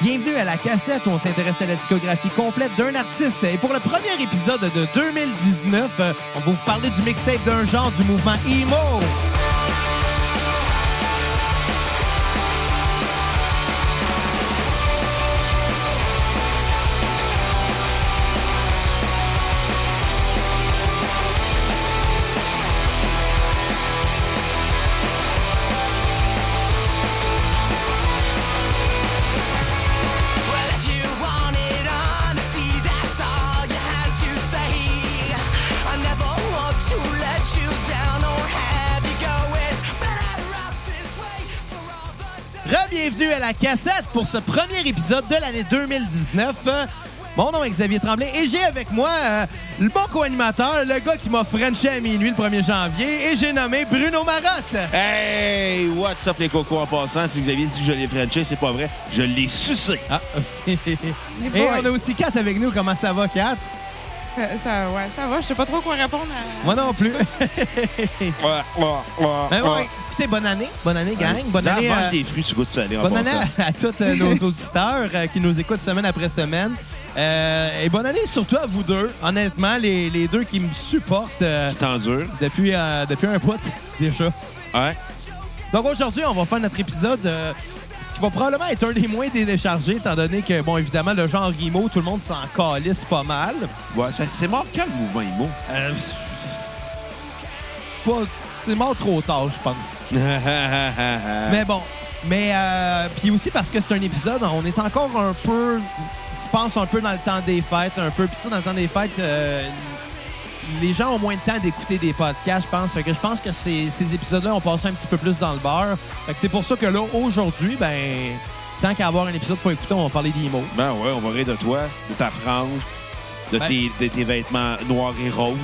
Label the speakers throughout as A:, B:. A: Bienvenue à la cassette où on s'intéresse à la discographie complète d'un artiste. Et pour le premier épisode de 2019, euh, on va vous parler du mixtape d'un genre du mouvement emo.
B: Well, if you wanted honesty, that's all you had to say. I never want to let you down or have you going. Better off this way for all the
A: Re-bienvenue à la cassette pour ce premier épisode de l'année 2019. Euh, Mon nom est Xavier Tremblay et j'ai avec moi euh, le bon co-animateur, le gars qui m'a frenché à minuit le 1er janvier, et j'ai nommé Bruno Marotte.
C: Hey, what's up les cocos en passant? Si vous aviez dit que je l'ai frenché, c'est pas vrai. Je l'ai sucé.
A: Ah, et on a aussi Kat avec nous. Comment ça va, Kat?
D: Ça, ça- ouais, ça va. Je sais pas trop quoi répondre à.
A: Moi non plus.
C: Ah, ah, ah,
A: Mais bon,
C: ah.
A: écoutez, bonne année. Bonne année, Ben gang. Bonne
C: Ça
A: année.
C: mange
A: euh,
C: des fruits, tu goûtes salé en
A: Bonne année
C: passant.
A: à, à tous euh, nos auditeurs euh, qui nous écoutent semaine après semaine. Euh, et bonne année surtout à vous deux. Honnêtement, les, les deux qui me supportent euh,
C: Temps dur. hein?
A: depuis, euh, depuis un bout déjà.
C: Ouais.
A: Donc aujourd'hui, on va faire notre épisode euh, qui va probablement être un des moins déchargés, étant donné que, bon, évidemment, le genre IMO, tout le monde s'en calisse pas mal.
C: ouais ça- c'est mort quand le mouvement IMO?
A: Euh, pas- C'est mort trop tard, je pense.
C: Mais Ben
A: Mais bon, mais euh, puis aussi parce que c'est un épisode, on est encore un peu, je pense un peu dans le temps des fêtes, un peu. Puis tu sais, dans le temps des fêtes, euh, les gens ont moins de temps d'écouter des podcasts, je pense. Fait que je pense que ces, ces épisodes-là ont passé un petit peu plus dans le beurre. Fait que c'est pour ça que là, aujourd'hui, ben, tant qu'à avoir un épisode pour écouter, on va parler des mots.
C: Ben ouais, on va rire de toi, de ta frange, de,
A: Ben-
C: tes, de tes vêtements noirs et roses.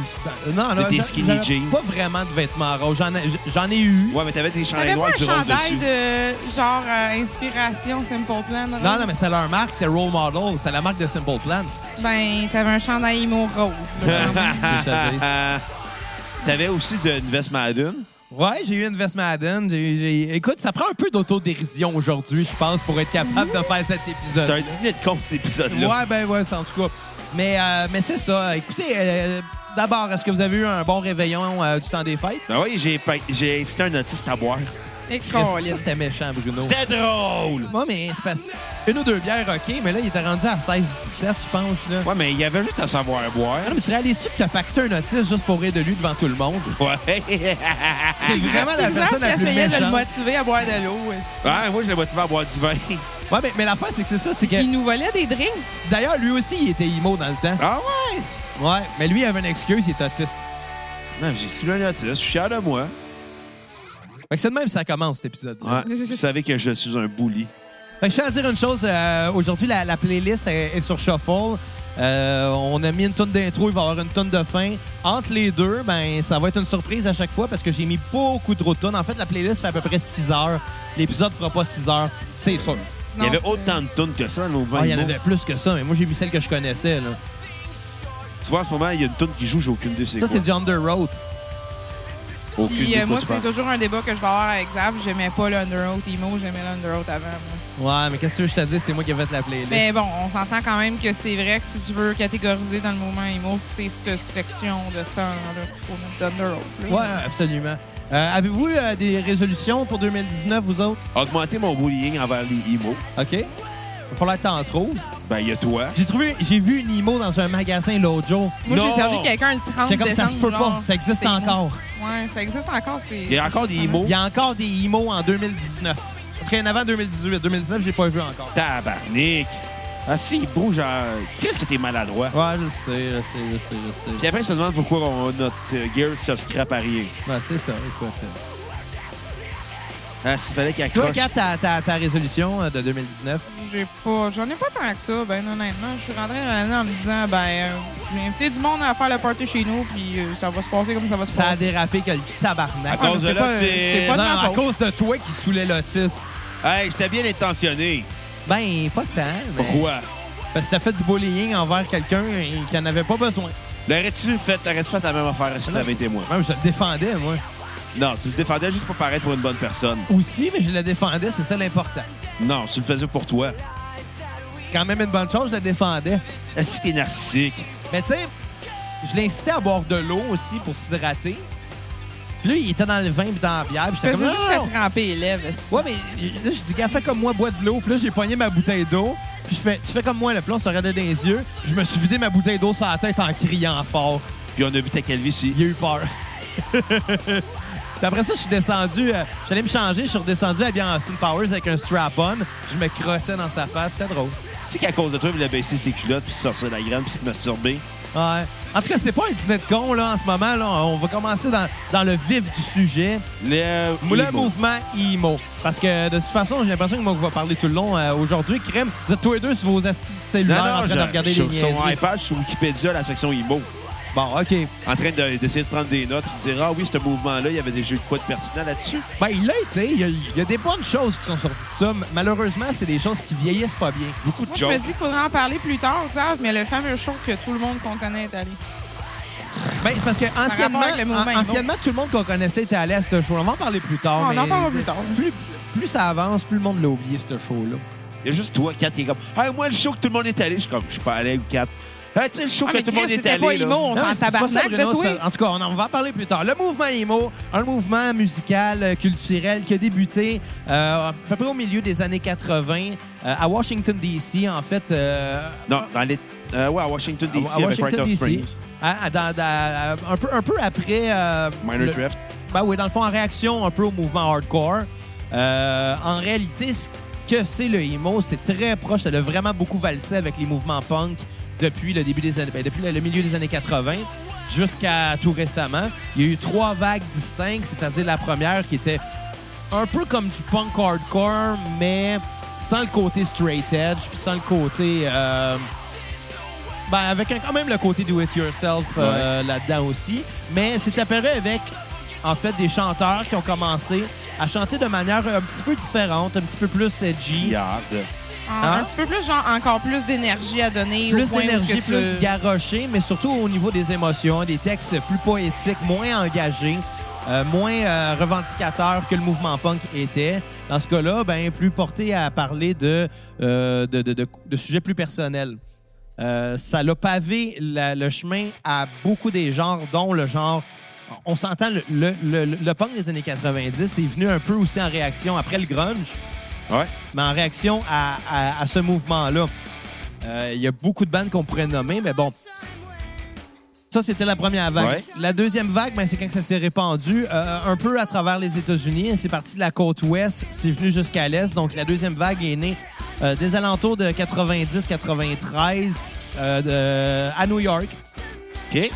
A: Non,
C: De tes
A: j'a-
C: skinny
A: j'avais
C: jeans.
A: Pas vraiment de vêtements roses. J'en ai, j'en ai eu.
C: Ouais, mais t'avais des chandails
D: T'avais
C: noirs
D: pas
C: et
D: un
C: du rose
D: chandail
C: dessus.
D: de genre euh, inspiration Simple Plan?
A: Non, non, mais c'est leur marque, c'est Role Model, c'est la marque de Simple Plan.
D: Ben, t'avais un chandail emo rose. là, quand même.
A: Ah, C'est ça, c'est-
C: T'avais aussi de- une veste Madden.
A: Ouais, j'ai eu une veste Madden. J'ai- j'ai- Écoute, ça prend un peu d'autodérision aujourd'hui, je pense, pour être capable de faire cet épisode.
C: T'as un dîner de compte, cet épisode-là.
A: Ouais, ben ouais, c'est en tout cas. Mais, euh, mais c'est ça. Écoutez, euh, d'abord, est-ce que vous avez eu un bon réveillon euh, du temps des fêtes?
C: Ah oui, j'ai pa- j'ai incité un autiste à boire.
D: Et
A: Ça,
D: câlisse.
A: c'était méchant, Bruno.
C: C'était drôle!
A: Moi, mais c'est parce une ou deux bières, OK, mais là, il était rendu à 16-17, je pense. Là.
C: Ouais, mais il y avait juste à savoir boire.
A: Ah non, mais tu réalises-tu que t'as pacté un autiste juste pour rire de lui devant tout le monde?
D: Ah,
C: Ouais.
A: C'est vraiment la
D: Exemple,
A: personne la plus
D: t'essayais de le
A: méchante.
D: motiver à boire de l'eau. euh, est-ce
C: Ouais, moi, je l'ai motivé à boire du vin.
A: Ouais, mais, mais la fois, c'est que c'est ça. C'est
D: que-
A: que,
D: Il nous volait des drinks.
A: d'ailleurs, lui aussi, il était IMO dans le temps.
C: Ah ouais?
A: Ouais, mais lui, il avait une excuse, il est autiste.
C: Non, j'ai ciblé un autiste. Je suis fier de moi.
A: Fait que c'est de même que ça commence, cet épisode-là.
C: Ouais. Vous savez que je suis un bully.
A: Fait que je tiens à dire une chose. euh, Aujourd'hui, la, la playlist est, est sur Shuffle. Euh, on a mis une tonne d'intro, il va y avoir une tonne de fin. Entre les deux, ben ça va être une surprise à chaque fois parce que j'ai mis beaucoup trop de tonnes. En fait, la playlist fait à peu près 6 heures. L'épisode fera pas 6 heures, c'est sûr.
C: Il y
D: Non,
C: avait
D: c'est-
C: autant de tonnes que ça dans le mouvement.
A: Ah, Il y en
C: Imo.
A: avait plus que ça, mais moi j'ai mis celle que je connaissais. Là.
C: Tu vois, en ce moment, il y a une tonne qui joue, j'ai aucune idée c'est
A: Ça,
C: quoi.
A: c'est du Under Road.
C: Aucune
D: Puis
C: idée
D: euh,
C: de
D: moi,
C: quoi tu
D: c'est
C: parles.
D: toujours un débat que je vais avoir avec Zab. J'aimais pas l'Underroad emo, j'aimais l'Underroad avant. moi.
A: Ouais, mais qu'est-ce que je te dis? C'est moi qui ai fait la playlist.
D: Mais bon, on s'entend quand même que c'est vrai que si tu veux catégoriser dans le moment emo, c'est cette section de temps là, pour nous d'Underroad.
A: Ouais,
D: là.
A: absolument. Euh, Avez-vous eu, euh, des résolutions pour 2019, vous autres?
C: Augmenter mon bullying envers les IMO.
A: OK. Il va falloir que t'en trouves.
C: Ben, il y a toi.
A: J'ai trouvé, j'ai vu une IMO dans un magasin l'autre jour.
D: Moi, j'ai
C: Non!
D: servi quelqu'un le 30
A: J'étais
D: décembre.
A: comme ça se peut pas,
D: genre,
A: ça existe
D: c'est
A: encore.
D: moi. Ouais, ça existe encore. c'est-
C: Il y a encore des IMO.
A: Il y a encore des IMO en 2019. En tout cas, il y en avait en 2018. 2019, j'ai pas vu encore.
C: Tabarnak. Ah, si, il bouge, genre, qu'est-ce que t'es maladroit?
A: Ouais, je sais, je sais, je sais, je
C: Puis après, il se demande pourquoi on- notre euh, gear se scrape à rien.
A: Ouais, c'est ça, écoute.
C: Ah, s'il fallait qu'il
A: Toi,
C: accroche.
A: Kat, ta, ta- ta résolution euh, de 2019.
D: J'ai pas, j'en ai pas tant que ça, ben honnêtement. Je suis rentrée dans l'année en me disant, ben, euh, j'ai invité du monde à faire le party chez nous, puis euh, ça va se passer comme ça va se
A: Ça a
D: passer. Ah,
A: dérapé que le tabarnak.
C: À cause de
D: c'est pas,
C: l'autre,
D: c'est
A: Non,
D: pas de ma
A: à
D: faute.
A: cause de toi qui saoulait l'autisme.
C: Hey, j'étais bien intentionné.
A: Ben, pas tant. mais-
C: Pourquoi?
A: Parce que t'as fait du bullying envers quelqu'un et qui en avait pas besoin.
C: L'aurais-tu fait, t'aurais-tu fait la même affaire si t'avais été moi?
A: Même je le défendais, moi.
C: Non, tu le défendais juste pour paraître pour une bonne personne.
A: Aussi, mais je le défendais, c'est ça l'important.
C: Non, tu le faisais pour toi.
A: quand même une bonne chose, je le défendais.
C: Est-ce qu'il est narcissique?
A: Mais tu sais, je l'incitais à boire de l'eau aussi pour s'hydrater. Puis là, il était dans le vin puis dans la bière. Puis
D: Je
A: j'étais comme,
D: faisais
A: Non,
D: juste
A: non,
D: à
A: non.
D: tremper les lèvres. est-ce que-
A: Ouais, mais là, je dis, gars, fais comme moi, bois de l'eau. Puis là, j'ai pogné ma bouteille d'eau. Puis je fais, tu fais comme moi, le plan, on se regardait dans les yeux. Je me suis vidé ma bouteille d'eau sur la tête en criant fort.
C: Puis on a vu ta calvitie.
A: Il a eu peur. Puis après ça, je suis descendu, euh, j'allais me changer, je suis redescendu à bien Austin Powers avec un strap-on. Je me crossais dans sa face, c'était drôle.
C: Tu sais qu'à cause de toi, il a baissé ses culottes, puis sortir la graine, puis se masturber.
A: Ouais. En tout cas, c'est pas un dîner de con là en ce moment. Là. On va commencer dans, dans le vif du sujet.
C: Le,
A: Le
C: Emo.
A: mouvement IMO. Parce que de toute façon, j'ai l'impression que moi, va parler tout le long euh, aujourd'hui. Crème, vous êtes tous les deux sur vos astis de
C: Non,
A: cellulaire en
C: non,
A: train
C: je,
A: de regarder
C: je,
A: les
C: suis sur mon
A: niaiseries.
C: iPad, je suis sur Wikipédia, la section Imo,
A: Bon, OK.
C: en train de- d'essayer de, prendre des notes, puis de dire Ah oui, ce mouvement-là, il y avait des jeux de quoi de pertinent là-dessus.
A: Ben, il l'a été. Il y, a, il y a des bonnes choses qui sont sorties de ça. Malheureusement, c'est des choses qui vieillissent pas bien.
C: Beaucoup de
D: Moi, je me
C: jokes.
D: dis qu'il faudrait en parler plus tard, savent, mais le fameux show que tout le monde qu'on connaît est allé.
A: Ben, c'est parce que anciennement,
D: avec le mouvement
A: an-
D: Imo.
A: anciennement, tout le monde qu'on connaissait était allé à ce show. On va en parler plus tard.
D: On
A: mais
D: en parlera plus tard.
A: Plus, plus ça avance, plus le monde l'a oublié, ce show-là.
C: Il y a juste toi, Kat, qui est comme Hey, moi, le show que tout le monde est allé, je suis comme Je suis pas allé ou Kat. Hey, tu sais, le show
D: Ah,
C: que
D: mais
C: tout le
D: Chris,
C: monde est
D: c'était pas
C: allé. là.
D: Imo, on
A: Non,
D: s'en
A: mais c'est pas ça,
D: tabarnak de
A: Bruno,
D: toi.
A: c'est- En tout cas, on en va en parler plus tard. Le mouvement emo, un mouvement musical, euh, culturel qui a débuté euh, à peu près au milieu des années 80 euh, à Washington, D.C. En fait, euh,
C: Non, dans les. euh, ouais, à Washington
A: à-
C: DC,
A: à
C: avec Right
A: Washington,
C: of
A: D.C.
C: Springs.
A: à- à- dans- dans- un, peu, un peu après... euh,
C: Minor
A: le-
C: Draft.
A: Ben oui, dans le fond, en réaction un peu au mouvement hardcore. Euh, en réalité, ce que c'est le emo, c'est très proche. Ça a vraiment beaucoup valsé avec les mouvements punk depuis le début des années, ben, depuis le le milieu des années 80 jusqu'à tout récemment. Il y a eu trois vagues distinctes, c'est-à-dire la première qui était un peu comme du punk hardcore, mais sans le côté straight edge, puis sans le côté. euh, ben, avec un- quand même le côté do it yourself euh, là-dedans aussi. Mais c'est apparu avec, en fait, des chanteurs qui ont commencé à chanter de manière un petit peu différente, un petit peu plus edgy.
C: Yard.
D: En-
A: Hein?
D: Un petit peu plus, genre, encore plus d'énergie à donner. au
A: Plus
D: point où
A: d'énergie,
D: est-ce que
A: plus
D: tu-
A: garoché, mais surtout au niveau des émotions, des textes plus poétiques, moins engagés, euh, moins euh, revendicateurs que le mouvement punk était. Dans ce cas-là, ben, plus porté à parler de, euh, de, de- de- de sujets plus personnels. Euh, ça l'a pavé la- le chemin à beaucoup des genres, dont le genre. On s'entend, le, le- le- le punk des années 90 est venu un peu aussi en réaction après le grunge
C: Ouais.
A: mais en réaction à, à- à ce mouvement-là. Euh, Il y a beaucoup de bandes qu'on pourrait nommer, mais bon. Ça, c'était la première vague.
C: Ouais.
A: La deuxième vague, ben, c'est quand que ça s'est répandu euh, un peu à travers les États-Unis. C'est parti de la côte ouest, c'est venu jusqu'à l'est. Donc, la deuxième vague est née euh, des alentours de 90-93 à New York.
C: OK.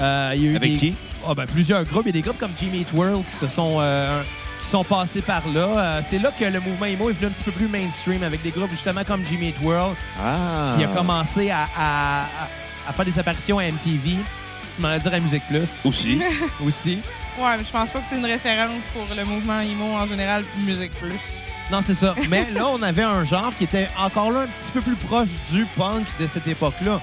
A: Euh, il y a eu
C: Avec
A: des-
C: qui?
A: Ah, ben, plusieurs groupes. Il y a des groupes comme Jimmy Eat World qui se sont, euh, qui sont passés par là. Euh, c'est là que le mouvement emo est venu un petit peu plus mainstream avec des groupes justement comme Jimmy Eat World
C: Ah.
A: qui a commencé à, à- à- à faire des apparitions à MTV. Je m'en vais dire à Musique Plus
C: Aussi.
A: aussi.
D: Ouais, mais je pense pas que c'est une référence pour le mouvement IMO en général, puis Musique Plus.
A: Non, c'est ça. Mais là, on avait un genre qui était encore là un petit peu plus proche du punk de cette époque-là.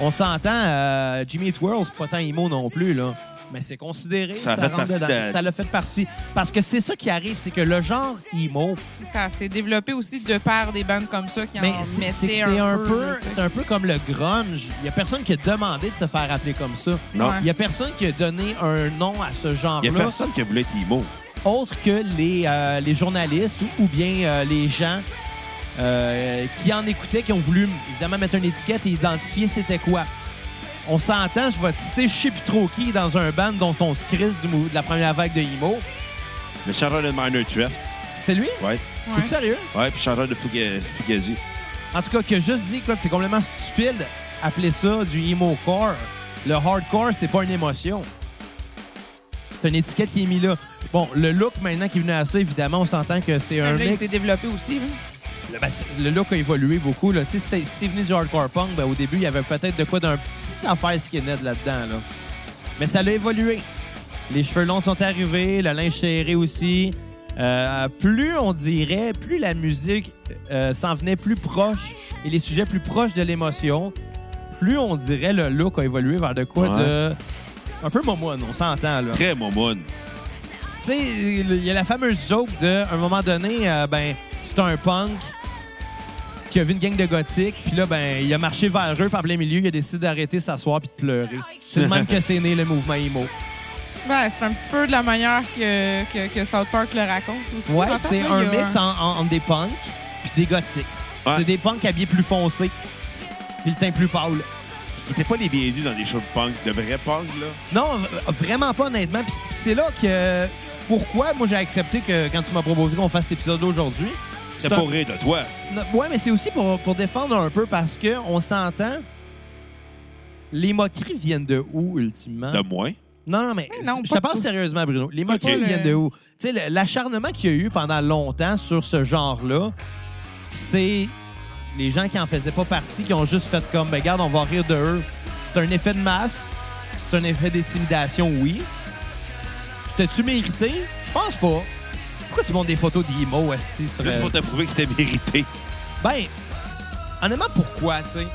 A: On s'entend, euh, Jimmy Eat World, c'est pas tant emo non plus, là. Mais c'est considéré,
C: Ça a
A: ça,
C: fait
A: rentre
C: partie
A: dedans.
C: de la-
A: Ça l'a fait partie. Parce que c'est ça qui arrive, c'est que le genre emo,
D: Ça s'est développé aussi de par des bandes comme ça qui
A: mais
D: en
A: c'est- c'est que
D: mettaient
A: c'est un peu,
D: tu sais.
A: c'est un peu comme le grunge. Il y a personne qui a demandé de se faire appeler comme ça.
C: Non.
D: Ouais.
A: Il y a personne qui a donné un nom à ce
C: Il n'y a
A: genre-là,
C: personne qui voulait être Imo.
A: autre que les, euh, les journalistes ou, ou bien euh, les gens euh, qui en écoutaient, qui ont voulu évidemment mettre une étiquette et identifier c'était quoi. On s'entend, je vais te citer, je sais plus trop qui, dans un band dont on se crisse du mou- de la première vague de Imo.
C: Le chanteur de Minor Draft.
A: C'était lui?
C: Ouais.
D: Ouais.
A: T'es sérieux?
C: Ouais, puis chanteur de Fuga- Fugazi.
A: En tout cas, qui a juste dit, écoute, c'est complètement stupide appeler ça du emo core. Le hardcore, c'est pas une émotion. C'est une étiquette qui est mise là. Bon, le look maintenant qui est venu à ça, évidemment, on s'entend que c'est un
D: Ben Là, il
A: mix.
D: s'est développé aussi. hein.
A: Le, ben, c'est- le look a évolué beaucoup. Là. Tu sais, c'est- c'est venu du hardcore punk. ben, au début, il y avait peut-être de quoi d'un petit affaire skinhead là-dedans. Là. Mais ça l'a évolué. Les cheveux longs sont arrivés, le linge serré aussi. Euh, plus on dirait, plus la musique euh, s'en venait plus proche et les sujets plus proches de l'émotion, plus on dirait le look a évolué vers de quoi
C: Ouais.
A: de. Un peu momoine, on s'entend là.
C: Très momone.
A: Tu sais, il y a la fameuse joke de, à un moment donné, euh, ben, c'est un punk qui a vu une gang de gothiques, puis là, ben, il a marché vers eux par plein milieu, il a décidé d'arrêter, s'asseoir, puis de pleurer. C'est de même que c'est né le mouvement emo.
D: Ben, c'est un petit peu de la manière que, que, que South Park le raconte aussi.
A: Ouais,
D: J'entends,
A: c'est
D: là,
A: un
D: il y a
A: mix en- en- entre des punks puis des gothiques.
C: Ouais.
A: C'est des punks habillés plus foncés, puis le teint plus pâle.
C: T'es pas des bienvenus dans des shows de punk, de vrais punk, là.
A: Non, v- vraiment pas, honnêtement. Puis puis c'est là que. Pourquoi moi j'ai accepté que quand tu m'as proposé qu'on fasse cet épisode aujourd'hui?
C: C'est
A: C'est un-
C: pour rire de toi.
A: No- Ouais, mais c'est aussi pour, pour défendre un peu parce que on s'entend. Les moqueries viennent de où, ultimement?
C: De moins.
A: Non, non, mais
D: Mais non,
A: je te
D: pas de
A: parle
D: tout.
A: sérieusement, Bruno. Les moqueries
D: Ok.
A: viennent de où? Tu sais, le- l'acharnement qu'il y a eu pendant longtemps sur ce genre-là, c'est les gens qui en faisaient pas partie, qui ont juste fait comme, ben, regarde, on va rire de eux. C'est un effet de masse, c'est un effet d'intimidation, oui. T'as-tu mérité? Je pense pas. Pourquoi tu montes des photos d'Imo, Esti, sur
C: Juste
A: euh,
C: pour te prouver que c'était mérité.
A: Ben, honnêtement, pourquoi, tu sais?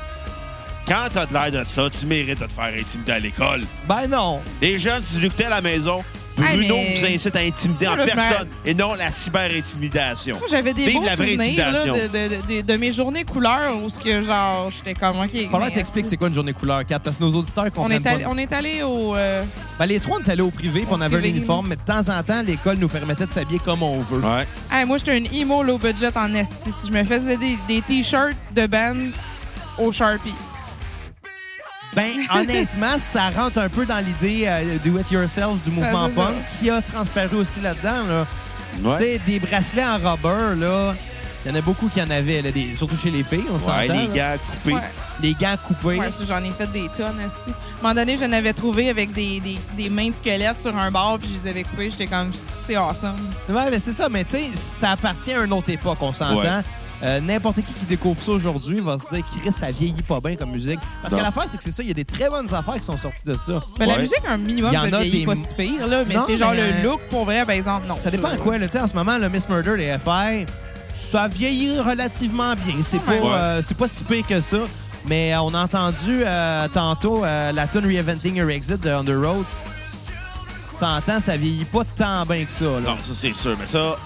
C: Quand t'as de l'air de ça, tu mérites de te faire intimider à l'école.
A: Ben non.
C: Les jeunes, tu écoutaient à la maison.
D: Ah,
C: Bruno
D: mais-
C: vous incite à intimider en
D: Moi, là, je me-
C: personne et non la cyber-intimidation.
D: Moi, j'avais des
C: Vive
D: beaux
C: la vraie
D: souvenirs là,
C: intimidation.
D: de, de- de- de mes journées couleurs où ce que genre j'étais comme ok.
A: Faudrait
D: mais,
A: que t'expliques c'est quoi une journée couleur 4 parce que nos auditeurs
D: on
A: comprennent
D: est allé,
A: pas.
D: on est allé au euh,
A: Ben, les trois, on est allés au privé puis on avait un
D: privé.
A: uniforme, mais de temps en temps, l'école nous permettait de s'habiller comme on veut.
C: Ouais.
D: hey, moi j'étais une emo low budget en esti. Si Je me faisais des, des t-shirts de band au Sharpie.
A: Ben, honnêtement, ça rentre un peu dans l'idée euh, do it yourself du mouvement
D: Ben, c'est ça.
A: punk qui a transparu aussi là-dedans. Là.
C: Ouais.
A: Tu sais, des bracelets en rubber, là. Il y en a beaucoup qui en avaient, là, des- surtout chez les filles, on s'entend.
C: Ouais, les
A: là.
C: gars coupés.
D: Ouais.
A: Les gants coupés.
D: Ouais, ça, j'en ai fait des tonnes, esti. À un moment donné, je n'avais trouvé avec des, des, des mains de squelette sur un bar, puis je les avais coupés. J'étais comme, c'est awesome.
A: Ouais, mais c'est ça, mais tu sais, ça appartient à une autre époque, on s'entend.
C: Ouais.
A: Euh, N'importe qui qui découvre ça aujourd'hui va se dire, Chris, ça vieillit pas bien comme musique. Parce
C: Non.
A: que l'affaire, c'est que c'est ça, il y a des très bonnes affaires qui sont sorties de ça.
D: Ben, La
C: Ouais.
D: musique, un minimum,
A: Il y
D: ça
A: en a
D: vieillit
A: des-
D: pas si pire, là, mais
A: Non,
D: c'est genre
A: mais,
D: le
A: euh,
D: look pour vrai, par exemple, non.
A: Ça dépend à quoi, là. Tu sais, en ce moment, le Miss Murder et FR, ça vieillit relativement bien. C'est pas,
D: Ouais.
A: euh, c'est pas si pire que ça. Mais euh, on a entendu euh, tantôt euh, la tune Reinventing Your Exit de On the Road. Ça entend, ça vieillit pas tant bien que ça. Là.
C: Non, ça c'est sûr, mais ça,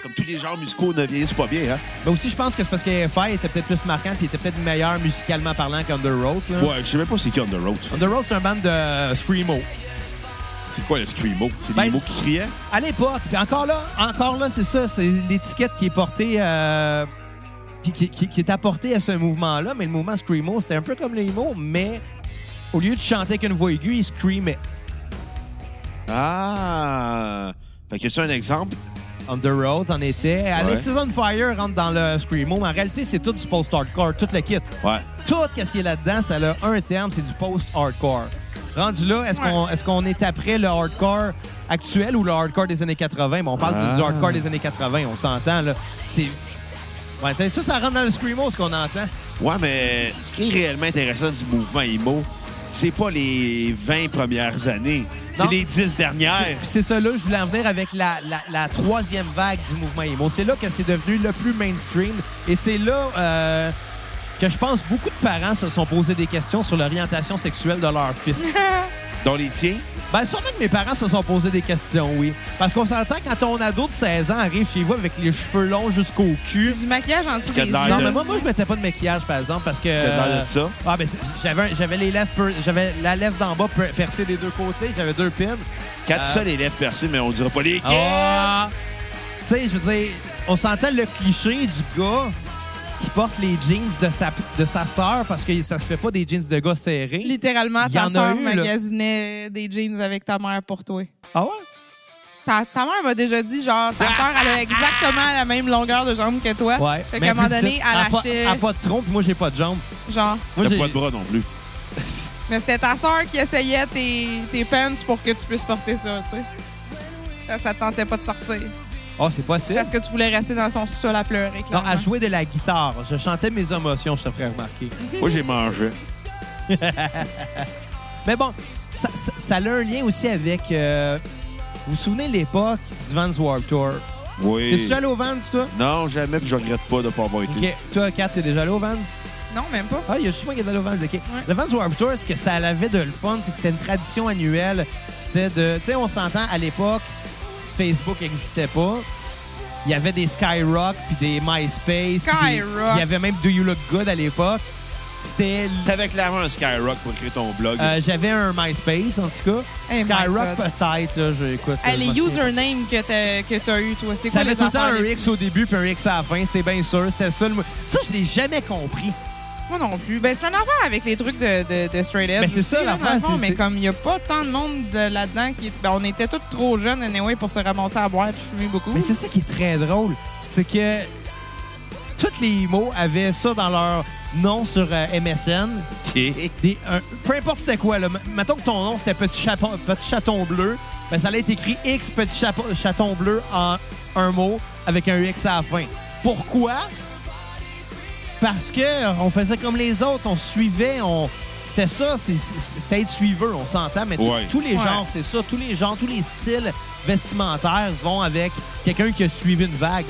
C: comme tous les genres musicaux ne vieillissent pas bien, hein?
A: Mais aussi, je pense que c'est parce que FR était peut-être plus marquant puis était peut-être meilleur musicalement parlant qu'Underroad. Là.
C: Ouais, je sais même pas c'est qui On The Road.
A: On the Road, c'est un band de euh, Screamo.
C: C'est quoi le screamo? C'est
A: Ben,
C: des mots qui criaient?
A: À l'époque, puis encore là, encore là, c'est ça, c'est l'étiquette qui est portée, euh, qui, qui- qui- qui est apportée à ce mouvement-là. Mais le mouvement Screamo, c'était un peu comme les mots, mais au lieu de chanter avec une voix aiguë, ils screamaient.
C: Ah! Fait que tu as un exemple?
A: On the Road en était. Alexis on Fire rentre dans le Screamo, mais en réalité, c'est tout du post-hardcore, tout le kit.
C: Ouais.
A: Tout ce qui est là-dedans, ça a un terme, c'est du post-hardcore. Rendu là, est-ce
D: Ouais.
A: qu'on est, qu'on est après le hardcore actuel ou le hardcore des années 80? Mais on parle
C: Ah.
A: du hardcore des années 80, on s'entend. là. C'est. Ouais, t'as- ça, ça rentre dans le screamo, ce qu'on entend.
C: Ouais, mais ce qui est réellement intéressant du mouvement emo, c'est pas les 20 premières années, c'est
A: Non.
C: les 10 dernières.
A: Puis c'est ça, là, je voulais en venir avec la, la- la troisième vague du mouvement emo. C'est là que c'est devenu le plus mainstream. Et c'est là euh, que je pense beaucoup de parents se sont posés des questions sur l'orientation sexuelle de leur fils.
D: Ah,
C: Dont les tiens?
A: Ben, sûrement que mes parents se sont posés des questions, oui. Parce qu'on s'entend quand ton ado de 16 ans arrive chez vous avec les cheveux longs jusqu'au cul.
D: Du maquillage en dessous
C: Qu'il y a
D: des
C: de l'air
D: yeux.
A: Non,
C: là.
A: mais moi, moi, je mettais pas de maquillage, par exemple, parce que.
C: T'as l'air de ça?
A: Ah, ben, c'est- j'avais, un- j'avais les lèvres, per- j'avais la lèvre d'en bas per- percée des deux côtés, j'avais deux pins.
C: Quand
A: Euh,
C: tu as les lèvres percées, mais on dira pas les
A: Ah! Tu sais, je veux dire, on s'entend le cliché du gars qui porte les jeans de sa, de sa sœur parce que ça se fait pas des jeans de gars serrés.
D: Littéralement,
A: Il y en
D: ta
A: a
D: soeur
A: eu, là.
D: magasinait des jeans avec ta mère pour toi.
A: Ah ouais?
D: Ta, ta mère m'a déjà dit, genre, ta soeur, elle a exactement la même longueur de jambe que toi.
A: Ouais.
D: Fait
A: Mais
D: qu'à un moment
A: plus
D: donné,
A: petite.
D: elle
A: pas-
D: achetait,
A: Elle a pas de trompe, moi, j'ai pas de jambes.
D: genre...
A: Moi,
C: T'as
A: j'ai-
C: pas de bras non plus.
D: Mais c'était ta soeur qui essayait tes, tes pants pour que tu puisses porter ça, tu sais. Ça, ça te tentait pas de sortir.
A: Ah, c'est possible.
D: Parce que tu voulais rester dans ton sous-sol à pleurer,
A: Non,
D: clairement.
A: à jouer de la guitare. Je chantais mes émotions, je te ferais remarquer.
C: Moi, j'ai mangé.
A: Mais bon, ça, ça- ça a un lien aussi avec. euh, vous vous souvenez l'époque du Vans Warped Tour?
C: Oui.
A: T'es-tu allé au Vans, toi?
C: Non, jamais, puis je regrette pas de pas avoir été.
A: Ok. Toi, Kat, t'es déjà allé au Vans?
D: Non, même pas.
A: Ah, il y a juste moi qui est allé au Vans, ok. Le Vans Warped Tour, ce que ça avait de le fun, c'est que c'était une tradition annuelle. C'était de. Tu sais, on s'entend à l'époque, Facebook n'existait pas. Il y avait des Skyrock puis des MySpace. puis des-
D: Skyrock.
A: Il y avait même Do You Look Good à l'époque. C'était.
C: T'avais clairement un Skyrock pour créer ton blog.
A: euh, J'avais un MySpace, en tout cas.
D: Hey, Eh, my
A: Skyrock,
D: God.
A: peut-être, là. je- écoute,
D: Ah,
A: je
D: les
A: me souviens pas.
D: usernames que t'as que t'as eu, toi, c'est quoi
A: T'avais
D: les
A: tout le temps
D: affaires
A: un
D: les-
A: X au début puis un X à la fin, c'est bien sûr. C'était ça. le- Ça, je l'ai jamais compris.
D: Moi non plus. Ben, c'est un affaire avec les trucs de, de, de Straight Edge.
A: Ben, c'est
D: aussi,
A: ça,
D: là, dans le
A: l'affaire,
D: fond,
A: c'est-
D: Mais
A: c'est-
D: comme il n'y a pas tant de monde de là-dedans, qui... ben, on était tous trop jeunes, anyway, pour se ramasser à boire et fumer beaucoup.
A: Mais c'est ça qui est très drôle, c'est que tous les mots avaient ça dans leur nom sur euh, MSN.
C: OK.
A: Des- un- peu importe c'était quoi, là. M- Mettons que ton nom c'était Petit Chaton, Petit Chaton Bleu, ben ça allait être écrit X Petit Chapo- Chaton Bleu en un mot avec un X à la fin. Pourquoi? Parce que euh, on faisait comme les autres, on suivait, on. C'était ça, c'est- c'est- c'était être suiveux, on s'entend, mais tout-
C: Ouais.
A: tous les
D: Ouais.
A: genres, c'est ça, tous les genres, tous les styles vestimentaires vont avec quelqu'un qui a suivi une vague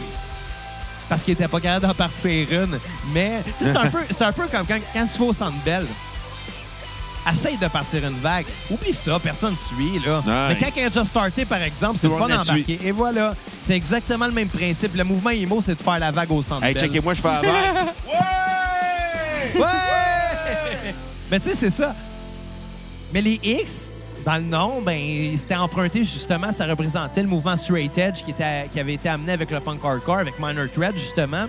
A: parce qu'il était pas capable d'en partir une. Mais tu sais, c'est un, peu, c'est un peu comme quand, quand tu vas au Centre Bell. Essaye de partir une vague. Oublie ça, personne ne suit. Là.
C: Ouais.
A: Mais quand elle a déjà starté, par exemple, c'est
C: Tout
A: le fun
C: le monde la
A: d'embarquer. Et voilà, c'est exactement le même principe. Le mouvement IMO, c'est de faire la vague au Centre
C: Hey,
A: Bell.
C: checkez-moi, je fais avant. ouais!
A: Ouais! Mais tu sais, c'est ça. Mais les X, dans le nom, ben, c'était emprunté justement, ça représentait le mouvement straight edge qui, était, qui avait été amené avec le punk hardcore, avec Minor Threat, justement.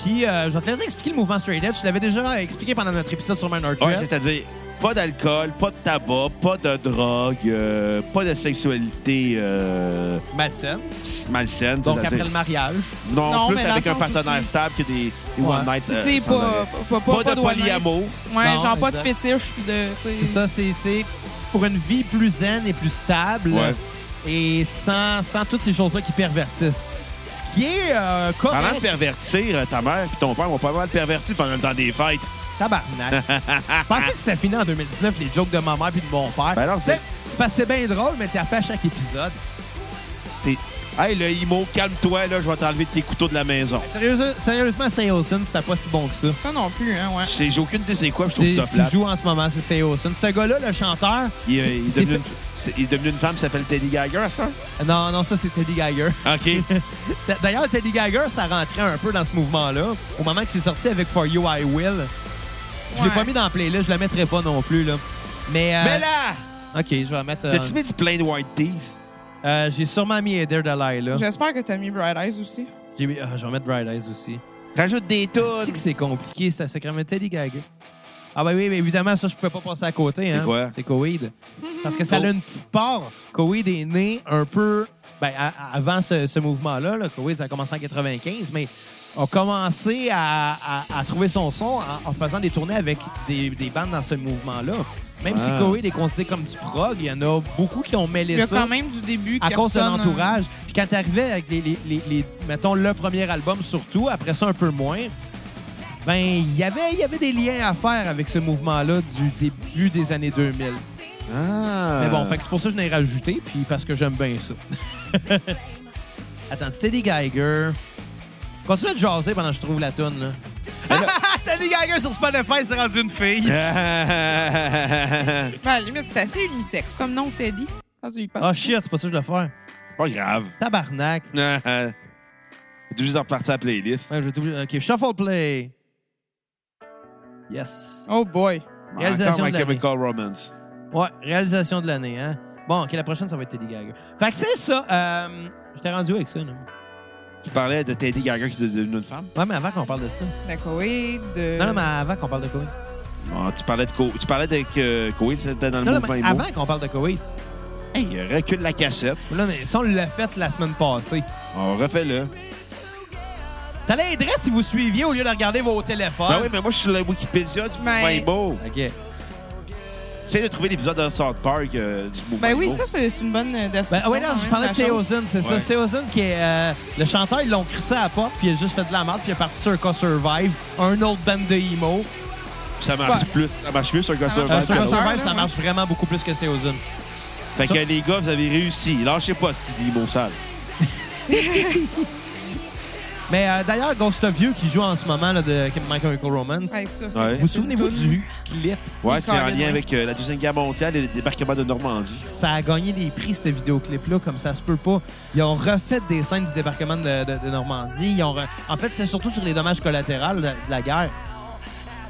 A: Puis, euh, je vais te laisser expliquer le mouvement straight edge. Je l'avais déjà expliqué pendant notre épisode sur Minor
C: Ouais,
A: Threat.
C: c'est-à-dire pas d'alcool, pas de tabac, pas de drogue, euh, pas de sexualité euh,
A: Madsen.
C: malsaine.
A: Donc,
C: c'est-à-dire-
A: après le mariage.
C: Non,
D: Non,
C: plus
D: mais dans
C: avec
D: le
C: un
D: sens
C: partenaire
D: aussi-
C: stable que des, des
A: Ouais.
C: one night. euh,
D: Tu sais,
C: sans
D: pas,
C: arrêt.
D: pas,
C: Pas, de
D: one night.
C: polyamour.
D: Ouais,
A: Non,
D: genre pas de
A: exact.
D: fétiche, puis de. tu
A: C'est
D: sais.
A: ça, c'est c'est pour une vie plus zen et plus stable.
C: Ouais.
A: Et sans, sans toutes ces choses-là qui pervertissent. Ce qui est euh,
C: Parlant de
A: correct.
C: pervertir, euh, ta mère et ton père m'ont pas mal perverti pendant le temps des fêtes.
A: Tabarnak. Je pensais que c'était fini en 2019, les jokes de ma mère puis de mon père.
C: Ben non, c'est-
A: c'est... c'est parce que c'est bien drôle, mais t'es à fait à chaque épisode.
C: T'es- Hey, le Imo, calme-toi, là, je vais t'enlever tes couteaux de la maison.
A: Sérieuse- sérieusement, Say Olsen, c'était pas si bon que ça.
D: Ça non plus, hein, ouais.
C: Je sais- J'ai aucune idée c'est quoi, puis
A: C'est
C: je
A: ce
C: trouve ça
A: qu'il
C: plate.
A: joue en ce moment, c'est Say Olsen. Ce gars-là, le chanteur...
C: Il, euh, il est
A: c'est-
C: devenu une-
A: c'est
C: c'est- il est devenu une femme qui s'appelle Teddy Geiger, ça?
A: fait- Non, non, ça, c'est Teddy Geiger.
C: OK.
A: T- D'ailleurs, Teddy Geiger, ça rentrait un peu dans ce mouvement-là. Au moment que c'est sorti avec For You, I Will. Je l'ai
D: Ouais.
A: pas mis dans la playlist, je la mettrai pas non plus, là. Mais... euh,
C: Mais là,
A: OK, je vais mettre... euh,
C: t'as-tu mis du plain white teeth?
A: euh, j'ai sûrement mis Dear Delilah.
D: J'espère que t'as mis Bright Eyes aussi.
A: J'ai mis- ah, je vais mettre Bright Eyes aussi.
C: Rajoute des
A: C'est
C: tonnes.
A: que c'est compliqué, ça sacrament Teddy Gag. Ah ben oui, mais évidemment, ça, je pouvais pas passer à côté. Hein?
C: C'est quoi? Oh.
A: C'est Coweed. Parce que ça a une petite part. Coweed est né un peu ben, à- à- avant ce, ce mouvement-là. Là. Coweed, ça a commencé en 95, mais a commencé à, à- à trouver son son en, en faisant des tournées avec des, des bandes dans ce mouvement-là. Même si
C: Ah.
A: Coweed est considéré comme du prog, il y en a beaucoup qui ont mêlé
D: Il y a
A: ça
D: quand même du début
A: à
D: qui
A: cause de
D: ressonne, hein.
A: l'entourage. Puis quand t'arrivais avec les, les- les- les- mettons, le premier album surtout, après ça un peu moins, ben, il y avait, il y avait des liens à faire avec ce mouvement-là du début des années 2000.
C: Ah.
A: Mais bon, fait que c'est pour ça que je l'ai rajouté, puis parce que j'aime bien ça. Attends, Teddy Geiger. Continue de jaser pendant que je trouve la toune, là. Teddy Geiger sur Spotify, c'est rendu une fille.
C: que...
D: Ben, à la limite, c'est assez unisexe. Comme non, Teddy. Quand tu y penses.
A: Oh shit, c'est pas ça que je dois faire.
C: pas grave.
A: Tabarnak.
C: T'es juste de repartir la playlist.
A: Ouais, je vais t'oublier. OK, shuffle play. Yes.
D: Oh boy.
A: Réalisation
C: Encore My
A: de l'année.
C: Chemical Romance.
A: Ouais, réalisation de l'année, hein? Bon, OK, la prochaine, ça va être Teddy Geiger. Fait que c'est ça. Euh, je t'ai rendu avec ça, là.
C: Tu parlais de Teddy Geiger qui est devenu une femme.
A: Ouais, mais avant qu'on parle de ça.
D: D'accord, oui. De...
A: Non, non, mais avant qu'on parle de Koweït.
C: Ah, tu parlais de Co... Tu parlais de que Coïd, c'était dans le
A: Non, non,
C: mouvement
A: mais
C: emo.
A: avant qu'on parle de Koweït.
C: Hey, recule la cassette.
A: Là, mais ça, on l'a fait la semaine passée.
C: On refait le.
A: Ça l'aiderait si vous suiviez au lieu de regarder vos téléphones.
C: Ben oui, mais moi, je suis sur la Wikipédia du mouvement
D: Mais-
C: emo.
A: OK.
C: J'essaie de trouver l'épisode de South Park euh, du mouvement
D: Ben oui,
C: emo.
D: ça, c'est c'est une bonne euh,
A: Ben,
D: description.
A: ah oui, non,
D: quand
A: je
D: même,
A: parlais
D: la
A: de Say
D: chose.
A: Ozone, c'est ça.
C: Ouais.
A: Say Ozone qui est. euh, le chanteur, ils l'ont crissé à la porte, puis il a juste fait de la merde, puis il est parti sur Cas Survive, un autre band de emo.
C: Ça marche
D: Ouais.
C: plus. Ça marche mieux sur Ghost
D: Ça
A: Euh,
D: marche
A: sur Cas
D: Survivor,
A: Survive,
D: là,
A: ça
D: ouais.
A: marche vraiment beaucoup plus que Say Ozone.
C: Fait que les gars, vous avez réussi. Lâchez pas ce petit emo sale.
A: Mais euh, d'ailleurs, Ghost of You qui joue en ce moment là, de Michael Romance,
D: Hey, ça, c'est
C: Ouais.
D: une
A: vous souvenez-vous
D: toune.
A: du clip?
C: Ouais, c'est en
D: Colin,
C: lien
D: ouais.
C: avec euh, la Deuxième Guerre mondiale et le débarquement de Normandie.
A: Ça a gagné des prix, ce vidéoclip-là, comme ça se peut pas. Ils ont refait des scènes du débarquement de, de- de Normandie. Ils ont re- En fait, c'est surtout sur les dommages collatéraux de, de la guerre.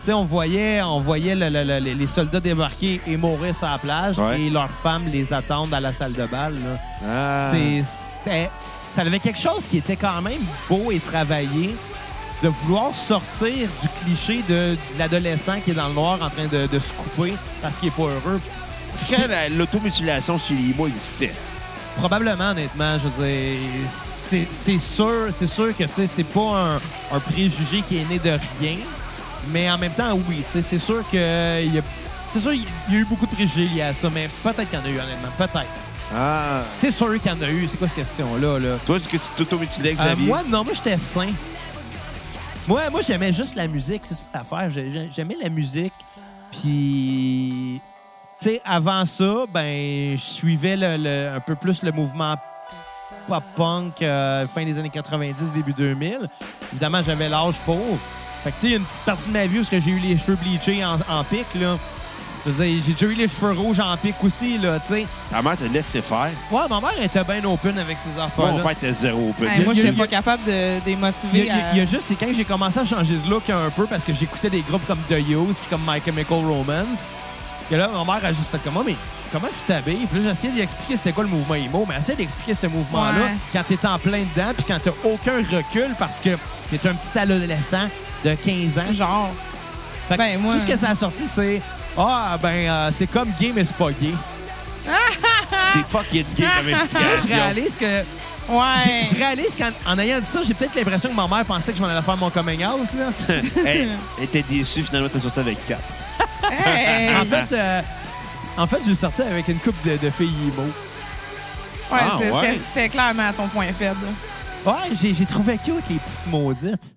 A: Tu sais, on voyait, on voyait le- le- le- les- les soldats débarquer et mourir sur la plage
C: Ouais.
A: et leurs femmes les attendre à la salle de bal. là.
C: Ah.
A: C'est- c'était- ça avait quelque chose qui était quand même beau et travaillé, de vouloir sortir du cliché de, de l'adolescent qui est dans le noir en train de, de se couper parce qu'il est pas heureux.
C: Quand la- l'automutilation chez les mots existait.
A: Probablement, honnêtement, je veux dire, c'est- c'est sûr, c'est sûr que tu sais, c'est pas un, un préjugé qui est né de rien, mais en même temps, oui, tu sais, c'est sûr que il y a- c'est sûr, il y a eu beaucoup de préjugés liés à ça, mais peut-être qu'il y en a eu, honnêtement, peut-être.
C: Ah.
A: C'est sûr qu'il y en a eu. C'est quoi cette question-là, là?
C: Toi, est-ce que tu t'automutilais,
A: Euh,
C: Xavier?
A: moi, non, moi, j'étais sain. Moi, moi j'aimais juste la musique, c'est ça l'affaire. J'ai- j'ai- J'aimais la musique. Puis, tu sais, avant ça, ben, je suivais le- le- un peu plus le mouvement pop-punk euh, fin des années 90, début 2000. Évidemment, j'avais l'âge pour. Fait que, tu sais, il y a une petite partie de ma vie où est-ce que j'ai eu les cheveux bleachés en, en pic, là. Je veux dire, j'ai déjà eu les cheveux rouges en pic aussi, là, tu sais.
C: Ta mère te laissait faire.
A: Ouais, ma mère était bien open avec ses affaires.
C: Mon père était zéro open.
D: Hey, moi,
A: Il y
D: je
A: a-
D: n'étais
A: il y a-
D: pas capable de
A: Il y,
D: démotiver.
A: a- il y a juste, c'est quand j'ai commencé à changer de look un peu parce que j'écoutais des groupes comme The Used puis comme My Chemical Romance. Et là, ma mère a juste fait comme moi, mais comment tu t'habilles? Puis là, j'essayais d'expliquer c'était quoi le mouvement emo, mais essaye d'expliquer ce mouvement-là
D: Ouais.
A: quand t'es en plein dedans puis quand t'as aucun recul parce que t'es un petit adolescent de 15 ans.
D: euh, Genre.
A: Fait que
D: ben, moi-
A: Tout ce que ça a sorti, c'est Ah, ben, euh, c'est comme gay, mais c'est pas gay.
C: C'est fucking gay comme
A: Je
C: explication.
A: réalise que
D: Ouais.
A: je réalise qu'en en ayant dit ça, j'ai peut-être l'impression que ma mère pensait que je m'en allais faire mon coming out. Là.
C: Elle elle était déçue, finalement, t'as sorti avec 4.
D: Hey.
A: En fait, euh, en fait, je suis sorti avec une coupe de, de filles emo.
D: Ouais,
C: Ah,
D: c'est-
C: ouais.
D: c'était- c'était clairement ton point faible.
A: Ouais, j'ai j'ai trouvé cute les petites maudites.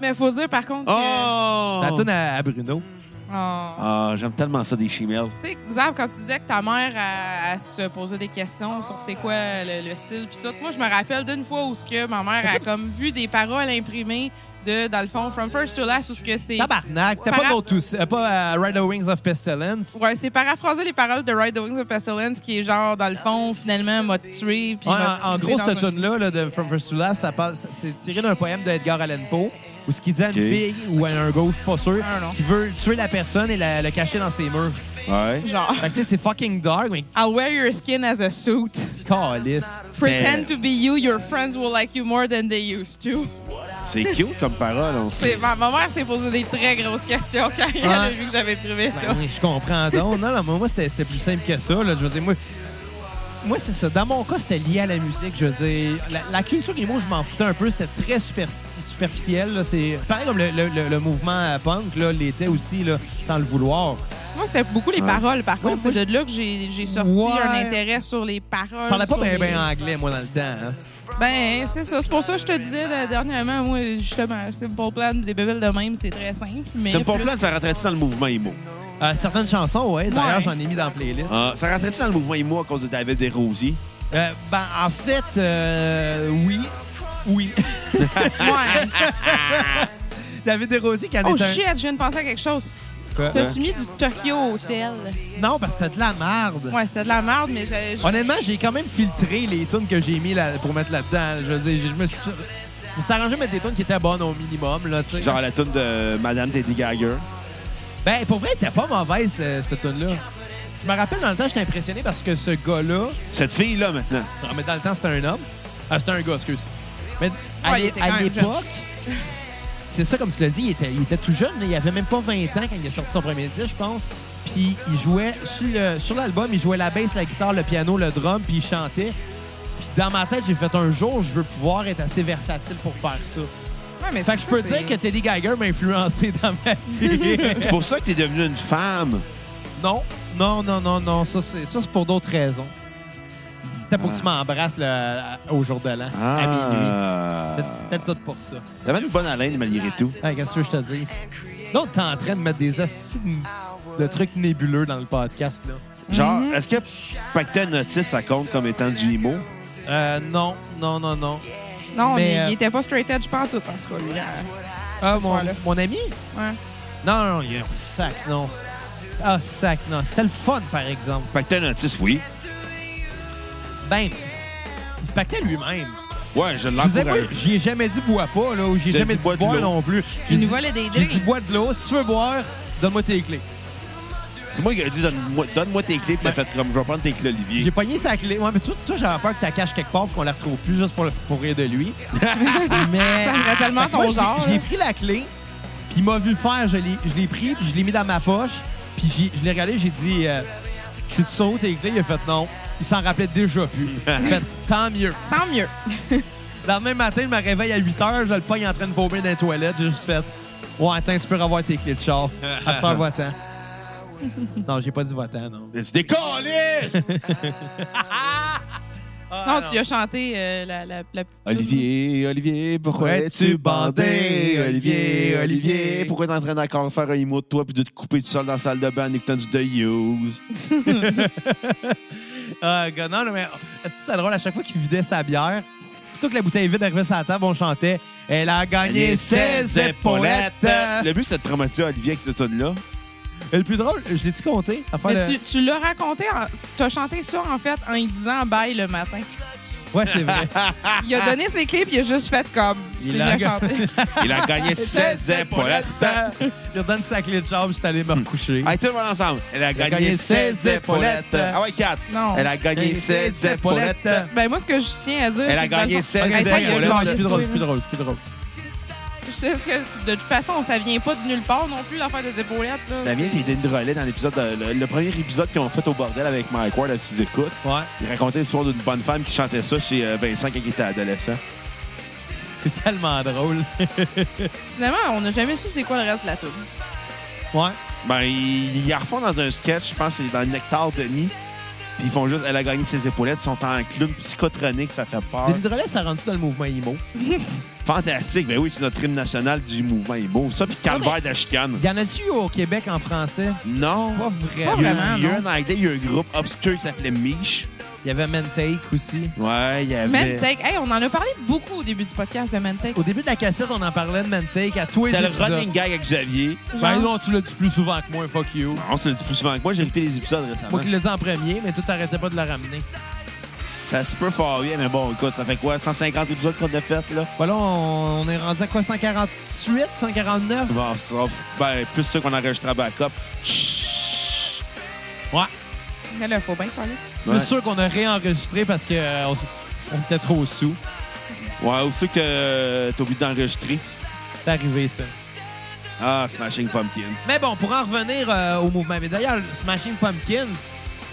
D: Mais faut dire, par contre, que...
C: Oh!
A: La tourne à, à Bruno.
D: Oh.
C: Ah, j'aime tellement ça, des chimelles.
D: Tu sais, Xav, quand tu disais que ta mère elle- elle se posait des questions sur c'est quoi le, le style puis tout, moi je me rappelle d'une fois où ce que ma mère a comme vu des paroles imprimées de dans le fond From First to Last où ce que c'est
A: Tabarnak, t'as pas
D: Para-
A: d'autres tous. euh, pas euh, Ride the Wings of Pestilence.
D: Ouais, c'est paraphraser les paroles de Ride the Wings of Pestilence qui est genre dans le fond finalement m'a tué puis
A: Ouais,
D: m'a
A: en, en
D: glissé
A: gros,
D: dans
A: cette
D: une-
A: tune-là, là, de From First to Last, ça parle- ça- c'est tiré d'un poème d'Edgar Allan Poe, où ce qu'il dit à une
C: Ok.
A: fille ou à un gars, je suis pas sûr,
D: Ah, non.
A: qui veut tuer la personne et la, la cacher dans ses murs.
C: Ouais.
D: genre
A: Fait que, tu sais, c'est fucking dark, mais
D: I'll wear your skin as a suit.
A: calice.
D: Pretend to be you, your friends will like you more than they used to.
C: C'est cute comme parole. on sait.
D: C'est- Ma, ma mère s'est posé des très grosses questions quand elle a
A: Ouais.
D: vu que j'avais privé ça.
A: Ben oui, je comprends donc. Non, non, mais moi, c'était c'était plus simple que ça. là. Je veux dire, moi, moi c'est ça. Dans mon cas, c'était lié à la musique. Je veux dire, la, la culture emo, je m'en foutais un peu. C'était très super- superficiel. là. C'est pareil comme le, le- le- le mouvement euh, punk là, l'était aussi, là, sans le vouloir.
D: Moi, c'était beaucoup les paroles, par contre.
A: moi,
D: C'est de là que j'ai j'ai sorti
A: Ouais.
D: un intérêt sur les paroles.
A: Je parlais pas
D: sur
A: bien
D: les-
A: ben anglais, moi, dans le temps. hein.
D: Ben, c'est ça. C'est pour ça que je te disais euh, dernièrement, moi, justement, Simple Plan, des bébés de même, c'est très simple. Mais
C: C'est pas
D: plus-
C: plan, ça rentrait-tu dans le mouvement emo?
A: Euh, certaines chansons, ouais. D'ailleurs,
D: Ouais.
A: j'en ai mis dans la playlist.
C: Ah, ça rentrait-tu dans le mouvement emo à cause de David Desrosiers?
A: Euh, ben, en fait, euh, oui. Oui.
D: Ouais.
A: David Desrosiers, qui en
D: oh
A: est un... Euh,
D: shit, je viens de penser à quelque chose.
A: Quoi?
D: T'as-tu mis du Tokyo Hotel?
A: Non, parce que c'était de la merde.
D: Ouais, c'était de la merde, mais j'ai. j'ai-
A: Honnêtement, j'ai quand même filtré les tunes que j'ai mis là- pour mettre là-dedans. Je veux dire, je me suis, je me suis arrangé de mettre des tunes qui étaient bonnes au minimum. Là, tu sais.
C: Genre la tune de Madame Teddy Geiger.
A: Ben, pour vrai, elle était pas mauvaise, ce- cette tune-là. Je me rappelle, dans le temps, j'étais impressionné parce que ce gars-là...
C: Cette fille-là, maintenant.
A: Ah, mais dans le temps, c'était un homme. Ah, c'était un gars, excuse. Mais à
D: Ouais, il
A: l'é-
D: était quand
A: à
D: même
A: l'époque... C'est ça, comme tu l'as dit, il était, il était tout jeune. là. Il avait même pas 20 ans quand il a sorti son premier disque, je pense. Puis il jouait sur le- sur l'album, il jouait la basse, la guitare, le piano, le drum, puis il chantait. Puis dans ma tête, j'ai fait un jour, je veux pouvoir être assez versatile pour faire ça.
D: Ouais, mais
A: Fait
D: c'est
A: que je
D: ça,
A: peux
D: c'est-
A: dire que Teddy Geiger m'a influencé dans ma vie.
C: C'est pour ça que t'es devenue une femme.
A: non, non, non, non, non. Ça, c'est ça, c'est pour d'autres raisons. C'était pour que tu m'embrasses le- au jour de l'an, à minuit.
C: Ah.
A: C'est- C'était tout pour ça.
C: T'avais une bonne haleine malgré tout.
A: Hey, Qu'est-ce que je te dis? L'autre, t'es en train de mettre des astuces de trucs nébuleux dans le podcast, là.
C: Genre, est-ce que Pacta Notice, ça compte comme étant du emo?
A: Euh, non, non, non, non.
D: Non,
A: Mais,
D: il,
A: euh,
D: il était pas straight edge pas en tout, en tout cas, lui. euh,
A: Ah, mon,
D: soir-là.
A: mon ami?
D: ouais.
A: Non, non, il y a- sac, non. Ah, sac, non. C'était le fun, par exemple.
C: Pactel autiste, oui.
A: Ben, il se pactait lui-même.
C: Ouais, je
A: Je vous ai- moi,
C: l'encourage.
A: J'y ai jamais dit bois pas, là, ou j'ai
C: T'as
A: jamais
C: dit
A: dit
C: bois
A: bois
C: de l'eau.
A: non plus. J'ai
D: Il nous
A: dit-
D: volait des
A: J'ai dit
D: drinks.
A: bois de l'eau. Si tu veux boire, donne-moi tes clés.
C: Moi, il a dit donne-moi donne-moi tes clés, puis il a fait comme je vais prendre tes clés, Olivier.
A: J'ai pogné sa clé. Ouais, mais toi, toi, j'avais peur que tu la caches quelque part pour qu'on la retrouve plus juste pour, le, pour rire de lui. mais.
D: Ça serait tellement
A: Fait que moi,
D: ton
A: j'ai-
D: genre,
A: J'ai
D: là.
A: pris la clé, puis il m'a vu le faire. Je l'ai je l'ai pris, puis je l'ai mis dans ma poche. Puis j'ai- je l'ai regardé, j'ai dit euh, Tu te sautes tes clés Il a fait non. Il s'en rappelait déjà plus. J'ai fait tant mieux.
D: Tant mieux.
A: Le lendemain matin, je me réveille à 8 h, je le pogne en train de paumer dans les toilettes. J'ai juste fait Ouais, attends, tu peux revoir tes clés de char. À cette heure, va-t'en. non, j'ai pas dit va-t'en, non.
C: C'est des câlisses! Ah,
A: Ah,
D: Non, tu as chanté euh, la, la, la petite.
C: Olivier, Olivier, pourquoi
A: Ouais,
C: es-tu
A: tu
C: bandé?
A: bandé?
C: Olivier,
A: Olivier,
C: Olivier,
A: Olivier.
C: pourquoi t'es en train d'encore faire un immo de toi puis de te couper du sol dans la salle de bain en écoutant du The Hughes?
A: Ah, gars, non, non, mais est-ce que c'est drôle à chaque fois qu'il vidait sa bière? Surtout que la bouteille vide arrivait sur la table, on chantait Elle a gagné 16 épaulettes.
C: Le but, c'est de traumatiser Olivier avec cette tune-là.
A: Et le plus drôle, je l'ai-tu compté? Enfin,
D: Mais
A: le-
D: tu, tu l'as raconté, en- tu as chanté ça en fait en y disant bye le matin.
A: Ouais, c'est vrai.
D: Il a donné ses clés puis il a juste fait comme.
A: Ah. Il
D: C'est
A: l'a
D: bien chanté.
C: Il a gagné 16 épaulettes.
A: Je redonne sa clé de chambre, je suis allé me recoucher.
C: Allez, tout le monde ensemble. Elle a gagné
A: gagné
C: 16
A: 16
C: épaulettes.
A: épaulettes.
C: Ah ouais, 4.
D: Non.
C: Elle a gagné 16 épaulettes.
D: Ben moi, ce que je tiens à dire,
C: Elle a
D: c'est que dans le
C: gagné
D: fond- ben,
C: 16
D: Attends, il y a
C: épaulettes.
D: une
A: Non, c'est plus drôle,
D: histoire,
A: c'est plus drôle, c'est plus drôle.
D: Je sais ce que de toute façon, ça vient pas de nulle part non plus l'affaire des épaulettes. Là.
C: Damien, t'es Dean Drolet dans l'épisode, de- le, le premier épisode qu'ils ont fait au bordel avec Mike Ward à Sous Écoute.
A: Ouais.
C: Il racontait l'histoire d'une bonne femme qui chantait ça chez euh, Vincent quand il était adolescent.
A: C'est tellement drôle.
D: Finalement, on n'a jamais su c'est quoi le reste de la tour.
A: Ouais.
C: Ben, ils, ils la refont dans un sketch, je pense, que c'est dans le Nectar Denis. Puis ils font juste, elle a gagné ses épaulettes, ils sont en clown psychotronique, ça fait peur.
A: Denis Drolet, ça rentre dans le mouvement IMO?
C: Fantastique, ben oui, c'est notre hymne national du mouvement IMO. Ça, puis
A: Non, mais-
C: Calvaire de la chicane.
A: Y en a-tu eu au Québec en français?
C: Non.
A: Pas
D: Pas
C: Il y
A: vraiment.
C: a
D: vraiment,
C: eu- il y a eu
D: non.
C: un anglais, il y a eu un groupe obscur qui s'appelait Miche.
A: Il y avait Mentake aussi.
C: Ouais, il y avait.
D: Mentake. Hey, on en a parlé beaucoup au début du podcast de Mentake.
A: Au début de la cassette, on en parlait de Mentake à tous les
C: C'était le
A: épisodes.
C: running gag avec Xavier.
A: Ben non, tu l'as dit plus souvent que moi, fuck you.
C: On se le dit plus souvent que moi, j'ai écouté les épisodes récemment.
A: Moi qui l'ai dit en premier, mais toi, t'arrêtais pas de la ramener.
C: Ça se peut fort bien, mais bon, écoute, ça fait quoi, 150 épisodes qu'on a fait, là?
A: Voilà, Ben on on est rendu à quoi, 148, 149?
C: Bon, ça sera- ben, plus ça qu'on a enregistré à backup. Chut!
A: Ouais.
D: Mais là, faut bien faire ça.
A: Je suis sûr qu'on a réenregistré parce que euh, on, s- on était trop sous.
C: Ouais, aussi que euh, t'as oublié d'enregistrer.
A: C'est arrivé, ça.
C: Ah, Smashing Pumpkins.
A: Mais bon, pour en revenir euh, au mouvement, mais d'ailleurs, le Smashing Pumpkins,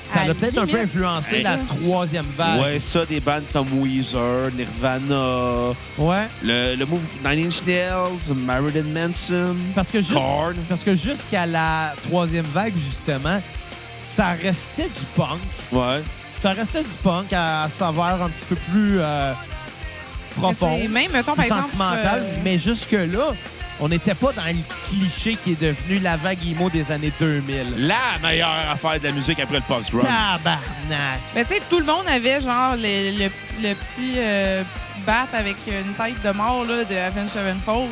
A: ça
D: À
A: l'a peut-être un peu
D: limite.
A: influencé
C: Hey.
A: la troisième vague.
C: Ouais, ça, des bandes comme Weezer, Nirvana,
A: Ouais.
C: le, le move Nine Inch Nails, Marilyn Manson.
A: Parce que juste-
C: Korn.
A: parce que jusqu'à la troisième vague, justement, ça restait du punk.
C: Ouais.
A: Ça restait du punk à, à saveur un petit peu plus euh,
D: C'est-
A: profonde,
D: Même, mettons, par
A: plus
D: exemple.
A: sentimentale.
D: euh,
A: Mais jusque-là, on n'était pas dans le cliché qui est devenu la vague emo des années 2000.
C: La meilleure affaire de la musique après le post-rock.
A: Tabarnak!
D: Mais tu sais, tout le monde avait genre le, le petit, le petit euh, bat avec une tête de mort là, de Avenged Sevenfold.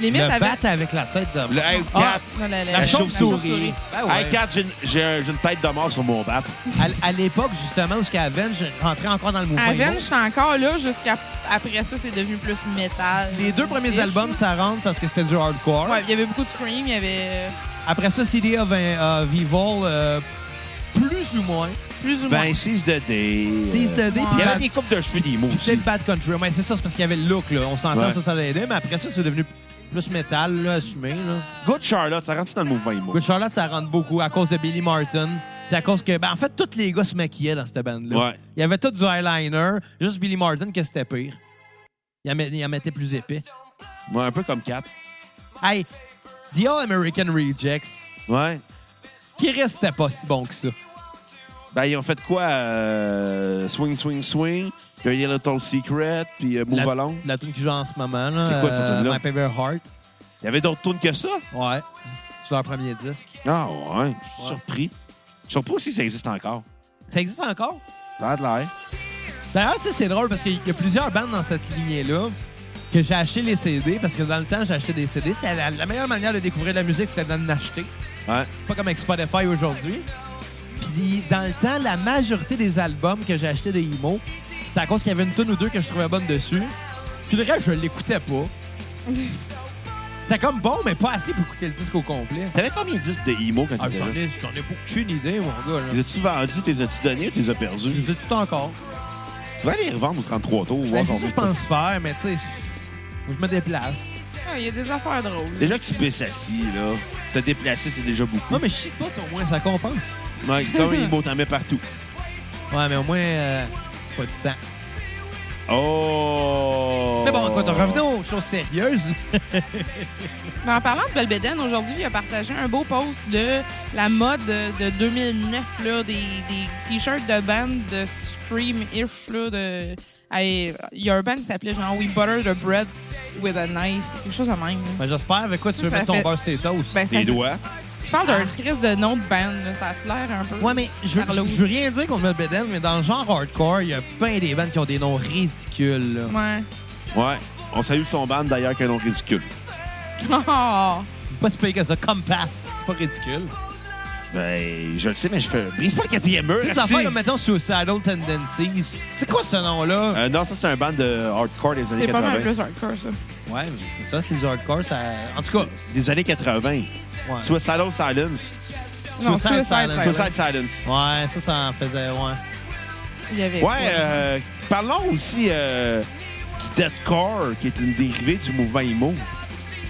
D: Limite,
A: Le
D: avec
A: bat avec la tête de...
C: Le L4.
A: Ah,
D: Non, la, la-
A: la
D: la
A: chauve-souris. Ben ouais.
C: Hey, Kat, j'ai une- j'ai un- j'ai une tête de mort sur mon bat.
A: À, à l'époque, justement, où ce qu'Aven, je rentrais encore dans le mouvement emo.
D: Avenge, j'étais encore là jusqu'à après ça, c'est devenu plus métal.
A: Les deux premiers albums, ça rentre parce que c'était du hardcore.
D: Ouais, il y avait beaucoup de scream, il y avait
A: Après ça, CD of euh, of Evil, euh, plus ou moins.
D: plus ou moins.
C: Ben, 6 de Ah. D.
A: Seize the Day,
D: Ouais.
A: puis
C: Il y
A: Bad-
C: avait des coupes de cheveux des mots
A: C'est
C: aussi.
A: le Bad Country. Mais c'est ça, c'est parce qu'il y avait le look, là. On s'entend,
C: Ouais.
A: ça, ça l'aidait. Mais après ça, c'est devenu plus métal, là, assumé, là.
C: Good Charlotte, ça rentre dans le mouvement IMO.
A: Good Charlotte, ça rentre beaucoup à cause de Billy Martin. Puis à cause que, ben, en fait, tous les gars se maquillaient dans cette bande-là.
C: Ouais.
A: Il y avait tous du eyeliner, juste Billy Martin que c'était pire. Il en, met- il en mettait plus épais.
C: Ouais, un peu comme Cap.
A: Hey, The All American Rejects,
C: Ouais.
A: qui restait pas si bon que ça.
C: Ben, ils ont fait quoi? euh, swing, swing, swing. Le Yellow Tall Secret, puis euh, Move
A: la,
C: Along.
A: la tune qui joue en ce moment, là.
C: C'est quoi cette
A: euh,
C: tune-là?
A: My Favorite Heart.
C: Il y avait d'autres tunes que ça?
A: Ouais. C'est leur premier disque.
C: Ah, ouais. Je suis
A: Ouais.
C: surpris. Je suis surpris aussi que ça existe encore.
A: Ça existe encore?
C: Ça a de l'air.
A: D'ailleurs, tu sais, c'est drôle parce qu'il y a plusieurs bandes dans cette lignée-là que j'ai acheté les CD parce que dans le temps, j'ai acheté des CD. C'était la, la meilleure manière de découvrir la musique, c'était d'en acheter.
C: Ouais.
A: Pas comme avec Spotify aujourd'hui. Puis dans le temps, la majorité des albums que j'ai achetés de Imo, c'est à cause qu'il y avait une tonne ou deux que je trouvais bonne dessus. Puis le reste, je l'écoutais pas. C'était comme bon, mais pas assez pour écouter le disque au complet.
C: T'avais combien de disques de Imo quand
A: Ah,
C: t'étais
A: j'en
C: là?
A: ai, j'en ai aucune idée, mon gars. là.
C: Les as-tu vendus, les as-tu donnés ou les as
A: Je
C: perdus?
A: les ai tout encore.
C: Tu vas les revendre au 33 tours,
A: Ben,
C: voir
A: c'est ça que je
C: combien.
A: pense faire, mais tu sais, faut que je me déplace.
D: Ah, Il y a des affaires drôles.
C: Déjà que tu baisses assis, là, t'as déplacé, c'est déjà beaucoup.
A: Non, mais shit pas, au moins, ça compense.
C: Ouais, comme Imo, t'en mets partout.
A: Ouais, mais au moins, euh, c'est pas du sang.
C: Oh!
A: Mais bon, quand on revenait aux choses sérieuses,
D: Mais en parlant de Belbédène, aujourd'hui, il a partagé un beau post de la mode de, de 2009, là, des, des t-shirts de band de stream-ish. là, de- Hey, Il y a un band qui s'appelait genre We Butter the Bread with a Knife, quelque chose de même. là.
A: ben, j'espère avec quoi tu veux
D: Ça
A: mettre ton
D: fait-
A: beurre sur les toasts.
D: Ben, ça-
C: Les doigts.
D: tu parles d'un crise de nom de band, là, ça a-tu l'air un peu?
A: ouais, mais je, veux-
D: Arlo.
A: je veux rien dire contre Mel Beden, mais dans le genre hardcore, il y a plein des bandes qui ont des noms ridicules. là.
D: Ouais.
C: Ouais. On salue son band d'ailleurs, qu'un nom ridicule.
D: Oh!
A: Pas si pire que ça. Compass, c'est pas ridicule.
C: Ben, je le sais, mais je fais. Brise pas le quatrième mur!
A: Tu sais,
C: asti!
A: affaires comme, mettons, Suicidal Tendencies. C'est quoi ce nom-là?
C: Euh, non, ça, c'est un band de hardcore des années
D: C'est pas
C: 80.
D: mal plus hardcore, ça.
A: Euh, Ouais, mais c'est ça, c'est les hardcore. Ça... En tout cas,
C: Des années 80.
A: ouais.
C: Suicidal Silence.
D: Non,
A: Suicide
D: Suicide
A: Silence.
D: Silence.
C: Suicide Silence.
A: ouais, ça, ça en faisait. Ouais.
D: Il y avait
C: Ouais,
D: quoi?
C: euh, parlons aussi euh, du deathcore, qui est une dérivée du mouvement emo.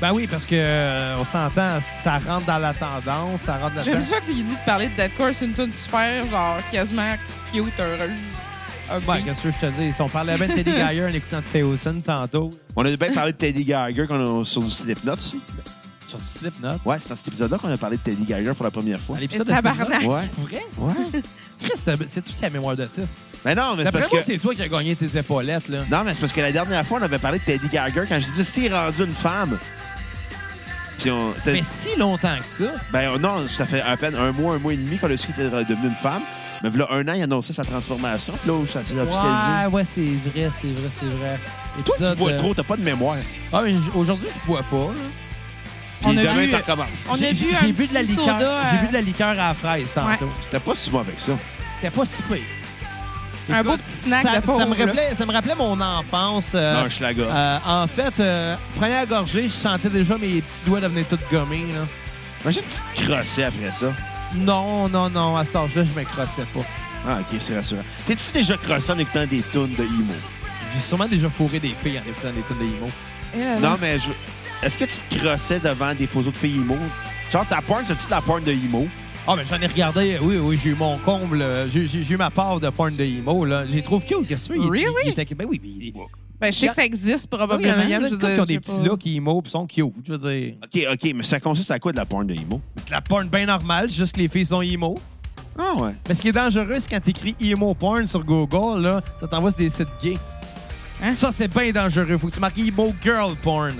A: Ben oui, parce que euh, on s'entend, ça rentre dans la tendance, ça rentre dans la
D: J'aime ça qu'il dit de parler de Deadcore, c'est une tune super, genre, quasiment cute, heureuse. Ah, Un
A: Ouais,
D: beat.
A: qu'est-ce que je te dis? On parlait bien de Teddy Geyer en écoutant Tiffany Olsen tantôt.
C: On a bien parlé de Teddy Geiger qu'on a sur du Slipknot aussi.
A: Sur du Slipknot.
C: Ouais, c'est dans cet épisode-là qu'on a parlé de Teddy Geiger pour la première fois.
A: À l'épisode de
D: Tabarnak.
A: Slipknot.
C: Ouais.
A: Pour vrai?
C: Ouais.
A: Chris, c'est- c'est toute la mémoire d'Otis.
C: Mais non, mais c'est
A: D'après
C: parce que.
A: moi, c'est toi qui as gagné tes épaulettes, là.
C: Non, mais c'est parce que la dernière fois, on avait parlé de Teddy Geiger quand j'ai dit s'il est rendu une femme. Puis on. c'est-
A: Mais si longtemps que ça.
C: Ben non, ça fait à peine un mois, un mois et demi qu'on a su qu'il était devenu une femme. Mais voilà un an, il annonçait sa transformation. Puis là, ça s'est officialisé.
A: Ouais, ouais, c'est vrai, c'est vrai, c'est vrai.
C: Toi, tu
A: Épisode,
C: bois
A: euh,
C: trop, t'as pas de mémoire.
A: Ah, mais j- aujourd'hui, je bois pas, là.
C: Puis
D: On a
C: demain,
D: vu-
C: t'en recommences.
D: On a
A: J'ai-
D: vu un
A: J'ai bu de la
D: petit
A: liqueur.
D: soda,
A: J'ai
D: euh,
A: bu de la liqueur à la fraise tantôt.
C: T'es pas si bon avec ça.
A: C'était pas si pire.
D: Un
A: Écoute,
D: beau petit snack
A: ça,
D: de
A: ça
D: pauvre,
A: me
D: là.
A: rappelait, ça me rappelait mon enfance. euh,
C: Non, je suis la gorge.
A: Euh, en fait, euh, première gorgée, je sentais déjà mes petits doigts devenir tout gommés. Là.
C: Imagine tu te crossais après ça.
A: Non, non, non, à cet âge-là, je me crossais pas.
C: Ah, ok, c'est rassurant. T'es-tu déjà crossé en écoutant des tunes de emo?
A: J'ai sûrement déjà fourré des filles en écoutant des tunes de Imo.
D: Euh,
C: Non, mais je... est-ce que tu te crossais devant des photos de filles emo? Genre, ta porn, c'est-tu de la porn de emo?
A: Ah, mais j'en ai regardé. Oui, oui, j'ai eu mon comble. euh, J'ai j'ai- j'ai eu ma part de porn de Imo. là. J'ai trouvé cute. Qu'est-ce que tu veux? Il-
D: Really?
A: il- il était- Ben oui, mais il-
D: Ben, je sais que ça existe
A: il y en
D: probablement.
A: a- il y en a
D: je
A: des
D: veux dire,
A: qui ont des
D: je sais
A: petits
D: pas.
A: looks Imo puis sont cute. Je veux dire,
C: Ok, ok, mais ça consiste à quoi de la porn de emo?
A: c'est de la porn bien normale, c'est juste que les filles sont Imo.
C: Ah ouais.
A: Mais ce qui est dangereux, c'est quand t'écris emo porn sur Google, là, ça t'envoie sur des sites gays.
D: Hein?
A: Ça, c'est bien dangereux. Faut que tu marques emo girl porn.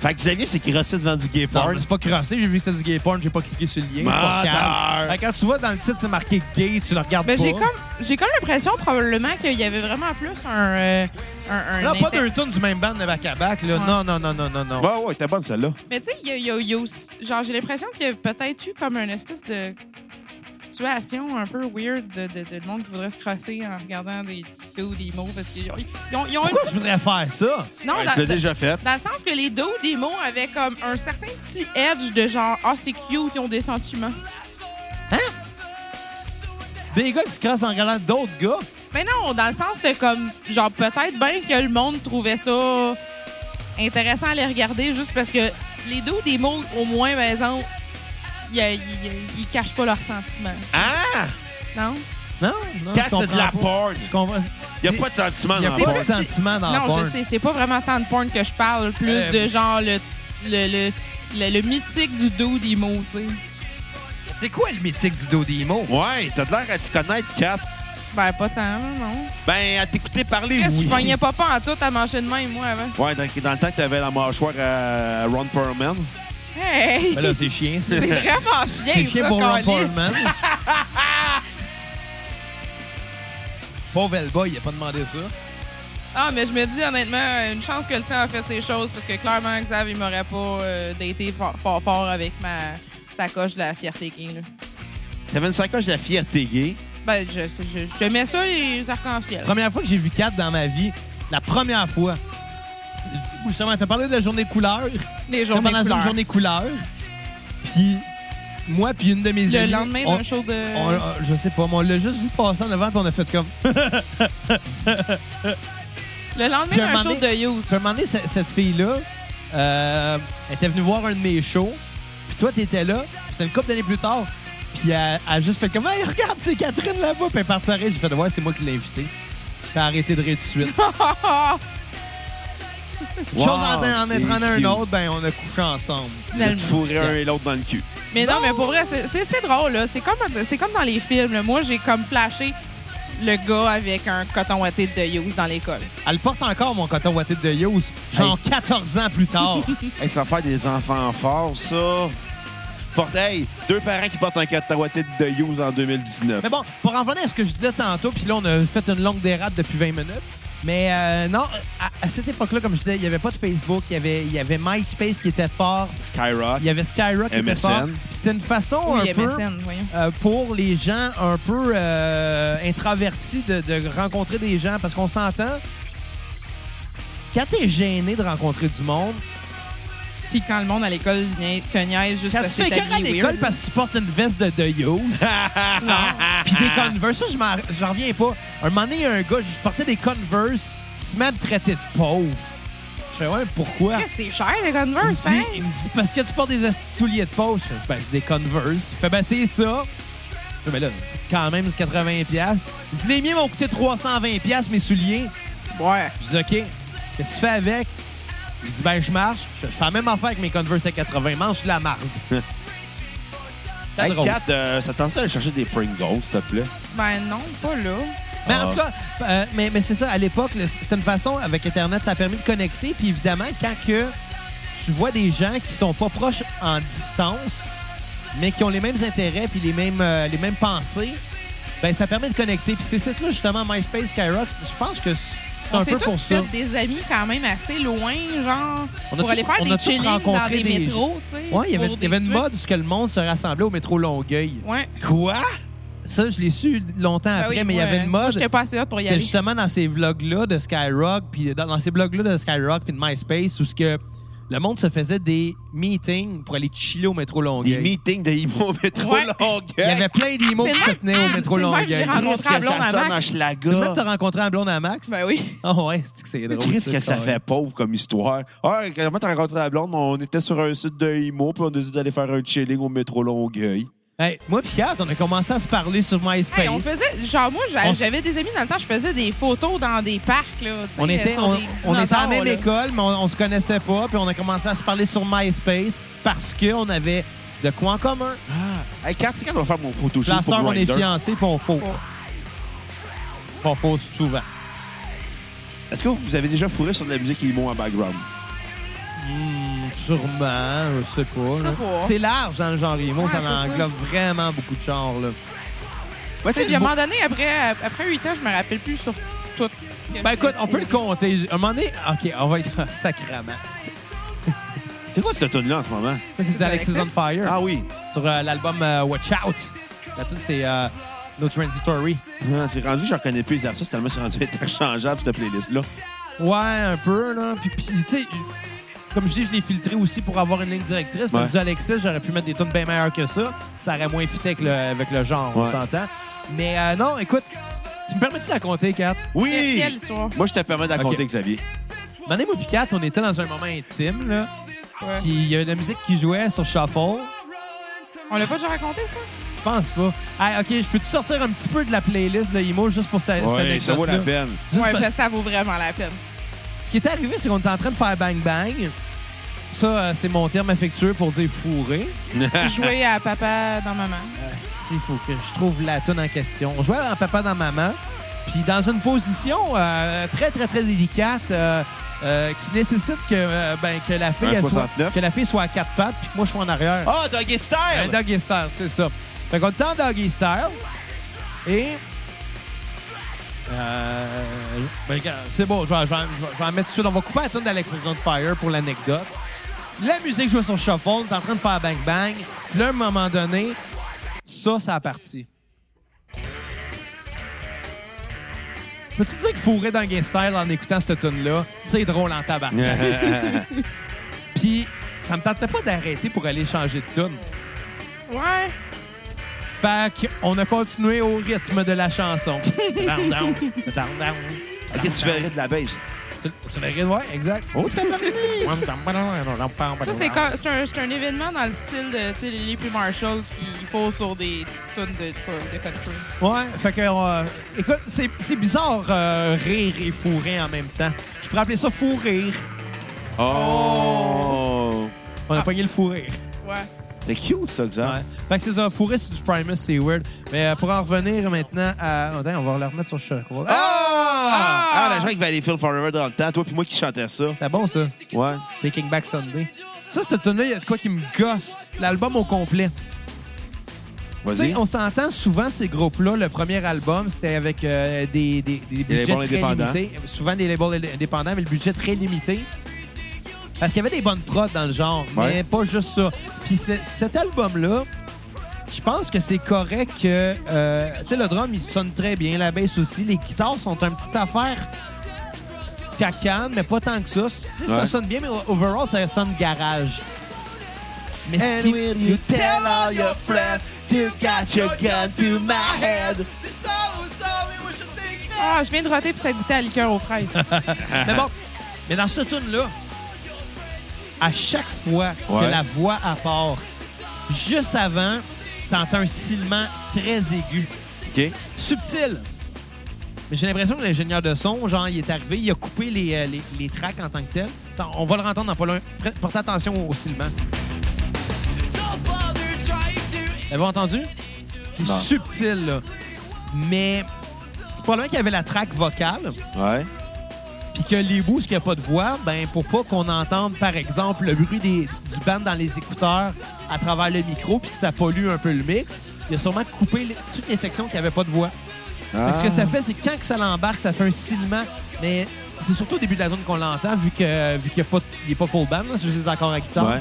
C: Fait que Xavier s'est crossé devant du gay
A: Non,
C: porn.
A: mais c'est pas crossé, j'ai vu que c'était du gay porn, j'ai pas cliqué sur le lien. c'est pas calme.
C: Menteur!
A: Fait que Quand tu vas dans le titre, c'est marqué gay, tu le regardes
D: Ben,
A: pas.
D: j'ai comme, j'ai comme l'impression probablement qu'il y avait vraiment plus un. euh, un, un
A: Là, pas
D: inter-
A: deux tunes du même band de back à back, là.
D: Ouais.
A: Non, non, non, non, non, non.
C: Ouais, ouais, t'es bonne celle-là.
D: Mais tu sais, il y a, il y a- il y a aussi. Genre, j'ai l'impression qu'il y a peut-être eu comme une espèce de situation un peu weird de, de, de monde qui voudrait se crosser en regardant des ou des mots parce qu'ils ont, ils ont, ils ont
A: Pourquoi
D: un
A: je voudrais faire ça?
D: petit- Non,
C: Ouais,
D: dans-
C: je l'ai déjà faite.
D: Dans le sens que les dos des mots avaient comme un certain petit edge de genre, ah, c'est cute, ils ont des sentiments.
A: Des gars qui se crossent en regardant d'autres gars?
D: Mais non, dans le sens de comme, genre, peut-être bien que le monde trouvait ça intéressant à les regarder juste parce que les dos des mots, au moins, ben, ils ont- ils, ils- ils cachent pas leurs sentiments.
C: Ah!
D: Non?
A: Non, non.
C: Cat,
A: je comprends
C: c'est de la
A: pas.
C: porn.
A: Je comprends.
C: Y a pas de sentiment
A: Y a
C: dans
A: Ah, pas
C: la
A: de
C: porn.
D: c'est-
A: sentiment dans
D: Non,
A: porn.
D: je sais, c'est pas vraiment tant de porn que je parle, plus
A: Euh,
D: de genre le, le, le, le- le mythique du dos des mots, tu sais.
A: C'est quoi le mythique du dos d'Imo?
C: Ouais, t'as de l'air à t'y connaître, Kat.
D: Ben, pas tant, non.
C: Ben, à t'écouter
A: Eh
C: parler,
D: Qu'est-ce que
C: oui.
D: je pognais pas pas en tout à manger de main, moi, avant?
C: Ouais, dans, dans le temps que t'avais la mâchoire à Ron Perlman.
D: Hey!
A: Ben là, c'est chiant. ça.
D: C'est vraiment chien,
A: C'est
D: ça,
A: chiant pour Ron
D: câlisse.
A: Perlman. Pauvre Elba, il a pas demandé ça.
D: Ah, mais je me dis honnêtement, une chance que le temps a fait ses choses parce que clairement, Xav, il m'aurait pas euh, daté fort, fort fort avec ma sacoche de la fierté gay. là.
C: T'avais une sacoche de la fierté gay.
D: Ben, je, je, je mets ça, les arcs en fiel.
A: Première fois que j'ai vu 4 dans ma vie, la première fois. Justement, t'as parlé de la journée couleur.
D: Les journées
A: pendant
D: couleurs.
A: une journée couleur. Puis moi, puis une de mes
D: Le
A: amies,
D: lendemain
A: on-
D: d'un show de.
A: on- on- je sais pas, mais on l'a juste vu passer en avant, puis on a fait comme.
D: Le lendemain
A: Puis un
D: d'un
A: moment
D: show de
A: donné-
D: Use.
A: Je me demandais, ce- cette fille-là, euh, elle était venue voir un de mes shows. Puis toi, t'étais là. puis C'était une couple d'années plus tard. Puis elle elle a juste fait comme, hey, regarde, c'est Catherine là-bas. Puis elle est partie à rire. J'ai fait, ouais, c'est moi qui l'ai invitée. T'as arrêté de rire tout de suite.
C: Wow,
A: Chose en, en
C: c'est
A: mettant un
C: cute.
A: autre, ben on a couché ensemble.
C: Vous êtes
D: Finalement.
C: fourrés un et l'autre dans le cul.
D: Mais non, mais pour vrai, c'est- c'est c'est drôle, là. C'est comme, c'est comme dans les films. là. Moi, j'ai comme flashé le gars avec un coton ouaté de Use dans l'école.
A: Elle porte encore mon coton ouaté de Yous, genre 14 ans plus tard.
C: Hey, ça va faire des enfants forts, ça. Porte, hey, deux parents qui portent un catahuaté de Hughes en 2019.
A: Mais bon, pour en revenir à ce que je disais tantôt, puis là, on a fait une longue dérape depuis 20 minutes. Mais euh, non, à, à cette époque-là, comme je disais, il n'y avait pas de Facebook, il y avait, il y avait MySpace qui était fort,
C: Skyrock.
A: il y avait Skyrock qui était
C: MSN.
A: fort. Puis C'était une façon
D: Oui,
A: un peu
D: MSN, voyons.
A: euh, pour les gens un peu euh, introvertis de, de rencontrer des gens, parce qu'on s'entend, quand t'es gêné de rencontrer du monde,
D: Puis quand le monde à l'école nia- te niaise juste
A: Quand tu
D: parce que
A: fais
D: t'es
A: cœur à
D: habillé
A: l'école
D: weird.
A: parce que tu portes une veste de de Yos. Puis des Converse, ça, je m'en- j'en reviens pas. Un moment donné, il y a un gars, je portais des Converse, il se met à me traiter de pauvre. Je fais, ouais, pourquoi?
D: Qu'est-ce que C'est cher, les
A: Il me
D: Converse, hein?
A: dit, il me dit, parce que tu portes des esti- souliers de pauvre. Je fais, ben, c'est des Converse. Il fait, ben, c'est ça. Je fais, ben là, quand même, 80$. piastres. Il dit, les miens m'ont coûté 320$, piastres, mes souliers.
D: Ouais.
A: Je dis, OK, qu'est-ce que tu fais avec? Il dit, ben, je marche. Je fais, Je fais la même affaire avec mes Converse à 80. Mange de la marde. C'est
C: Hey,
A: drôle.
C: Kat, euh, ça t'en sert à aller chercher des Pringles, s'il te plaît.
D: Ben non, pas là.
A: Mais en tout cas, euh, mais, mais c'est ça, à l'époque, le- c'était une façon, avec Internet, ça a permis de connecter. Puis évidemment, quand que tu vois des gens qui sont pas proches en distance, mais qui ont les mêmes intérêts puis les mêmes, euh, les mêmes pensées, ben ça permet de connecter. Puis ces sites-là, justement, MySpace, Skyrock, je pense que c'est un
D: On
A: peu
D: s'est tous
A: pour ça.
D: fait des amis quand même assez loin, genre,
A: On a
D: pour
A: tous-
D: aller faire
A: on a
D: des
A: tous
D: chillings dans
A: rencontré
D: des,
A: des-
D: métros, tu sais.
A: Ouais, il y avait, il
D: pour
A: y
D: des
A: avait une
D: trucs.
A: mode où que le monde se rassemblait au métro Longueuil.
D: Ouais.
C: Quoi?
A: Ça, je l'ai su longtemps
D: Ben
A: après,
D: oui,
A: mais il y
D: moi,
A: avait une
D: moi,
A: mode.
D: J'étais pas assez hot pour y
A: C'était
D: aller.
A: justement dans ces vlogs-là de Skyrock, puis dans, dans ces vlogs-là de Skyrock, puis de MySpace, où ce que le monde se faisait des meetings pour aller chiller au métro
C: Des
A: Longueuil.
C: meetings de Himo Métro
D: Ouais.
C: Longueuil.
A: Il y avait plein d'imos
D: C'est
A: qui
D: le
A: se
D: même-
A: tenaient au
D: ah,
A: métro
D: c'est le même
A: Longueuil.
D: que j'ai rencontré à
C: que
D: blonde
C: ça
D: à
C: sonne
D: Max.
C: en
A: Tu veux même te
C: schlaga.
A: rencontrer un blonde à Max?
D: Ben oui.
A: Ah ouais, c'est que c'est drôle.
C: Qu'est-ce que ça hein.
A: histoire.
C: fait pauvre comme histoire? Ah, comment t'as rencontré la blonde? On était sur un site de Himo, puis on a décidé d'aller faire un chilling au métro Longueuil.
A: Hey, moi pis Kat, on a commencé à se parler sur MySpace.
D: Hey, on faisait, genre, moi, j'a-
A: On s-
D: j'avais des amis dans le temps, je faisais des photos dans des parcs, là. tu sais,
A: On était,
D: sur
A: on,
D: des
A: on était à la
D: dinosaures,
A: même
D: là.
A: école, mais on, on se connaissait pas. Puis on a commencé à se parler sur MySpace parce qu'on avait de quoi en commun.
C: Hey, Kat, c'est quand on va faire mon photoshoot
A: La
C: pour
A: sœur, on est
C: Grindr?
A: fiancés, puis on faut. On faut hein. souvent.
C: Est-ce que vous avez déjà fourré sur de la musique Imo en background?
A: Sûrement, je sais pas. là.
D: pas.
A: C'est large dans le genre Imo,
D: Ouais,
A: ça
D: c'est ça.
A: englobe vraiment beaucoup de genres. Là.
C: Ouais,
D: Tu sais, puis à un moment donné, après, après 8 ans, je me rappelle plus sur tout.
A: Ben écoute, on peut le compter. Un moment donné, OK, on va être en sacrament.
C: C'est quoi cette tune là en ce moment?
A: Ça, c'est du Alexis on Fire
C: Ah oui.
A: sur euh, l'album euh, Watch Out. La tune, c'est euh, No Transitory.
C: Ah, C'est rendu, je reconnais plus les artistes tellement c'est rendu interchangeable cette playlist-là.
A: Ouais, un peu, là. Puis, puis, tu sais, comme je dis, je l'ai filtré aussi pour avoir une ligne directrice. Parce que
C: Ouais.
A: du Alexis, j'aurais pu mettre des tunes bien meilleures que ça. Ça aurait moins fité avec le, avec le genre, on
C: Ouais.
A: s'entend. Mais euh, non, écoute, tu me permets-tu de la compter, Kat?
C: Oui!
D: Quelle histoire?
C: Moi, je te permets de la
A: Ok.
C: compter, Xavier.
A: Mané moi pis Kat, on était dans un moment intime, là.
D: Ouais.
A: Puis il y avait de la musique qui jouait sur Shuffle.
D: On l'a pas déjà raconté, ça?
A: Je pense pas. Hey, OK, je peux-tu sortir un petit peu de la playlist de Imo juste pour cette, cette
C: Oui,
A: anecdote
C: ça vaut la peine.
D: ouais, parce que ça vaut vraiment la peine.
A: Ce qui est arrivé, c'est qu'on était en train de faire bang bang. Ça, euh, c'est mon terme affectueux pour dire fourré.
D: Jouer à papa dans maman.
A: Il faut que je trouve la tune en question. On jouait en papa dans maman, puis dans une position euh, très, très, très délicate euh, euh, qui nécessite que, euh, ben, que, la fille,
C: Un
A: elle soit,
C: 69.
A: que la fille soit à quatre pattes, puis que moi, je sois en arrière.
C: Ah, Doggy
A: Un
C: Style!
A: doggy style, c'est ça. Fait qu'on est en doggy style et Euh, ben, regarde, c'est bon, je vais, je vais- je vais- je vais en mettre tout de suite. On va couper la tune d'Alexis on Fire pour l'anecdote. La musique jouée sur Shuffle, t'es en train de faire bang bang. Puis là, à un moment donné, ça, ça a parti. Peux-tu dire que fourrer dans Game Style en écoutant cette tune-là, c'est drôle en tabac. Puis, ça me tentait pas d'arrêter pour aller changer de tune.
D: Ouais.
A: Fait qu'on a continué au rythme de la chanson. down, down, down, down.
C: Ok, tu verrais de la base.
A: Tu verrais, ouais, exact. Oh, t'as parlé!
D: Ça, c'est quand- c'est un, c'est un événement dans le style de tu sais, Lily puis Marshall qu'il faut sur des tunes de, de country.
A: Ouais, fait que. euh, écoute, c'est c'est bizarre euh, rire et fourrer en même temps. Je pourrais appeler ça fou rire.
C: Oh!
D: Ah.
A: On a pogné le fou rire.
D: Ouais.
C: C'est cute, ça,
A: Ouais.
D: Ah.
C: Xan.
A: Fait que c'est ça, fourrer sur du Primus, c'est weird. Mais euh, pour en revenir maintenant à. oh, Attends, on va le remettre sur Shuffle. Ah!
C: Ah!
D: Ah!
C: Ah, la joie avec Valleyfield Forever dans le temps, toi puis moi qui chantais ça.
A: C'est bon, ça.
C: Ouais.
A: Taking Back Sunday. Ça, cette tune-là, il y a de quoi qui me gosse. L'album au complet. Tu
C: Vas-y.
A: sais, on s'entend souvent ces groupes-là. Le premier album, c'était avec euh, des, des, des budgets
C: labels
A: très
C: indépendants.
A: limités. Souvent des labels indé- indépendants, mais le budget très limité. Parce qu'il y avait des bonnes prods dans le genre, mais
C: Ouais.
A: pas juste ça. Puis c'est- cet album-là, je pense que c'est correct que... euh, tu sais, le drum, il sonne très bien, la bass aussi. Les guitares sont un petit affaire cacane, mais pas tant que ça. Tu sais, Ça
C: Ouais.
A: sonne bien, mais overall, ça sonne garage. Mais ce qui-
C: you got your gun to my head.
D: Ah, je viens de roter puis ça goûtait à liqueur aux fraises.
A: Mais bon, mais dans cette tune-là, à chaque fois que
C: Ouais.
A: la voix appart, juste avant, t'entends un silement très aigu,
C: OK.
A: subtil. Mais j'ai l'impression que l'ingénieur de son, genre, il est arrivé, il a coupé les, euh, les, les tracks en tant que tel. On va le rentendre dans pas loin. Pre- Portez attention au, au silement. L'avez-vous entendu? C'est
C: Non.
A: subtil, là. Mais c'est probablement qu'il y avait la track vocale.
C: Ouais.
A: puis que les bouts, ce qu'il n'y a pas de voix, ben pour pas qu'on entende, par exemple, le bruit des- du band dans les écouteurs à travers le micro, puis que ça pollue un peu le mix, il a sûrement coupé les- toutes les sections qui n'avaient pas de voix. Fait que Ce que
C: Ah.
A: ça fait, c'est que quand que ça l'embarque, ça fait un silement, mais c'est surtout au début de la zone qu'on l'entend, vu que vu qu'il n'est pas, il est pas full band, là, c'est juste des accords à guitare.
C: Ouais.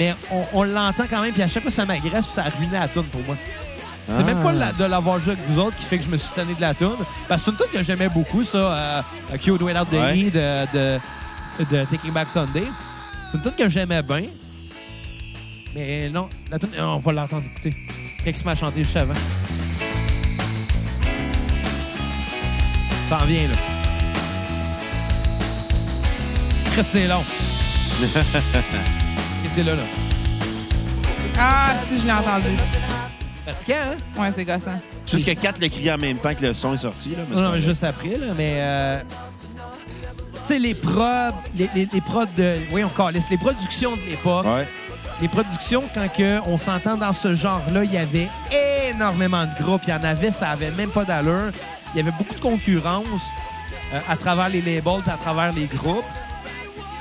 A: Mais on, on l'entend quand même, puis à chaque fois, ça m'agresse, puis ça a ruiné la tune pour moi. C'est
C: Ah.
A: même pas la- de l'avoir joué avec vous autres qui fait que je me suis tanné de la tune. Parce que c'est une tune que j'aimais beaucoup, ça. Euh, Cute Way Out the
C: Ouais.
A: Heat de, de, de Taking Back Sunday. C'est une tune que j'aimais bien. Mais non, la tune, on va l'entendre écouter. Quelqu'un m'a chanté juste avant. T'en viens, là. Chris, c'est long. Et c'est là, là.
D: Ah, si, je l'ai entendu.
A: Fatigant, hein?
D: Ouais, c'est gossant.
C: Juste que 4 le crie en même temps que le son est sorti. Là, mais
A: Non,
C: c'est
A: non,
C: pas
A: mais
C: vrai.
A: juste après, là, mais... euh, Tu sais, les prods, les, les, les prods de... Oui, on calisse. Les productions de l'époque.
C: Ouais.
A: Les productions, quand que on s'entend dans ce genre-là, il y avait énormément de groupes. Il y en avait, ça avait même pas d'allure. Il y avait beaucoup de concurrence euh, à travers les labels et à travers les groupes.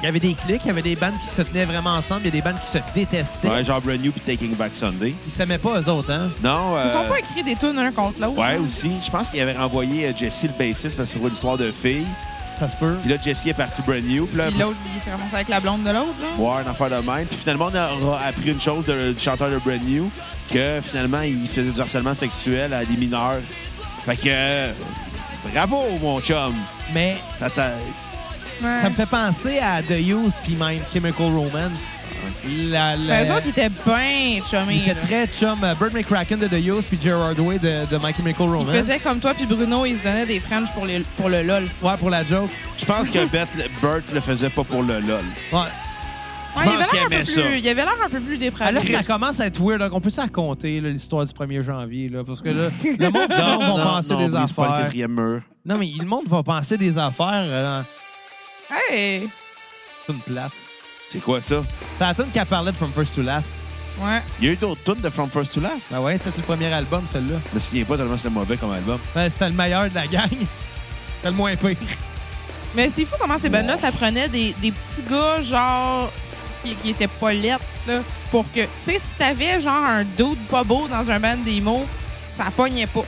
A: Il y avait des clics, il y avait des bandes qui se tenaient vraiment ensemble, il y a des bandes qui se détestaient.
C: Ouais, genre Brand New puis Taking Back Sunday.
A: Ils s'aimaient pas, eux autres, hein?
C: Non.
D: Ils sont
C: euh,
D: pas écrits des tunes un contre l'autre.
C: Ouais, aussi. Je pense qu'il avait renvoyé euh, Jesse le bassiste parce que c'est une histoire de fille.
A: Ça se peut.
C: Puis là, Jesse est parti Brand New. Puis là,
D: Puis l'autre, il s'est ramassé avec la blonde de l'autre. là.
C: Ouais, une affaire de même. Puis finalement, on a appris une chose de- du chanteur de Brand New, que finalement, il faisait du harcèlement sexuel à des mineurs. Fait que, euh, bravo, mon chum.
A: Mais
C: Ça t'a-
D: Ouais.
A: Ça me fait penser à The Used puis My Chemical Romance. La, la-
D: Mais eux autres, ils étaient bien chumés.
A: il était
D: là.
A: très chum. euh, Bird McCracken de The Used puis Gerard Way de, de My Chemical
D: Ils
A: Romance.
D: faisaient comme toi puis Bruno, ils se donnaient des French pour, les, pour le LOL.
A: Ouais, pour la joke.
C: Je pense que Bert, Bert le faisait pas pour le LOL.
A: Ouais.
C: Je
D: Ouais, il avait
C: pense qu'il
D: l'air un peu
C: aimait ça.
D: plus- il avait l'air un peu plus
A: Ah,
D: dépravé.
A: Là, ça commence à être weird. là. On peut s'en raconter là, l'histoire du 1er janvier. Là, parce que là, le monde le monde va penser
C: non,
A: des
C: oublie, c'est pas le
A: affaires.
C: quatrième mur.
A: Non, mais le monde va penser des affaires. euh,
D: Hey!
A: C'est une plate.
C: C'est quoi ça?
A: C'est la tune qu'elle parlait de From First to Last.
D: Ouais.
C: Il y a eu d'autres tunes de From First to Last.
A: Ah ouais, c'était sur le premier album, celle-là.
C: Je me souviens pas tellement c'était mauvais comme album.
A: Ouais, c'était le meilleur de la gang. C'était le moins pire.
D: Mais c'est fou comment ces bandes-là, ça prenait des, des petits gars, genre, qui, qui étaient pas lettres, là, pour que. Tu sais, si t'avais, genre, un dude pas beau dans un band démo, ça pognait pas.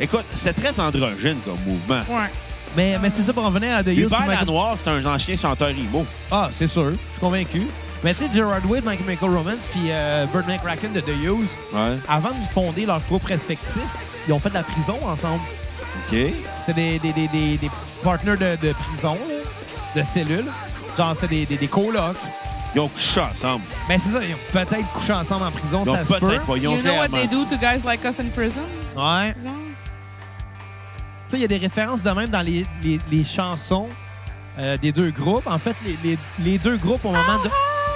C: Écoute, c'est très androgyne comme mouvement.
D: Ouais.
A: Mais, mais c'est ça pour revenir à The Used.
C: Hubert
A: puis Michael-
C: Lanoir, c'est un ancien chanteur emo.
A: Ah, c'est sûr. Je suis convaincu. Mais tu sais, Gerard Way, Mike Michael Romance, puis euh, Bird McCracken de The Used,
C: Ouais.
A: avant de fonder leur groupe respectif, ils ont fait de la prison ensemble.
C: OK.
A: C'était des, des, des, des, des partenaires de, de prison, là, de cellules. Genre, c'était des, des, des colocs.
C: Ils ont couché ensemble.
A: Mais c'est ça, ils ont peut-être couché ensemble en prison,
C: Ils ont
A: ça se peut.
C: peut-être pas. Ils ont
D: You know what
C: clairement.
D: they do to guys like us in prison?
A: Ouais. Tu
D: Genre?
A: sais, il y a des références de même dans les, les, les chansons euh, des deux groupes. En fait, les, les, les deux groupes au moment de.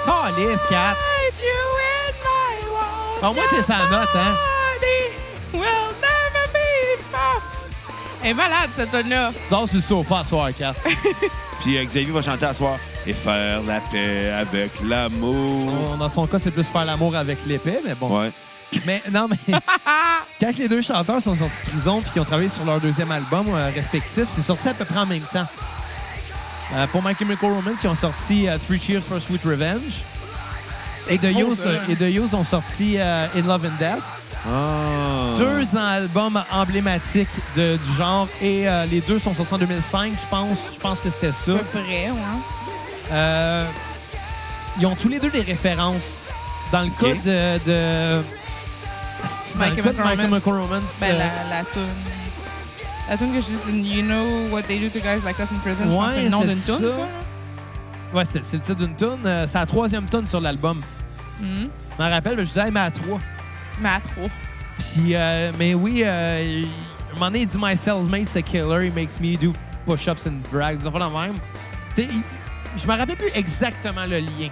C: Ah!
A: Oh, les quatre!
D: Hide you in my walls.
A: Au moins, t'es sa note, hein?
D: Body will never be found. Elle est malade, cette tonne-là.
A: Sors sur le sofa ce soir, quatre.
C: Puis euh, Xavier va chanter à soir. Et faire la paix avec l'amour.
A: Bon, Dans son cas, c'est plus faire l'amour avec l'épée, mais bon.
C: Ouais.
A: Mais non, mais
D: Ah!
A: quand les deux chanteurs sont sortis de prison puis qu'ils ont travaillé sur leur deuxième album euh, respectif, c'est sorti à peu près en même temps. Euh, pour My Chemical Romance, ils ont sorti euh, Three Cheers for Sweet Revenge. Et The
C: Oh,
A: Used,
C: euh,
A: et The Used ont sorti euh, In Love and Death.
C: Ah.
A: Deux albums emblématiques de- du genre et euh, les deux sont sortis en 2005, je pense. Je pense que c'était ça.
D: À peu près, ouais.
A: Euh, ils ont tous les deux des références. Dans le cas
C: Ok.
A: de, de- dans le
D: Michael
A: cas de My
D: Romance.
A: Chemical Romance,
D: Ben,
A: euh,
D: la, la toune. La toune que je dis, c'est You know what they do to guys like us in prison. je pense que c'est
A: Ouais,
D: le nom
A: c'est
D: d'une toune,
A: ça.
D: ça.
A: ouais, c'est c'est le titre d'une tune. euh, c'est la troisième tune sur l'album.
D: Mhm.
A: Je m'en rappelle, je disais, mais à trois.
D: Mais à trop.
A: Puis, euh, mais oui, euh, il- à un moment donné, il dit My cellmate's a killer, he makes me do push-ups and drags. Ils ont fait la même. T'sais, il- je me rappelle plus exactement le lien.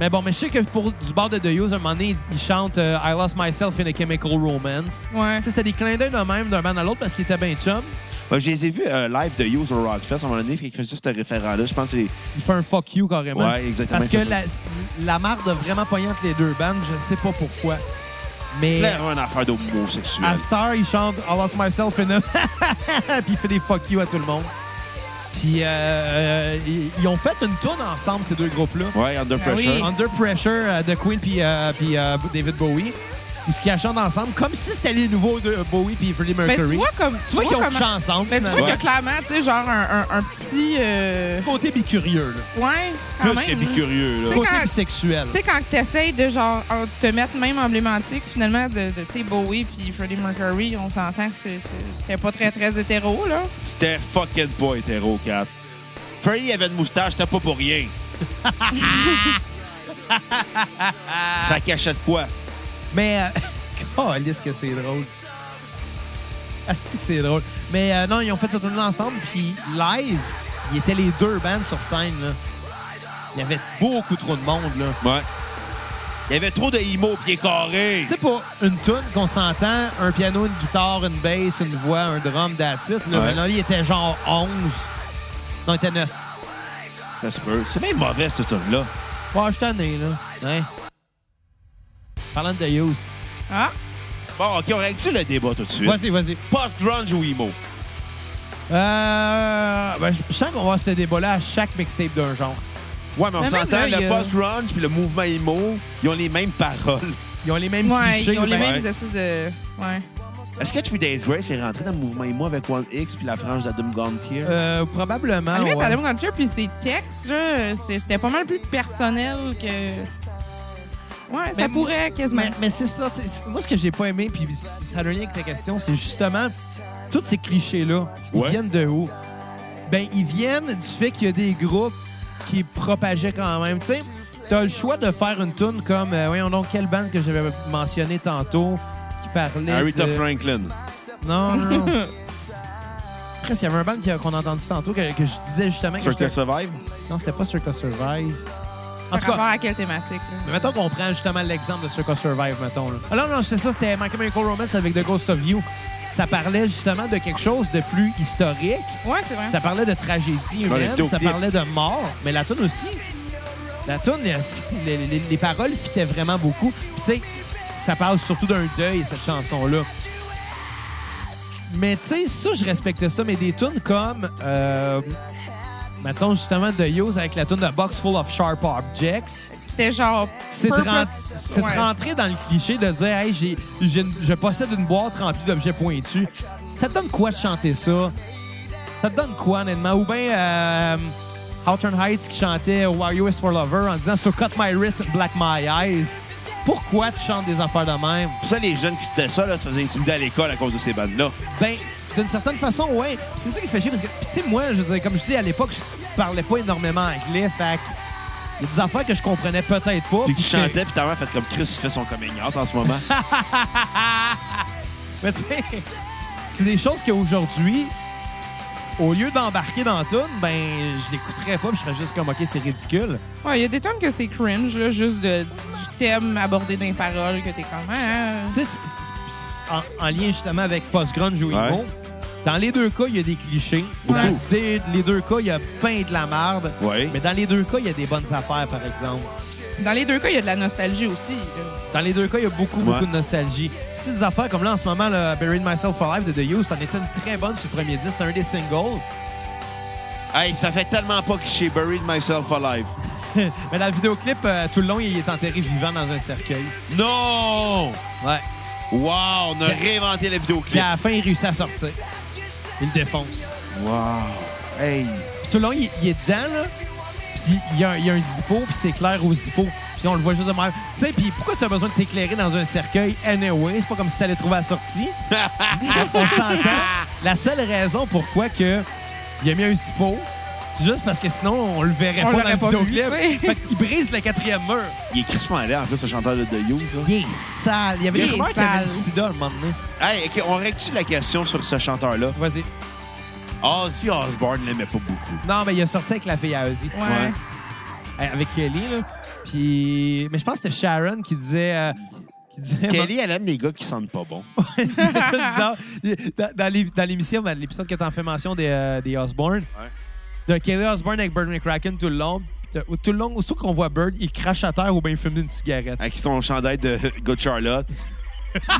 A: Mais bon, mais je sais que pour du bord de The Hughes, à un moment donné, il, il chante euh, I lost myself in a chemical romance.
D: Ouais.
A: Tu sais, c'est des clins d'œil de même d'un band à l'autre parce qu'il était bien chum.
C: Ouais, je les ai vus euh, live de Hughes au Rockfest à un moment donné. Puis ils faisaient ce référent-là. Je pense que c'est.
A: Il fait un fuck you carrément.
C: Ouais, exactement.
A: Parce que la, la marde a vraiment pogné entre les deux bandes, je ne sais pas pourquoi. Mais
C: Clairement une affaire d'homosexuel.
A: à
D: Ah,
A: Star, il chante I lost myself in a. Puis il fait des fuck you à tout le monde. Puis euh, euh, ils, ils ont fait une tourne ensemble, ces deux groupes-là.
C: Ouais, Under
D: Ah oui.
C: Pressure.
A: Under Pressure euh, de Queen puis euh, puis, euh, David Bowie. Où ce qu'ils chantent ensemble, comme si c'était les nouveaux de Bowie puis Freddie
D: Mais
A: Mercury.
D: tu vois comme.
A: Tu vois qu'ils ont couché
D: comment-
A: ensemble.
D: Mais tu vois
A: finalement.
D: qu'il y a clairement, tu sais, genre un, un, un petit. euh,
A: Côté bicurieux, là.
D: Ouais, quand
C: Plus
D: même. hein. Tu
C: qu'épicurieux, là.
D: Tu sais,
A: Côté
D: quand-
A: bisexuel.
D: sais, quand t'essayes de genre euh, te mettre même emblématique, finalement, de, de tu sais, Bowie puis Freddie Mercury, on s'entend que c'est- c'est- c'était pas très, très hétéro, là.
C: C'était fucking pas hétéro, Cat. Freddy avait une moustache, c'était pas pour rien. Ça cachait de quoi?
A: Mais. Euh... Oh, Alice, que c'est drôle. Asti que c'est drôle. Mais euh, non, ils ont fait cette tournée ensemble, puis live, ils étaient les deux bandes sur scène. Là. Il y avait beaucoup trop de monde. là.
C: Ouais. Il y avait trop de immo pieds carrés.
A: Tu sais, pour une tune qu'on s'entend, un piano, une guitare, une bass, une voix, un drum, d'attitude.
C: Ouais.
A: Mais là, il était genre 11. Non, il était 9.
C: Ça se peut. C'est bien mauvais, ce truc-là.
A: Ouais, je suis tanné, là. Ouais. Parlant de Youth.
D: Ah,
C: Bon, OK, on règle-tu le débat tout de suite?
A: Vas-y, vas-y.
C: Post-grunge ou emo?
A: Euh, ben, je sens qu'on va avoir ce débat-là à chaque mixtape d'un genre.
C: Ouais, mais on
D: Mais même
C: s'entend,
D: là,
C: le
D: il y a-
C: post-grunge puis le mouvement emo, ils ont les mêmes paroles.
A: Ils ont les mêmes
D: ouais,
A: clichés.
D: ils ont les
A: ben-
D: mêmes espèces de. Ouais.
C: Est-ce que Three Days Grace est rentré dans le mouvement emo avec One X puis la frange d'Adam Gontier?
A: Euh, probablement.
D: À la limite,
A: ouais.
D: Adam Gunter, puis ses textes, là, c'est- c'était pas mal plus personnel que. Ouais, ça
A: Mais-
D: pourrait quasiment.
A: Ben, Mais, mais c'est ça. tu sais, Moi, ce que j'ai pas aimé, puis ça a le lien avec ta question, c'est justement tous ces clichés-là. Ils
C: Ouais.
A: viennent de où? Ben, ils viennent du fait qu'il y a des groupes qui propageaient quand même. Tu sais, t'as le choix de faire une tune comme, euh, voyons donc, quelle bande que j'avais mentionné tantôt qui parlait
C: Aretha
A: de...
C: Euh, Franklin.
A: Non, non, non. Après, il y avait un band qui- qu'on a entendu tantôt que, que je disais justement... que
C: Circle
A: j'étais-
C: Survive?
A: Non, c'était pas Circa Survive. En
D: Par
A: tout cas,
D: rapport à quelle thématique, là.
A: Mais mettons qu'on prend justement l'exemple de Circa Survive, mettons. Là. Ah non, non, c'est ça, c'était My Chemical Romance avec The Ghost of You. Ça parlait justement de quelque chose de plus historique.
D: Ouais, c'est vrai.
A: Ça parlait de tragédie
C: Dans les
A: humaine,
C: deux
A: ça
C: clips.
A: parlait de mort, mais la tune aussi. La tune, les, les- les- les paroles fitaient vraiment beaucoup. Puis tu sais, ça parle surtout d'un deuil, cette chanson-là. Mais tu sais, ça, je respectais ça, mais des tunes comme, euh, mettons justement, The Use avec la tune de Box Full of Sharp Objects.
D: C'était genre.
A: C'est de,
D: purpose-
A: ren- c'est de
D: ouais.
A: rentrer dans le cliché de dire hey, j'ai, j'ai une- je possède une boîte remplie d'objets pointus. Ça te donne quoi de chanter ça? Ça te donne quoi, honnêtement? Ou bien euh, Hawthorne Heights qui chantait Why You Is For Lover en disant So cut my wrist and black my eyes. Pourquoi tu chantes des affaires de même?
C: Pour ça, les jeunes qui écoutaient ça, là, se faisaient intimider à l'école à cause de ces bandes-là.
A: Ben, d'une certaine façon, ouais. Puis C'est ça qui fait chier parce que, puis tu sais, moi, je veux dire, comme je dis, à l'époque, je parlais pas énormément anglais. Fait que, il y a des affaires que je comprenais peut-être pas.
C: Puis qui
A: que-
C: chantaient, puis ta mère fait comme Chris, il fait son coming out en ce moment.
A: Mais tu sais, c'est des choses qu'aujourd'hui, au lieu d'embarquer dans tout, ben, je l'écouterais pas, puis je serais juste comme, OK, c'est ridicule.
D: Ouais, il y a des tonnes que c'est cringe, là, juste de- du thème abordé dans les paroles, que t'es comme... Ah,
A: Tu sais, c'est- c'est- en, en lien justement avec post-grunge ou
C: Ouais.
A: emo, dans les deux cas, il y a des clichés.
C: Beaucoup.
A: Dans des- les deux cas, il y a plein de la merde.
C: Ouais.
A: Mais dans les deux cas, il y a des bonnes affaires, par exemple.
D: Dans les deux cas, il y a de la nostalgie aussi. là.
A: Dans les deux cas, il y a beaucoup, beaucoup
C: Ouais.
A: de nostalgie. Tu sais, des affaires comme là, en ce moment, là, Buried Myself for Life de The Used, ça en était une très bonne sur le premier disque. C'est un des singles.
C: Hey, ça fait tellement pas que j'ai buried myself alive.
A: Mais dans le vidéoclip, euh, tout le long, il est enterré vivant dans un cercueil.
C: Non!
A: Ouais.
C: Wow, on a réinventé la
A: Puis
C: vidéoclip.
A: à la fin, il réussit à sortir. Il le défonce.
C: Wow. Hey.
A: Puis tout le long, il, il est dedans, là. Puis il y, a, un- il y a un zippo, puis c'est clair au zippo. Puis on le voit juste de même. Tu sais, puis pourquoi t'as besoin de t'éclairer dans un cercueil anyway? C'est pas comme si t'allais trouver la sortie. on s'entend. La seule raison pourquoi que il a mis un zippo, c'est juste parce que sinon, on le verrait
D: On
A: pas dans
D: l'aurait
A: le
D: pas vu,
A: vidéoclip.
D: tu sais.
A: Fait qu'il brise le quatrième mur.
C: Il est crispant à l'air, en plus, le chanteur de The You.
A: Il est sale. Il y avait
D: Il
A: des
D: est
A: rumeurs qu'il avait le
D: sale.
A: sida à un moment donné.
C: Hey, OK, on règle-tu la question sur ce chanteur-là?
A: Vas-y.
C: Ozzy Osbourne l'aimait pas beaucoup.
A: Non, mais il a sorti avec la fille à Ozzy.
D: Ouais.
C: Ouais.
A: Euh, avec Kelly, là. Puis, mais je pense que c'était Sharon qui disait. euh, qui disait
C: Kelly, elle aime les gars qui sentent pas bon.
A: Ouais, c'est ça, bizarre. dans, dans les- dans l'émission, dans l'épisode que t'en fais mention des, euh, des Osborne,
C: Ouais.
A: de Kelly Osborne avec Bird McCracken tout le long. Puis t'as- Tout le long, aussitôt qu'on voit Bird, il crache à terre ou bien il fume une cigarette.
C: Avec son chandail de Good Charlotte. il...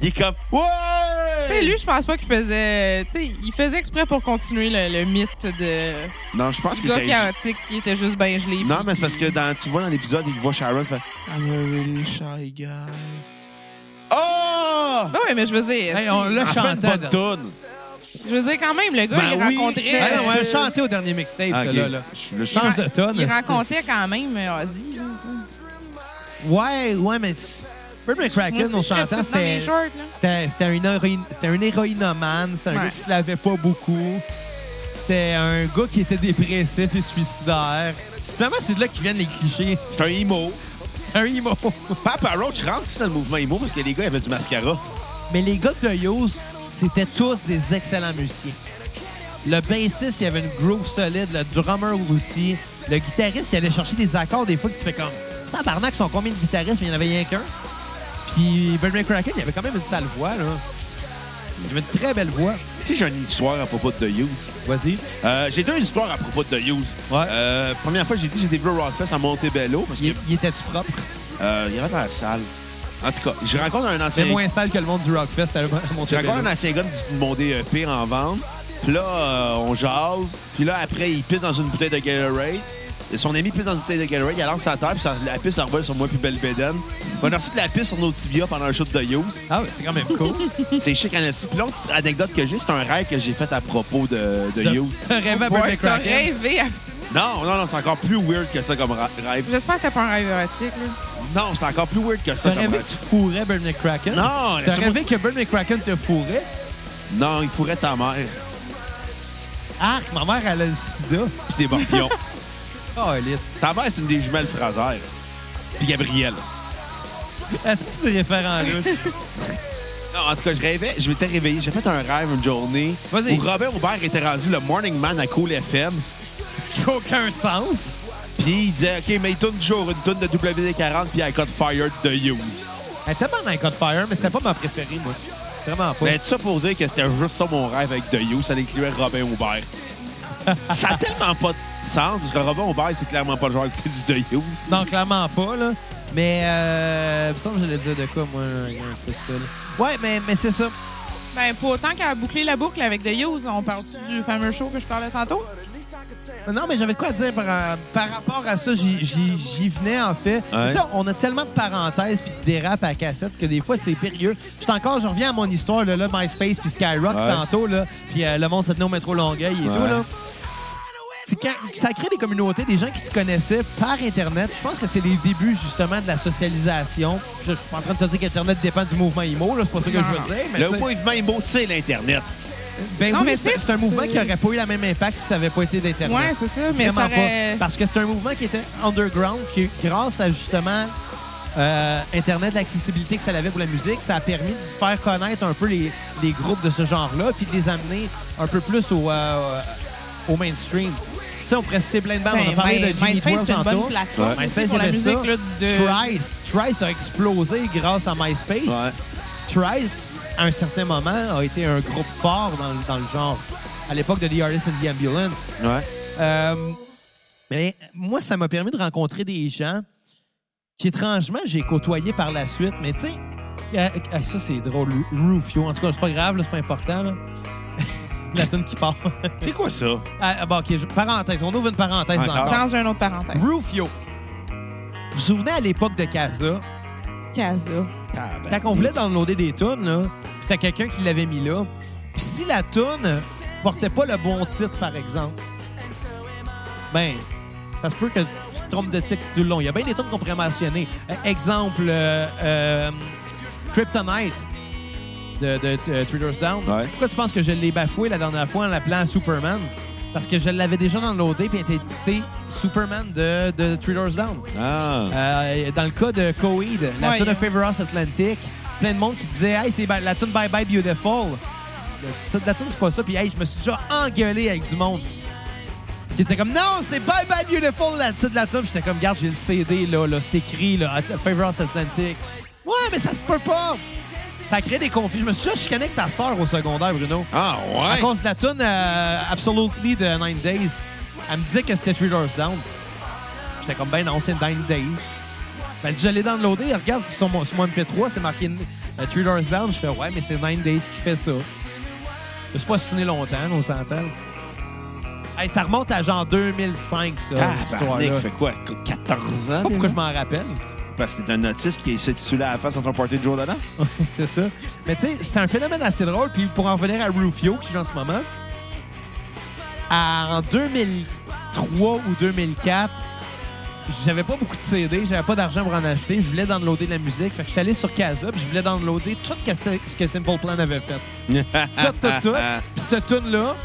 C: il est comme Ouais!
D: Tu sais, lui, je pense pas qu'il faisait... Tu sais, il faisait exprès pour continuer le, le mythe de...
C: Non, je pense
D: du
C: que
D: gars
C: t'as-
D: chaotique qui était juste ben gelé.
C: Non,
D: puis
C: mais c'est
D: qui-
C: parce que dans, tu vois dans l'épisode, il voit Sharon, il fait I'm a really shy guy. Oh!
D: Ben ouais, mais je veux dire...
A: Hey, on l'a
C: Elle fait une
A: chanté.
C: bonne
A: dans-
C: toune.
D: Je veux dire, quand même, le gars,
C: Ben
D: il
C: oui,
D: rencontrait...
A: Hey, on l'a
D: euh,
A: chanté au dernier mixtape,
C: Ah, ok.
A: celui-là. là.
C: Je- le-
A: Change de tonne.
D: il
A: aussi.
D: rencontrait quand même euh, Ozzy. là, tu sais.
A: Ouais, ouais, mais. Bird
D: Moi
A: McCracken,
D: aussi,
A: on
D: je serais
A: s'entend,
D: petite dans mes
A: c'était.
D: shorts, là.
A: C'était c'était un, héroïne- c'était un héroïnomane, c'était un
D: Ouais.
A: gars qui se lavait pas beaucoup. C'était un gars qui était dépressif et suicidaire. Finalement, c'est de là qu'ils viennent les clichés.
C: C'est un emo.
A: Un emo.
C: Papa Roach rentre dans le mouvement emo parce que les gars avaient du mascara.
A: Mais les gars de Yos, c'était tous des excellents musiciens. Le bassiste, il avait une groove solide, le drummer aussi. Le guitariste, il allait chercher des accords des fois que tu fais comme Tabarnak, ils sont combien de guitaristes, mais il n'y en avait rien qu'un. Puis Bernie Cracken, il avait quand même une sale voix, là. Il avait une très belle voix.
C: Tu sais, j'ai une histoire à propos de The Youth.
A: Vas-y.
C: Euh, j'ai deux histoires à propos de The Youth.
A: Ouais.
C: Euh, première fois, j'ai dit j'étais vu au Rockfest à Montebello parce
A: Il,
C: qu'il
A: il était-tu propre?
C: il y avait dans la salle. En tout cas, je rencontre un
A: C'est
C: ancien.
A: moins sale que le monde du Rockfest à mon
C: J'ai encore un ancien gars de mon DEP euh, en vente. Puis là, euh, on jase. Puis là, après, il pisse dans une bouteille de Gatorade. Et son ami pisse dans une bouteille de Gatorade. Il la lance à terre. Puis ça- la pisse elle revole sur moi puis Belle Bédaine. On a reçu de la pisse sur nos tibias pendant un shoot de Youth.
A: Ah oui, c'est quand même cool.
C: C'est chic en esti. Puis l'autre anecdote que j'ai, c'est un rêve que j'ai fait à propos de, de Youth.
A: T'as rêvé à
D: Ouais,
A: Bernie
D: t'as
A: Cracken?
D: rêvé. à-
C: Non, non, non, c'est encore plus weird que ça comme ra- rêve.
D: J'espère que c'était pas un rêve érotique, là.
C: Non, c'est encore plus weird que ça
A: T'as
C: comme
A: rêvé que
C: rêve.
A: tu fourrais Bernie Cracken?
C: Non,
A: T'as
C: laisse-moi-
A: rêvé que Bernie Cracken te fourrait?
C: Non, il fourrait ta mère.
A: Arc, ma mère, elle a le sida.
C: Puis tes morpions.
A: Oh, Alice.
C: ta mère, c'est une des jumelles Fraser. Puis Gabrielle.
A: Est-ce que tu référent là?
C: Non, en tout cas, je rêvais, je m'étais réveillé, j'ai fait un rêve une journée
A: Vas-y.
C: où Robert Aubert était rendu le morning man à Cool FM.
A: Ce qui n'a aucun sens.
C: Puis il disait, OK, mais il tourne toujours une tonne de WD-40 puis elle got fired de Hughes.
A: Elle était bonne dans Code Fire, mais c'était pas ma préférée, moi. Vraiment pas.
C: Mais Ben, tout ça pour dire que c'était juste ça mon rêve avec de Hughes, ça incluait Robin Aubert. ça a tellement pas de sens, parce que Robin Aubert, c'est clairement pas le genre à écouter du de Hughes.
A: Non, clairement pas, là. Mais, euh, il me semble que j'allais dire de quoi, moi, un peu ça, là. Ouais, mais, mais c'est ça.
D: Ben, pour autant qu'à boucler la boucle avec The Use, on parle du fameux show que je parlais tantôt?
A: Non, mais j'avais de quoi dire par, euh, par rapport à ça. J'y- J'y j'y venais, en fait.
C: Ouais.
A: Tu sais, on a tellement de parenthèses puis de dérapes à cassette que des fois, c'est périlleux. Je encore, je reviens à mon histoire, là, là, MySpace puis Skyrock
C: Ouais.
A: tantôt, là, puis euh, le monde se tenait au métro Longueuil et
C: Ouais.
A: tout, là. C'est quand ça crée des communautés, des gens qui se connaissaient par Internet. Je pense que c'est les débuts, justement, de la socialisation. Je, je suis pas en train de te dire qu'Internet dépend du mouvement IMO, là, c'est pas ça que je veux dire. Mais
C: Le
A: tu sais-
C: mouvement IMO, c'est l'Internet.
A: ben
D: Non,
A: oui,
D: mais
A: c'est
D: c'est-
A: c'est un mouvement qui n'aurait pas eu le même impact si ça n'avait pas été d'Internet.
D: Ouais, c'est ça, mais
A: Vraiment
D: ça aurait-
A: pas. Parce que c'est un mouvement qui était underground, qui, grâce à justement euh, Internet, l'accessibilité que ça avait pour la musique, ça a permis de faire connaître un peu les, les groupes de ce genre-là, puis de les amener un peu plus au, euh, au mainstream. Tu sais, on pourrait citer plein de bandes. Ah, on a
D: Ben,
A: parlé
D: ben,
A: de Jimmy
D: MySpace,
A: World
D: c'est une bonne
A: tantôt.
D: plateforme
C: Ouais.
D: aussi pour la
A: aimait
D: musique
A: ça.
D: là, de.
A: Trice. Trice a explosé grâce à MySpace.
C: Ouais.
A: Trice, à un certain moment, a été un groupe fort dans, le- dans le genre. À l'époque de The Artist and the Ambulance.
C: Ouais.
A: Euh, mais moi, ça m'a permis de rencontrer des gens qu'étrangement, j'ai côtoyés par la suite. Mais tu sais, euh, euh, ça, c'est drôle. Ru- Rufio. En tout cas, c'est pas grave, là, c'est pas important. Là. la tune qui part.
C: C'est quoi ça?
A: ah, ah, bon, OK. je- Parenthèse. On ouvre une parenthèse
C: Encore.
A: encore.
D: Dans une autre parenthèse.
A: Rufio. Vous vous souvenez à l'époque de Casa,
D: Casa.
A: quand on voulait downloader des tunes, là, c'était quelqu'un qui l'avait mis là. Puis si la tune portait pas le bon titre, par exemple, ben, ça se peut que tu te trompes de titre tout le long. Il y a bien des tunes qu'on pourrait mentionner. Euh, exemple, euh, euh, Kryptonite de, de, de Three Doors Down.
C: Ouais.
A: Pourquoi tu penses que je l'ai bafoué la dernière fois en l'appelant Superman? Parce que je l'avais déjà downloadé puis elle était dicté Superman de, de Three Doors Down.
C: Ah.
A: Euh, dans le cas de Coheed, la
D: Ouais,
A: tune de
D: il-
A: Favorite Atlantic, plein de monde qui disait Hey, c'est ba- la tune Bye Bye Beautiful. Le titre de la tune, c'est pas ça. Puis, hey, je me suis déjà engueulé avec du monde. Qui était comme Non, c'est Bye Bye Beautiful, la titre de la tune. J'étais comme Garde, j'ai le CD, là, là c'est écrit, là, At- Favorite Atlantic. Ouais, mais ça se peut pas. Ça crée des conflits. Je me suis déjà chicané avec ta sœur au secondaire, Bruno.
C: Ah,
A: À
C: ouais.
A: cause de la tune euh, Absolutely de Nine Days, elle me disait que c'était Three Doors Down. J'étais comme, ben non, c'est Nine Days. Ben, je l'ai downloadé, regarde sur mon, sur mon MP3, c'est marqué euh, Three Doors Down. Je fais, ouais, mais c'est Nine Days qui fait ça. Je suis pas signé longtemps, on s'entend. Hey, ça remonte à genre 2005, ça, cette
C: Tabarnak,
A: histoire-là.
C: fait quoi? 14 ans?
A: Pas pourquoi je m'en rappelle.
C: Parce que t'es un autiste qui s'est titulé à la face entre un party de jour dedans.
A: c'est ça. Mais tu sais, c'est un phénomène assez drôle. Puis pour en venir à Rufio, qui joue en ce moment, à- en 2003 ou 2004, j'avais pas beaucoup de CD, j'avais pas d'argent pour en acheter, je voulais downloader de la musique. Fait que j'étais allé sur Casa, puis je voulais downloader tout que- ce que Simple Plan avait fait. tout, tout, tout. Puis cette tune-là,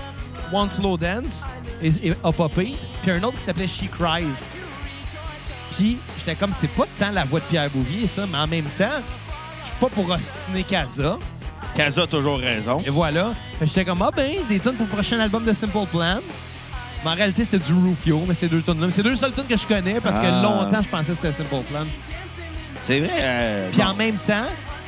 A: One Slow Dance, et- et- a popé. Puis un autre qui s'appelait She Cries. Puis j'étais comme, c'est pas tant la voix de Pierre Bouvier, ça, mais en même temps, je suis pas pour ostiner Casa.
C: Kaza a toujours raison.
A: Et voilà. Fait que J'étais comme, ah ben, des tunes pour le prochain album de Simple Plan. Mais en réalité, c'était du Rufio, mais ces deux tunes-là. Mais C'est deux seules tunes que je connais parce que
C: Ah.
A: longtemps, je pensais que c'était Simple Plan.
C: C'est vrai. euh,
A: Puis
C: bon.
A: en même temps,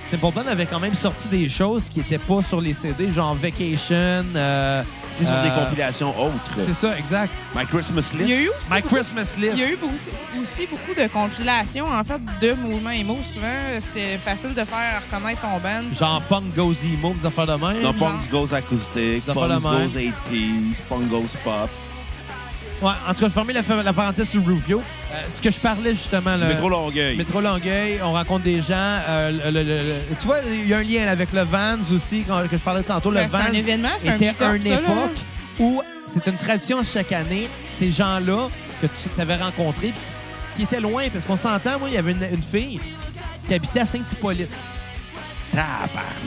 A: Simple Plan avait quand même sorti des choses qui étaient pas sur les CD, genre Vacation. euh,
C: C'est sur des
A: euh,
C: compilations autres.
A: C'est ça, exact.
C: My Christmas
D: Il y a
C: List.
D: eu aussi
A: My Christmas List.
D: Il y a eu aussi, aussi beaucoup de compilations, en fait, de mouvements émo. Souvent, c'était facile de faire reconnaître ton band.
A: Genre Punk Goes Emo, des affaires de même.
C: Non,
D: genre-
C: Punk Goes Acoustic,
A: Dans
C: Punk
A: pas la même.
C: Goes 80s, Punk Goes Pop.
A: Ouais, en tout cas, je fermais la, la parenthèse sur Rufio. Euh, ce que je parlais justement.
C: Du
A: là,
C: métro Longueuil.
A: Métro Longueuil, on rencontre des gens. euh, le- le- le- tu vois, il y a un lien avec le Vans aussi, quand- que je parlais tantôt. Le
D: Ben, c'est
A: Vans
D: un événement, c'est un
A: était
D: meet-up,
A: une
D: ça, là.
A: époque où c'était une tradition chaque année. Ces gens-là que tu avais rencontrés, puis qui étaient loin, parce qu'on s'entend, moi, il y avait une, une fille qui habitait à Saint-Hippolyte, dans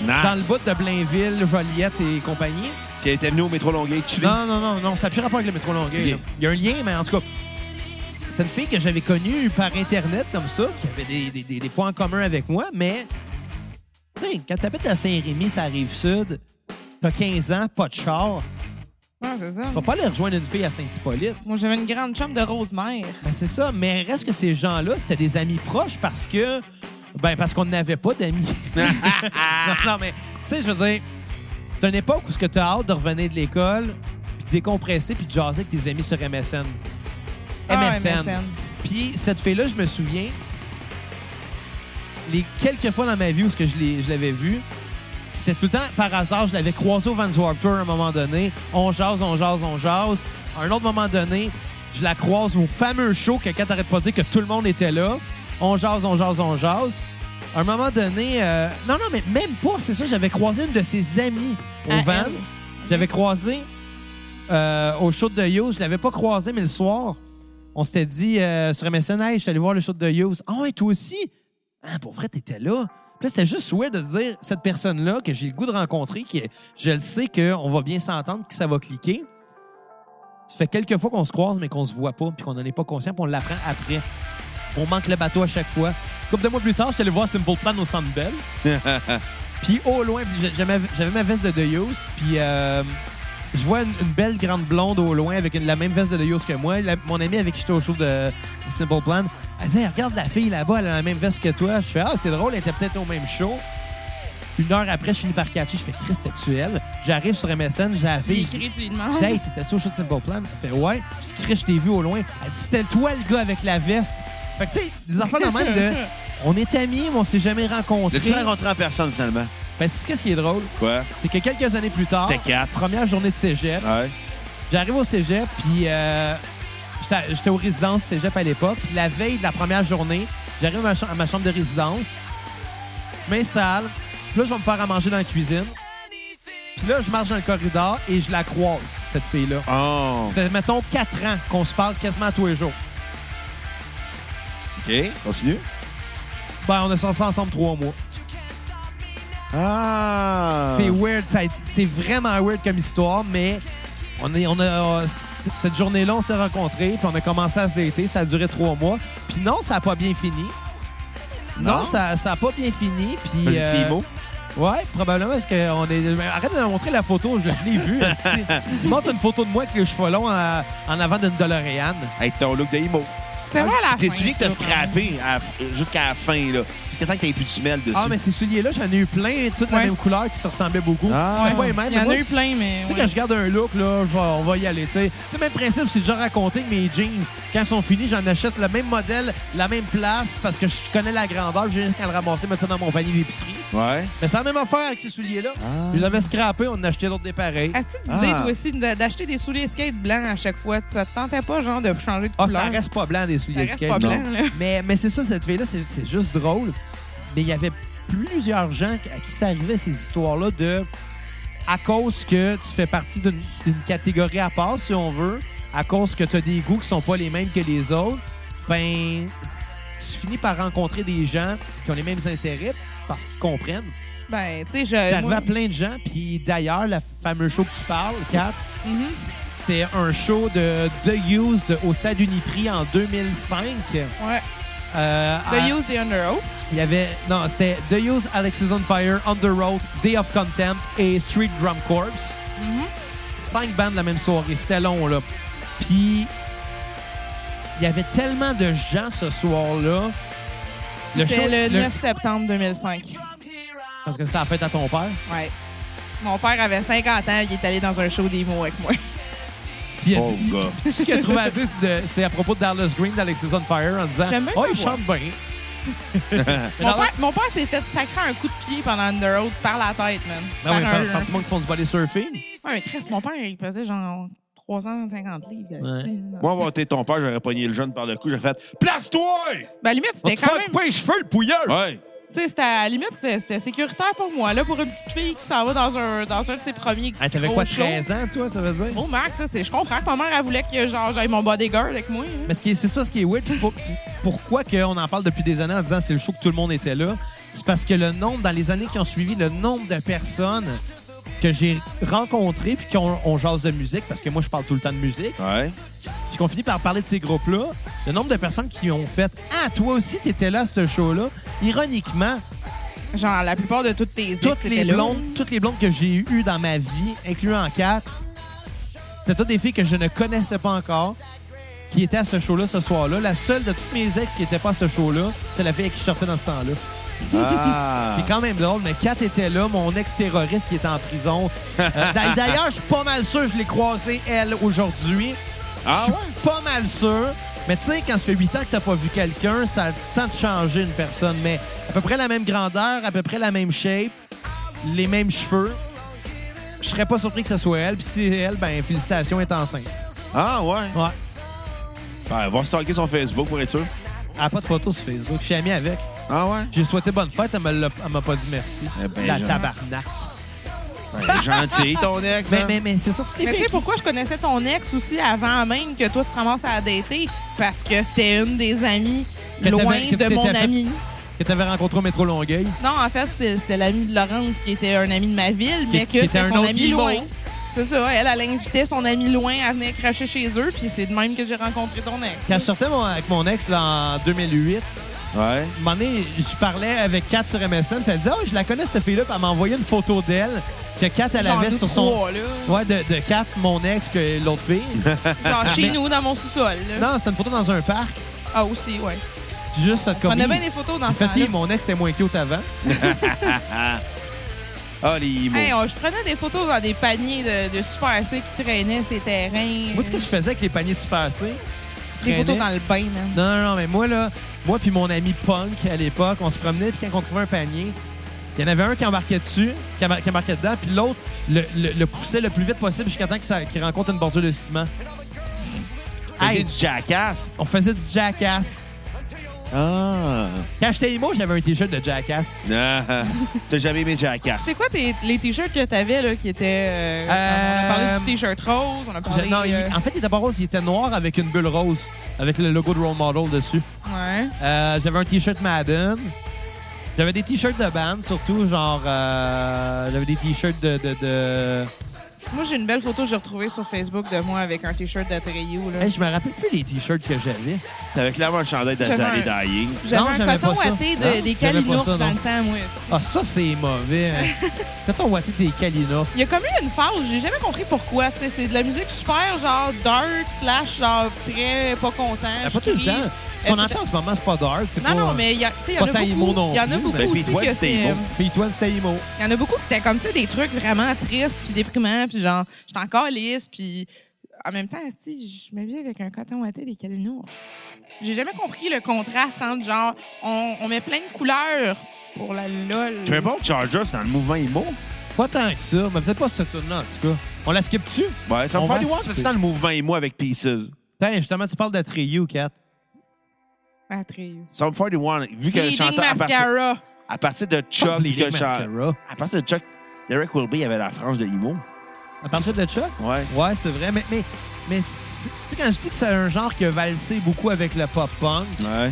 C: Tabarnak.
D: Ah.
A: le bout de Blainville, Joliette et compagnie.
C: Qui était venu au métro Longueuil chiller.
A: Non, non, non, non, ça n'a plus rapport avec le métro Longueuil. là.
C: Ok.
A: Il y a un lien, mais en tout cas, c'est une fille que j'avais connue par Internet comme ça, qui avait des, des- des- des points en commun avec moi, mais tu sais, quand t'habites à Saint-Rémy, ça arrive sud, t'as 15 ans, pas de char,
D: Ouais, c'est ça.
A: tu vas pas aller rejoindre une fille à Saint-Hippolyte.
D: Moi, j'avais une grande chambre de Rosemère.
A: Ben, c'est ça, mais reste que ces gens-là, c'était des amis proches parce que. Ben, parce qu'on n'avait pas d'amis. non, non, mais, tu sais, je veux dire, c'est une époque où tu as hâte de revenir de l'école, puis de décompresser, puis de jaser avec tes amis sur MSN.
D: Ah,
A: MSN.
D: MSN.
A: Puis, cette fille-là, je me souviens, les quelques fois dans ma vie où ce que je l'ai- je l'avais vue, c'était tout le temps par hasard, je l'avais croisé au Vans Warped Tour à un moment donné. On jase, on jase, on jase. à un autre moment donné, je la croise au fameux show que Kat arrête pas de dire que tout le monde était là. On jase, on jase, on jase. À un moment donné, euh, non, non, mais même pas, c'est ça, j'avais croisé une de ses amies au
D: À
A: Vans.
D: elle.
A: J'avais croisé euh, au show de You. Je l'avais pas croisé, mais le soir, on s'était dit euh, sur MSN, hey, je suis allé voir le show de Hughes. Ah ouais, toi aussi? Ah, pour vrai, t'étais là. Puis là, c'était juste souhait de dire cette personne-là que j'ai le goût de rencontrer, que je le sais qu'on va bien s'entendre, que ça va cliquer. Ça fait quelques fois qu'on se croise, mais qu'on se voit pas, puis qu'on n'en est pas conscient, puis on l'apprend après. On manque le bateau à chaque fois. Comme deux mois plus tard, j'étais allé voir Simple Plan au Centre Bell. puis au loin, puis j'a- j'avais j'avais ma veste de De Hughes, puis euh, je vois une, une belle grande blonde au loin avec une- la même veste de De Hughes que moi. La- mon ami avec qui j'étais au show de Simple Plan, elle disait Regarde la fille là-bas, elle a la même veste que toi. Je fais Ah, c'est drôle, elle était peut-être au même show. Une heure après, je finis par catcher. Je fais Chris, c'est elle. J'arrive sur MSN, j'ai la
D: Tu lui
A: fille.
D: écris, tu lui demandes.
A: Je dis, Hey, t'étais-tu au show de Simple Plan? Elle fait ouais. Je dis, Chris, je t'ai vu au loin. Elle dit, c'était toi le gars avec la veste. Fait que, tu sais, des enfants dans même de. On est amis, mais on s'est jamais rencontrés.
C: L'as-tu rencontré en personne, finalement?
A: Ben, c'est qu'est-ce qui est drôle?
C: Quoi?
A: C'est que quelques années plus tard,
C: C'était quatre.
A: première journée de cégep,
C: Ouais.
A: j'arrive au cégep, puis euh, j'étais à- j'étais aux résidences cégep à l'époque. Puis La veille de la première journée, j'arrive à, ma cha- à ma chambre de résidence, je m'installe, puis là, je vais me faire à manger dans la cuisine. Puis là, je marche dans le corridor et je la croise, cette fille-là.
C: Oh.
A: Ça fait, mettons, 4 ans qu'on se parle quasiment à tous les jours.
C: OK. Continue.
A: Ben, on a sorti ensemble trois mois.
C: Ah.
A: C'est weird, ça a été- c'est vraiment weird comme histoire, mais on est, on a, euh, c- cette journée-là, on s'est rencontrés, puis on a commencé à se dater, ça a duré trois mois. Puis non, ça n'a pas bien fini. Non,
C: Non?
A: ça n'a pas bien fini. Puis,
C: Un
A: euh,
C: petit mot.
A: Ouais, probablement parce qu'on est. mais Arrête de me montrer la photo, je l'ai vue. esti. Il montre une photo de moi avec les cheveux longs en, en avant d'une DeLorean.
C: Avec ton look de Imo.
D: C'était vraiment
A: Ah,
D: la fin.
C: T'es suivi que t'as
D: ça,
C: scrappé à- jusqu'à la fin, là. Jusqu'à temps que t'aies plus de semelle dessus.
A: Ah, mais ces souliers-là, j'en ai eu plein, toutes la
D: Ouais.
A: même couleur qui se ressemblaient beaucoup.
C: Ah.
A: C'était pas les
D: vraiment.
A: mêmes,
D: Il y
A: mais
D: en
A: moi,
D: a eu plein, mais.
A: Tu sais,
D: ouais.
A: quand je garde un look, là, je vais- on va y aller. Tu sais, Tu sais, même principe, c'est déjà raconté que mes jeans, quand ils sont finis, j'en achète le même modèle, la même place, parce que je connais la grandeur, j'ai juste qu'à le ramasser, mettre ça dans mon panier d'épicerie.
C: Ouais.
A: Mais c'est la même affaire avec ces souliers-là.
D: Ah.
A: Je les avais scrappés, on en achetait d'autres des pareils.
D: As-tu d'idée,
C: Ah.
D: toi aussi, d'a- d'acheter des souliers skate blancs à chaque fois? Ça te tentait pas, genre, de changer de
A: Ah,
D: couleur?
A: ça reste pas blanc, des
D: Ça
A: souliers de
D: reste
A: skate.
D: pas
A: non.
D: blanc, là.
A: Mais, mais c'est ça, cette fille-là, c'est- c'est juste drôle. Mais il y avait plusieurs gens à qui ça arrivait, ces histoires-là, de à cause que tu fais partie d'une d'une catégorie à part, si on veut, à cause que tu as des goûts qui sont pas les mêmes que les autres, ben, tu finis par rencontrer des gens qui ont les mêmes intérêts parce qu'ils te comprennent.
D: Ben, tu sais, je.
A: T'arrives
D: moi-
A: à plein de gens, puis d'ailleurs, la fameuse show que tu parles, Kat,
D: Mhm.
A: c'était un show de The Used au Stade Uniprix en 2005.
D: Ouais.
A: euh, à-
D: The Use the Under Oath.
A: il y avait. Non, c'était The Use, Alexis on Fire, On the Road, Day of Contempt et Street Drum Corps.
D: Mm-hmm.
A: Cinq bandes la même soirée. C'était long, là. Puis. Il y avait tellement de gens ce soir-là. Le show-
D: C'était le
A: le-
D: 9 septembre 2005.
A: Parce que c'était la fête à ton père.
D: Ouais. Mon père avait 50 ans, il est allé dans un show démo avec moi.
A: Puis il a
C: Oh,
A: dit-
C: gars.
A: Tout ce qu'il a trouvé à dire, c'est de- c'est à propos de Dallas Green d'Alexis on Fire en disant
D: J'aime bien
A: Oh,
D: sa
A: il
D: voix.
A: chante bien. Mais
D: Mon
A: Dallas-
D: père, mon père s'est fait sacrer un coup de pied pendant Under Oath par la tête, man.
A: Non, mais
D: par un-
A: Ah par- par du monde qui font du body surfing.
D: Ouais, mais Chris, mon père, il pesait genre 350 livres.
A: Ouais.
D: c'est-
C: Moi, avoir été ton père, j'aurais pogné le jeune par le cou, j'aurais fait Place-toi!
D: Ben, à la limite, c'était quand même.
A: pas les cheveux, le pouilleur!
C: Ouais.
D: Tu sais, c'était- à la limite, c'était c'était sécuritaire pour moi, là, pour une petite fille qui s'en va dans un, dans un de ses premiers.
A: Ah, T'avais
D: gros
A: quoi,
D: shows.
A: 13 ans, toi, ça veut dire?
D: Bon, Max, là, c'est- je comprends que ma mère, elle voulait que genre, j'aille mon bodyguard avec moi. hein.
A: Mais ce qui est- c'est ça ce qui est weird. Puis pour- pourquoi qu'on en parle depuis des années en disant c'est le show que tout le monde était là? C'est parce que le nombre, dans les années qui ont suivi, le nombre de personnes que j'ai rencontrées puis qu'on on jase de musique, parce que moi, je parle tout le temps de musique,
C: Ouais.
A: puis qu'on finit par parler de ces groupes-là, le nombre de personnes qui ont fait « Ah, toi aussi, t'étais là à ce show-là », ironiquement,
D: Genre, la plupart de toutes tes ex
A: toutes
D: étaient
A: les
D: là.
A: blondes, toutes les blondes que j'ai eues dans ma vie, incluant en quatre, c'était toutes des filles que je ne connaissais pas encore, qui étaient à ce show-là ce soir-là. La seule de toutes mes ex qui n'était pas à ce show-là, c'est la fille avec qui je sortais dans ce temps-là.
C: Ah.
A: C'est quand même drôle, mais Kat était là, mon ex-terroriste qui était en prison. Euh, d'a- D'ailleurs, je suis pas mal sûr, je l'ai croisée, elle, aujourd'hui.
C: Ah
A: je suis pas mal sûr. Mais tu sais, quand ça fait 8 ans que t'as pas vu quelqu'un, ça a le temps de changer une personne. Mais à peu près la même grandeur, à peu près la même shape, les mêmes cheveux. Je serais pas surpris que ce soit elle. Puis si c'est elle, ben félicitations, elle est enceinte.
C: Ah, ouais.
A: Ouais.
C: Ben, va stalker son Facebook pour être sûr.
A: Elle a pas de photo sur Facebook. Je suis ami avec.
C: Ah, ouais.
A: J'ai souhaité bonne fête, elle me l'a- elle m'a pas dit merci.
C: Eh ben,
A: La
C: je-
A: tabarnak.
C: Ben, il est gentil, ton ex.
A: Mais,
C: hein?
A: mais, mais c'est ça. toutes les
D: Mais tu sais
A: filles-
D: pourquoi je connaissais ton ex aussi avant même que toi tu te ramasses à la dater? Parce que c'était une des amies
A: Que t'avais-
D: loin
A: que tu
D: de mon
A: t'étais fait-
D: ami.
A: Que t'avais rencontré au métro Longueuil.
D: Non, en fait, c'est- c'était l'ami de Laurence qui était un ami de ma ville, mais
A: qui
D: que
A: était
D: c'était
A: un
D: son
A: autre
D: ami
A: Yvon.
D: loin. C'est ça, elle, elle invitait son ami loin à venir cracher chez eux, puis c'est de même que j'ai rencontré ton ex.
A: Quand je sortais mon- avec mon ex là, en 2008,
C: Ouais.
A: un moment donné, je parlais avec Kat sur MSN, puis elle disait « Oh, je la connais, cette fille-là », puis elle m'a envoyé une photo d'elle que Kat, elle
D: J'en
A: avait
D: doute
A: sur son...
D: trois, là.
A: Ouais, de, de Kat, mon ex, que l'autre fille.
D: Genre chez nous, dans mon sous-sol. là.
A: non, c'est une photo dans un parc.
D: Ah, aussi, ouais.
A: Puis Juste cette
D: On
A: comme...
D: a bien des photos hein, dans
A: En
D: ce
A: fait,
D: temps-là.
A: Hey, mon ex était moins cute avant.
C: Ah, les imos.
D: Hey, on- je prenais des photos dans des paniers de, de Super C qui traînaient ces terrains.
A: Moi, tu sais ce que je faisais avec les paniers super C?
D: Des photos dans
A: traînais?
D: le bain, man.
A: Non, non, non, mais moi, là, moi puis mon ami punk à l'époque, on se promenait, puis quand on trouvait un panier, il y en avait un qui embarquait dessus, qui embar- qui embarquait dedans, puis l'autre le, le- le poussait le plus vite possible jusqu'à temps que ça- qu'il rencontre une bordure de ciment.
C: Faisait
A: Hey,
C: Ben, du jackass.
A: on faisait du jackass.
C: Ah.
A: Quand j'étais emo, j'avais un t-shirt de jackass.
C: Ah. T'as jamais aimé jackass.
D: C'est quoi tes- les t-shirts que t'avais là qui étaient. euh,
A: Euh,
D: On a parlé du t-shirt rose, on a
A: Je-
D: parlé.
A: non, il-
D: euh,
A: en fait, il était pas rose, il était noir avec une bulle rose, avec le logo de Role Model dessus.
D: ouais.
A: Euh, j'avais un t-shirt Madden. J'avais des t-shirts de band, surtout, genre... euh, j'avais des t-shirts de- de- de...
D: Moi, j'ai une belle photo que j'ai retrouvée sur Facebook de moi avec un t-shirt d'Atreyou. là.
A: Hey, je me rappelle plus les t-shirts que j'avais.
C: T'avais clairement un chandail de
D: J'avais
C: Zally
D: un-
C: Dying.
A: non,
D: J'avais
A: j'aimais
D: un coton
A: pas ça.
D: ouaté de-
A: Non, j'aimais
D: des
A: pas
D: Kalinours
A: ça, non.
D: dans le temps, moi. c'est-
A: Ah, ça, c'est mauvais. hein. Quand on wattait des Kalinos.
D: Il y a comme eu une phase, j'ai jamais compris pourquoi. tu sais, C'est de la musique super, genre dark, slash, genre très pas content.
A: Ah,
D: je
A: Pas tout le
D: crie.
A: temps. Ce qu'on
D: Euh,
A: entend en ce moment, c'est pas dark. c'est
D: Non,
A: pas,
D: non, mais il y a- tu sais, il y en
A: pas tant
D: a
A: emo
D: beaucoup.
A: non
D: Il y en a
A: plus,
D: beaucoup
C: mais
D: aussi
C: Pete White,
D: que euh,
C: c'était
D: c'était.
C: emo.
A: Puis toi, c'était emo.
D: Il y en a beaucoup que c'était comme, tu sais, des trucs vraiment tristes, puis déprimants, puis genre, j'étais encore lisse, puis en même temps, si je m'habillais avec un coton ouaté des calinours. J'ai jamais compris le contraste entre, genre, on, on met plein de couleurs pour la LOL.
C: Triple Charger, c'est dans le mouvement emo.
A: Pas tant que ça, mais peut-être pas cette tune là en tout cas. On la skip-tu?
C: Ouais, ça me
A: On
C: fait
A: va
C: du voir,
A: skipper.
C: c'est dans le mouvement emo avec Pieces.
A: Tiens, justement, tu parles d'Atreyu, ou Kat.
D: Ah, très.
C: Some 41, vu que le
D: Bleeding
C: chanteur, à partir,
D: mascara.
C: à partir de
A: Pas
C: Chuck,
A: Bleeding
C: puis que le chanteur-
A: Mascara.
C: à partir de Chuck, Derek Wilby avait la frange de emo.
A: À partir de Chuck?
C: Ouais.
A: Ouais, c'est vrai. Mais, mais, mais c'est- tu sais, quand je dis que c'est un genre qui a valsé beaucoup avec le pop-punk,
C: Ouais.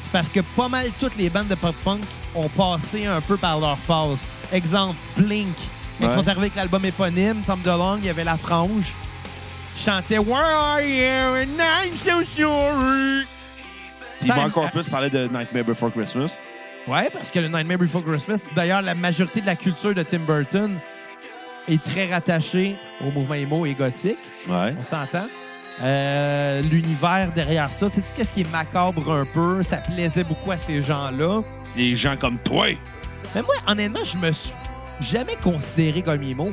A: c'est parce que pas mal toutes les bandes de pop-punk ont passé un peu par leur passe. Exemple, Blink. Quand
C: Ouais.
A: ils sont arrivés avec l'album éponyme, Tom DeLonge, il y avait la frange. Il chantait « Where are you? And I'm so sorry!
C: Puis
A: Time-
C: Mark Corpus parlait de Nightmare Before Christmas. »
A: Ouais, parce que le Nightmare Before Christmas, d'ailleurs, la majorité de la culture de Tim Burton est très rattachée au mouvement emo et gothique.
C: Ouais.
A: On s'entend. Euh, L'univers derrière ça, tu sais, tout ce qui est macabre un peu, ça plaisait beaucoup à ces gens-là.
C: Des gens comme toi.
A: Mais moi, honnêtement, je me suis jamais considéré comme emo.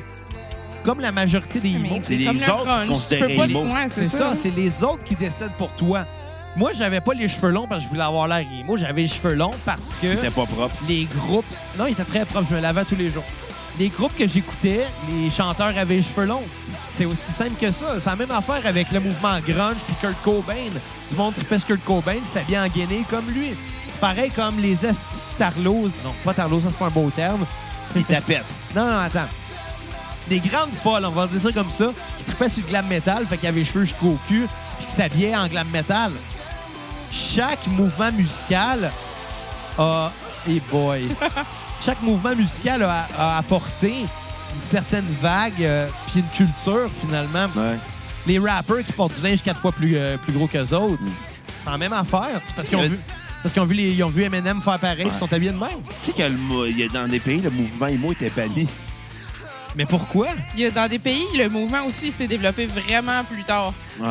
A: Comme la majorité des
D: Mais
A: imos.
C: c'est les
D: comme le
C: autres qui
D: grunge,
C: considéraient
D: tu peux pas
C: emo.
D: les- Ouais,
A: C'est ça, c'est les autres qui décident pour toi. Moi, j'avais pas les cheveux longs parce que je voulais avoir l'air emo. J'avais les cheveux longs parce que
C: C'était pas propre.
A: les groupes... Non, ils étaient très propres. Je me lavais tous les jours. Les groupes que j'écoutais, les chanteurs avaient les cheveux longs. C'est aussi simple que ça. C'est la même affaire avec le mouvement grunge puis Kurt Cobain. Du monde tripait sur Kurt Cobain, s'habillait en guinée comme lui. C'est pareil comme les Est Tarlos. Non, pas Tarlos, ça c'est pas un beau terme.
C: Des tapettes.
A: Non, non, attends. Des grandes folles, on va dire ça comme ça, qui tripaient sur le glam metal, fait qu'il avait les cheveux jusqu'au cul, puis qui s'habillait en glam metal. Chaque mouvement musical a. Et boy! Chaque mouvement musical a, a apporté une certaine vague, euh, puis une culture, finalement.
C: Ouais.
A: Les rappers qui portent du linge quatre fois plus, euh, plus gros qu'eux autres, c'est la même affaire. C'est parce qu'ils ont
C: Le-
A: vu. Parce qu'ils ont vu, les, ils ont vu Eminem faire pareil, puis ils sont habillés de même.
C: Tu sais que le mou- il y a- dans des pays, le mouvement emo était banni.
A: Mais pourquoi?
D: Il y a- Dans des pays, le mouvement aussi s'est développé vraiment plus tard.
C: Ouais.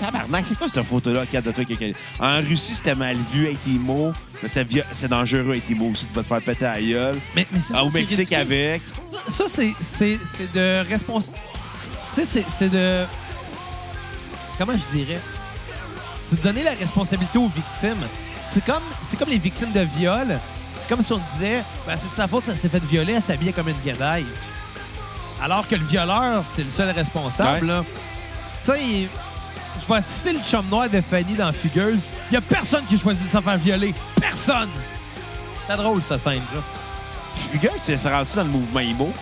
C: Tabarnak, c'est quoi cette photo-là, quatre de toi quelqu'un? En Russie, c'était mal vu avec emo. Mais c'est vi- c'est dangereux avec emo aussi, tu vas te faire péter à la gueule.
A: Mais, mais c'est ça,
C: Ah, Au
A: c'est
C: Mexique
A: ridicule.
C: avec.
A: ça, c'est, c'est, c'est de responsabilité. Tu sais, c'est, c'est de. Comment je dirais? C'est de donner la responsabilité aux victimes. C'est comme, c'est comme les victimes de viol. C'est comme si on disait, ben, c'est de sa faute, ça s'est fait violer, elle s'habillait comme une guédaille. Alors que le violeur, c'est le seul responsable.
C: Ouais.
A: là. Tu sais, je vais citer le chum noir de Fanny dans Fugueuse. Il y a personne qui choisit de se faire violer. Personne! C'est drôle, cette scène-là.
C: Fugueuse, c'est ça rentre dans le mouvement IMO?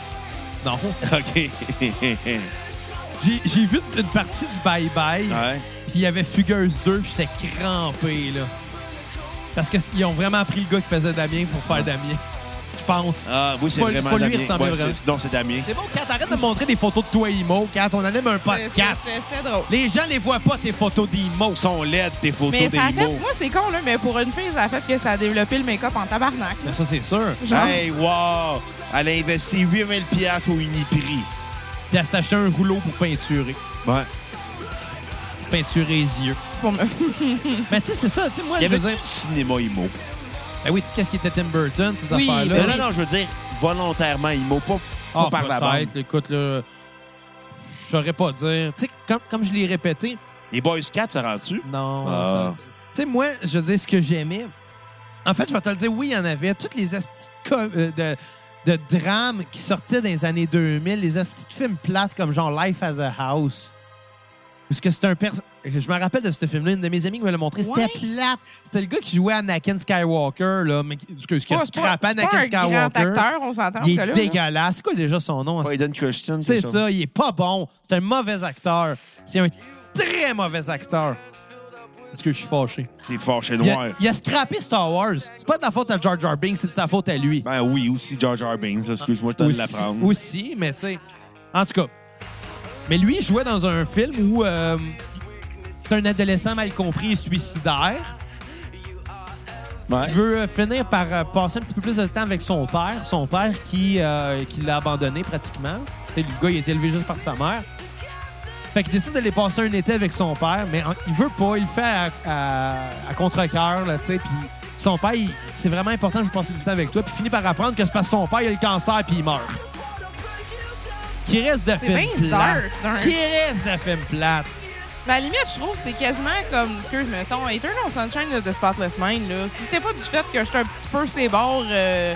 A: Non.
C: OK.
A: J'ai j'ai vu une partie du Bye Bye,
C: ouais.
A: puis il y avait Fugueuse 2, puis j'étais crampé, là. Parce qu'ils ont vraiment pris le gars qui faisait Damien pour faire Damien. Je pense.
C: Ah, oui, c'est
A: pas-
C: vraiment
A: pas lui, il
C: Damien.
A: ressemblait
C: Ouais,
A: vraiment.
C: c'est- Non, c'est Damien.
A: C'est bon, Kat, arrête de montrer des photos de toi et Imo, Kat. On anime un
D: C'est- c'est-
A: podcast.
D: c'est- C'était drôle.
A: Les gens les voient pas, tes photos d'Imo.
C: Ils sont laides, tes photos
D: Mais
C: des
D: ça a fait,
C: mots.
D: moi, c'est con, là, mais pour une fille, ça a fait que ça a développé le make-up en tabarnak.
A: Mais Ben, ça, c'est sûr.
D: Genre.
C: Hey, wow! Elle a investi 8000 pièces au Uniprix.
A: Puis elle s'est acheté un rouleau pour peinturer.
C: Ouais.
A: Peinturer les yeux.
D: Pour me...
A: Mais tu sais, c'est ça. Tu sais, moi,
C: Il y
A: je veux
C: avait
A: dire...
C: du cinéma IMO.
A: Ben oui, qu'est-ce qui était Tim Burton, ces
D: Oui,
A: affaires-là?
D: ben
C: Non, non, non, je veux dire volontairement IMO, pas, pas
A: Ah,
C: par la bande.
A: peut-être, Écoute, là, je saurais pas dire. Tu sais, comme, comme je l'ai répété,
C: Les Boys Cats, ça rend-tu?
A: non.
C: Ah.
A: ça- Tu sais, moi, je veux dire ce que j'aimais. En fait, je vais te le dire, oui, il y en avait. Toutes les astis de com- euh, de, de drames qui sortaient dans les années 2000, les astis de films plates comme genre Life as a House. Parce que c'est un pers- Je me rappelle de ce film-là, une de mes amies qui me l'a montré. C'était
D: Ouais.
A: plate. C'était le gars qui jouait Anakin Skywalker, là. Mais, qui- excuse, qui a
D: Oh, c'est pas-
A: scrappé
D: c'est pas
A: Anakin
D: un grand
A: Skywalker.
D: acteur, on s'entend,
A: Il
D: ce
A: est
D: là
A: dégueulasse. C'est quoi déjà son nom?
C: Biden Christian,
A: C'est ça. il est pas bon. C'est un mauvais acteur. C'est un très mauvais acteur. Est-ce que je suis fâché?
C: T'es fort chez
A: Il a,
C: Noir.
A: il a scrappé Star Wars. C'est pas de la faute à George Jar Binks, c'est de sa faute à lui.
C: Ben oui, aussi George R. Binks. Excuse-moi, je t'en de
A: aussi,
C: l'apprendre.
A: aussi, mais tu sais. En tout cas. Mais lui, il jouait dans un film où euh, c'est un adolescent mal compris et suicidaire.
C: Ouais.
A: Il veut euh, finir par euh, passer un petit peu plus de temps avec son père. Son père qui, euh, qui l'a abandonné pratiquement. Tu sais, le gars, il est élevé juste par sa mère. Fait qu'il décide d'aller passer un été avec son père, mais en- il veut pas. Il le fait à, à, à contre-cœur, là, tu sais. Puis son père, il- c'est vraiment important, je veux passer du temps avec toi. Puis il finit par apprendre que c'est parce que son père, il a le cancer, puis il meurt. Qui reste de film
D: bien
A: plate.
D: dark, dark.
A: Qui reste de film plate.
D: Ben, à la limite, je trouve que c'est quasiment comme, excuse mettons, Eternal Sunshine of the Spotless Mind. Là. Si c'était pas du fait que j'étais un petit peu ses bords euh,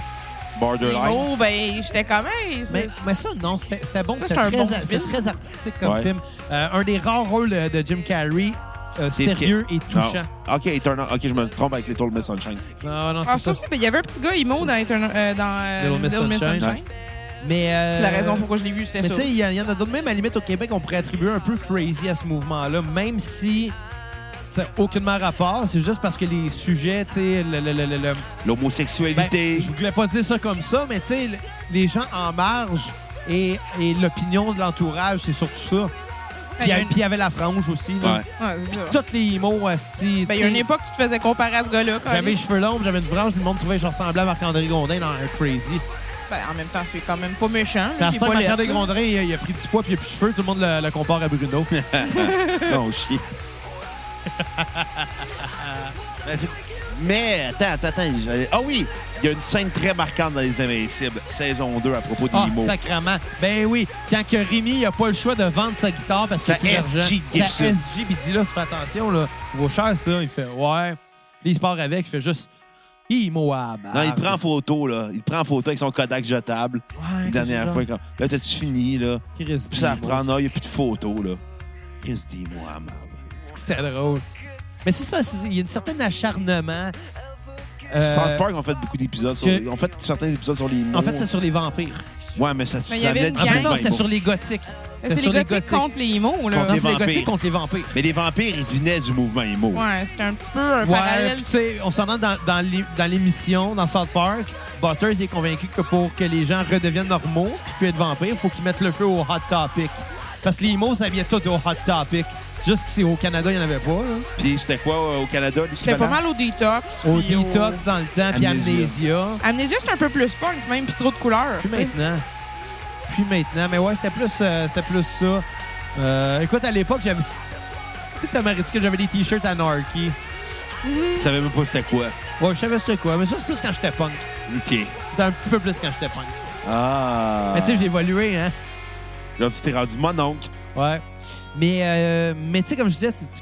C: Borderline.
D: emo, ben j'étais comme, hey,
A: Mais,
D: c'est-
A: mais ça, non, c'était c'était bon.
D: Ça,
A: C'était
D: c'est un
A: très,
D: bon
A: a-
D: film.
A: c'était très artistique comme
C: Ouais.
A: film. Euh, un des rares rôles euh, de Jim Carrey, euh,
C: C'est
A: sérieux et
C: Non.
A: touchant.
C: OK, Eternal. OK, je me trompe avec Little Miss Sunshine.
A: Non, non,
D: Ah,
A: c'est
D: ça
A: ça.
D: aussi, ben, il y avait un petit gars emo dans, Eternal- euh, dans euh,
A: Little Miss Sunshine. Mais, euh,
D: La raison pourquoi je l'ai vu, c'était
A: Mais
D: ça.
A: tu sais, il y, en- il y en a d'autres. Même à la limite, au Québec, on pourrait attribuer un peu crazy à ce mouvement-là, même si ça n'a aucunement rapport. C'est juste parce que les sujets, tu sais, le- le- le- le- le- Ben,
C: L'homosexualité.
A: je voulais pas dire ça comme ça, mais tu sais, le- les gens en marge et, et l'opinion de l'entourage, c'est surtout ça. Puis il y a-
D: Ben,
A: puis il y avait la frange aussi. là.
C: Ouais.
D: Ah, c'est ça.
A: Toutes les mots, asti.
D: Ben, il y a une époque, tu te faisais comparer à ce gars-là. quand
A: J'avais les cheveux longs, j'avais une branche, tout le monde trouvait que je ressemblais à Marc-André Gondin dans un Crazy.
D: Ben, en même temps, c'est quand même pas méchant. là,
A: Puis à
D: il
A: ce
D: est
A: temps,
D: pas
A: Marc-André
D: laid, là.
A: Gondin, il a- il a pris du poids puis il a plus de cheveux, tout le monde le, le compare à Bruno.
C: Non, chier. Mais Ben, c'est- Mais attends, attends, attends. j'allais- Ah oui, il y a une scène très marquante dans Les Invincibles, saison 2, à propos de
A: Ah,
C: l'IMO.
A: sacrement. Ben oui, quand que Rémi il a pas le choix de vendre sa guitare parce que
C: Sa
A: c'est plus
C: SG
A: d'argent.
C: Gibson.
A: Sa SG, puis il dit là, fais attention, là, il vaut cher ça. Il fait ouais. Là, il se part avec, il fait juste immoable.
C: Non, il prend en photo, là. Il prend en photo avec son Kodak jetable.
A: Ah, Ouais,
C: la dernière fois, comme, là, t'as-tu fini, là?
A: Christ,
C: Puis ça
A: dis-moi.
C: reprend, non, il n'y a plus de photos, là. Chris, dis-moi, merde.
A: C'était drôle. Mais c'est ça, c'est- il y a une certaine acharnement. Euh,
C: South Park, on fait beaucoup d'épisodes sur...
A: que-
C: les- On fait certains épisodes sur les mots.
A: en fait, c'est sur les vampires.
C: Ouais, mais ça se
D: Mais il y avait une
A: En fait,
D: gang.
A: non, c'était sur les gothiques.
D: Ben, C'est
A: sur
D: les gars contre les emo, là.
A: Non,
C: les
A: c'est les gothiques
C: vampires.
A: contre les vampires.
C: Mais les vampires, ils venaient du mouvement IMO.
D: Ouais, c'était un petit peu un
A: Ouais,
D: parallèle.
A: tu sais, on s'en rend dans, dans l'é- dans l'émission, dans South Park. Butters est convaincu que pour que les gens redeviennent normaux puis puissent être vampires, il faut qu'ils mettent le feu au Hot Topic. Parce que les mots, ça vient tout au Hot Topic. Juste qu'ici, au Canada, il n'y en avait pas. là.
C: Puis c'était quoi euh, au Canada?
D: C'était pas
C: l'équivalent?
D: mal au détox.
A: Au
D: puis
A: Detox, dans le temps, puis
C: Amnésia.
A: Amnésia.
D: Amnésia, c'est un peu plus punk, même, puis trop de couleurs.
A: Puis
D: tu sais.
A: maintenant. Puis maintenant. Mais ouais, c'était plus, euh, c'était plus ça. Euh, écoute, à l'époque, j'avais... Tu sais, t'as marre dit que j'avais des T-shirts Anarchy.
C: Je savais même pas c'était quoi.
A: Ouais, je savais c'était quoi. Mais ça, c'est plus quand j'étais punk.
C: OK.
A: C'était un petit peu plus quand j'étais punk.
C: Ah.
A: Mais tu sais, j'ai évolué, hein.
C: Genre, tu t'es rendu mon oncle.
A: Ouais. Mais, euh, mais tu sais, comme je disais, c'est-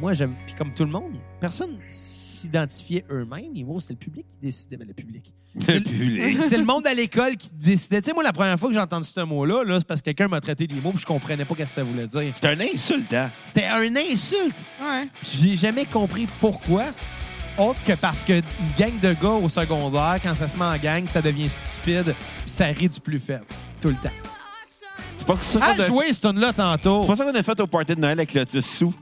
A: moi, j'aime. Puis comme tout le monde, personne. s'identifiaient eux-mêmes. Nimo, c'était le public qui décidait. Mais le public.
C: Le public.
A: C'est le monde à l'école qui décidait. Tu sais, moi, la première fois que j'ai entendu ce mot-là, -là, c'est parce que quelqu'un m'a traité de mots puis je comprenais pas ce que ça voulait dire.
C: C'est un insultant.
A: C'était un insulte.
D: Ouais.
A: J'ai jamais compris pourquoi. Autre que parce que une gang de gars au secondaire, quand ça se met en gang, ça devient stupide, puis ça rit du plus faible. Tout le temps.
C: C'est pas ça
A: À
C: qu'on a-
A: Ah, jouer ce tune là tantôt.
C: C'est pas ça qu'on a fait au party de Noël avec le dessous.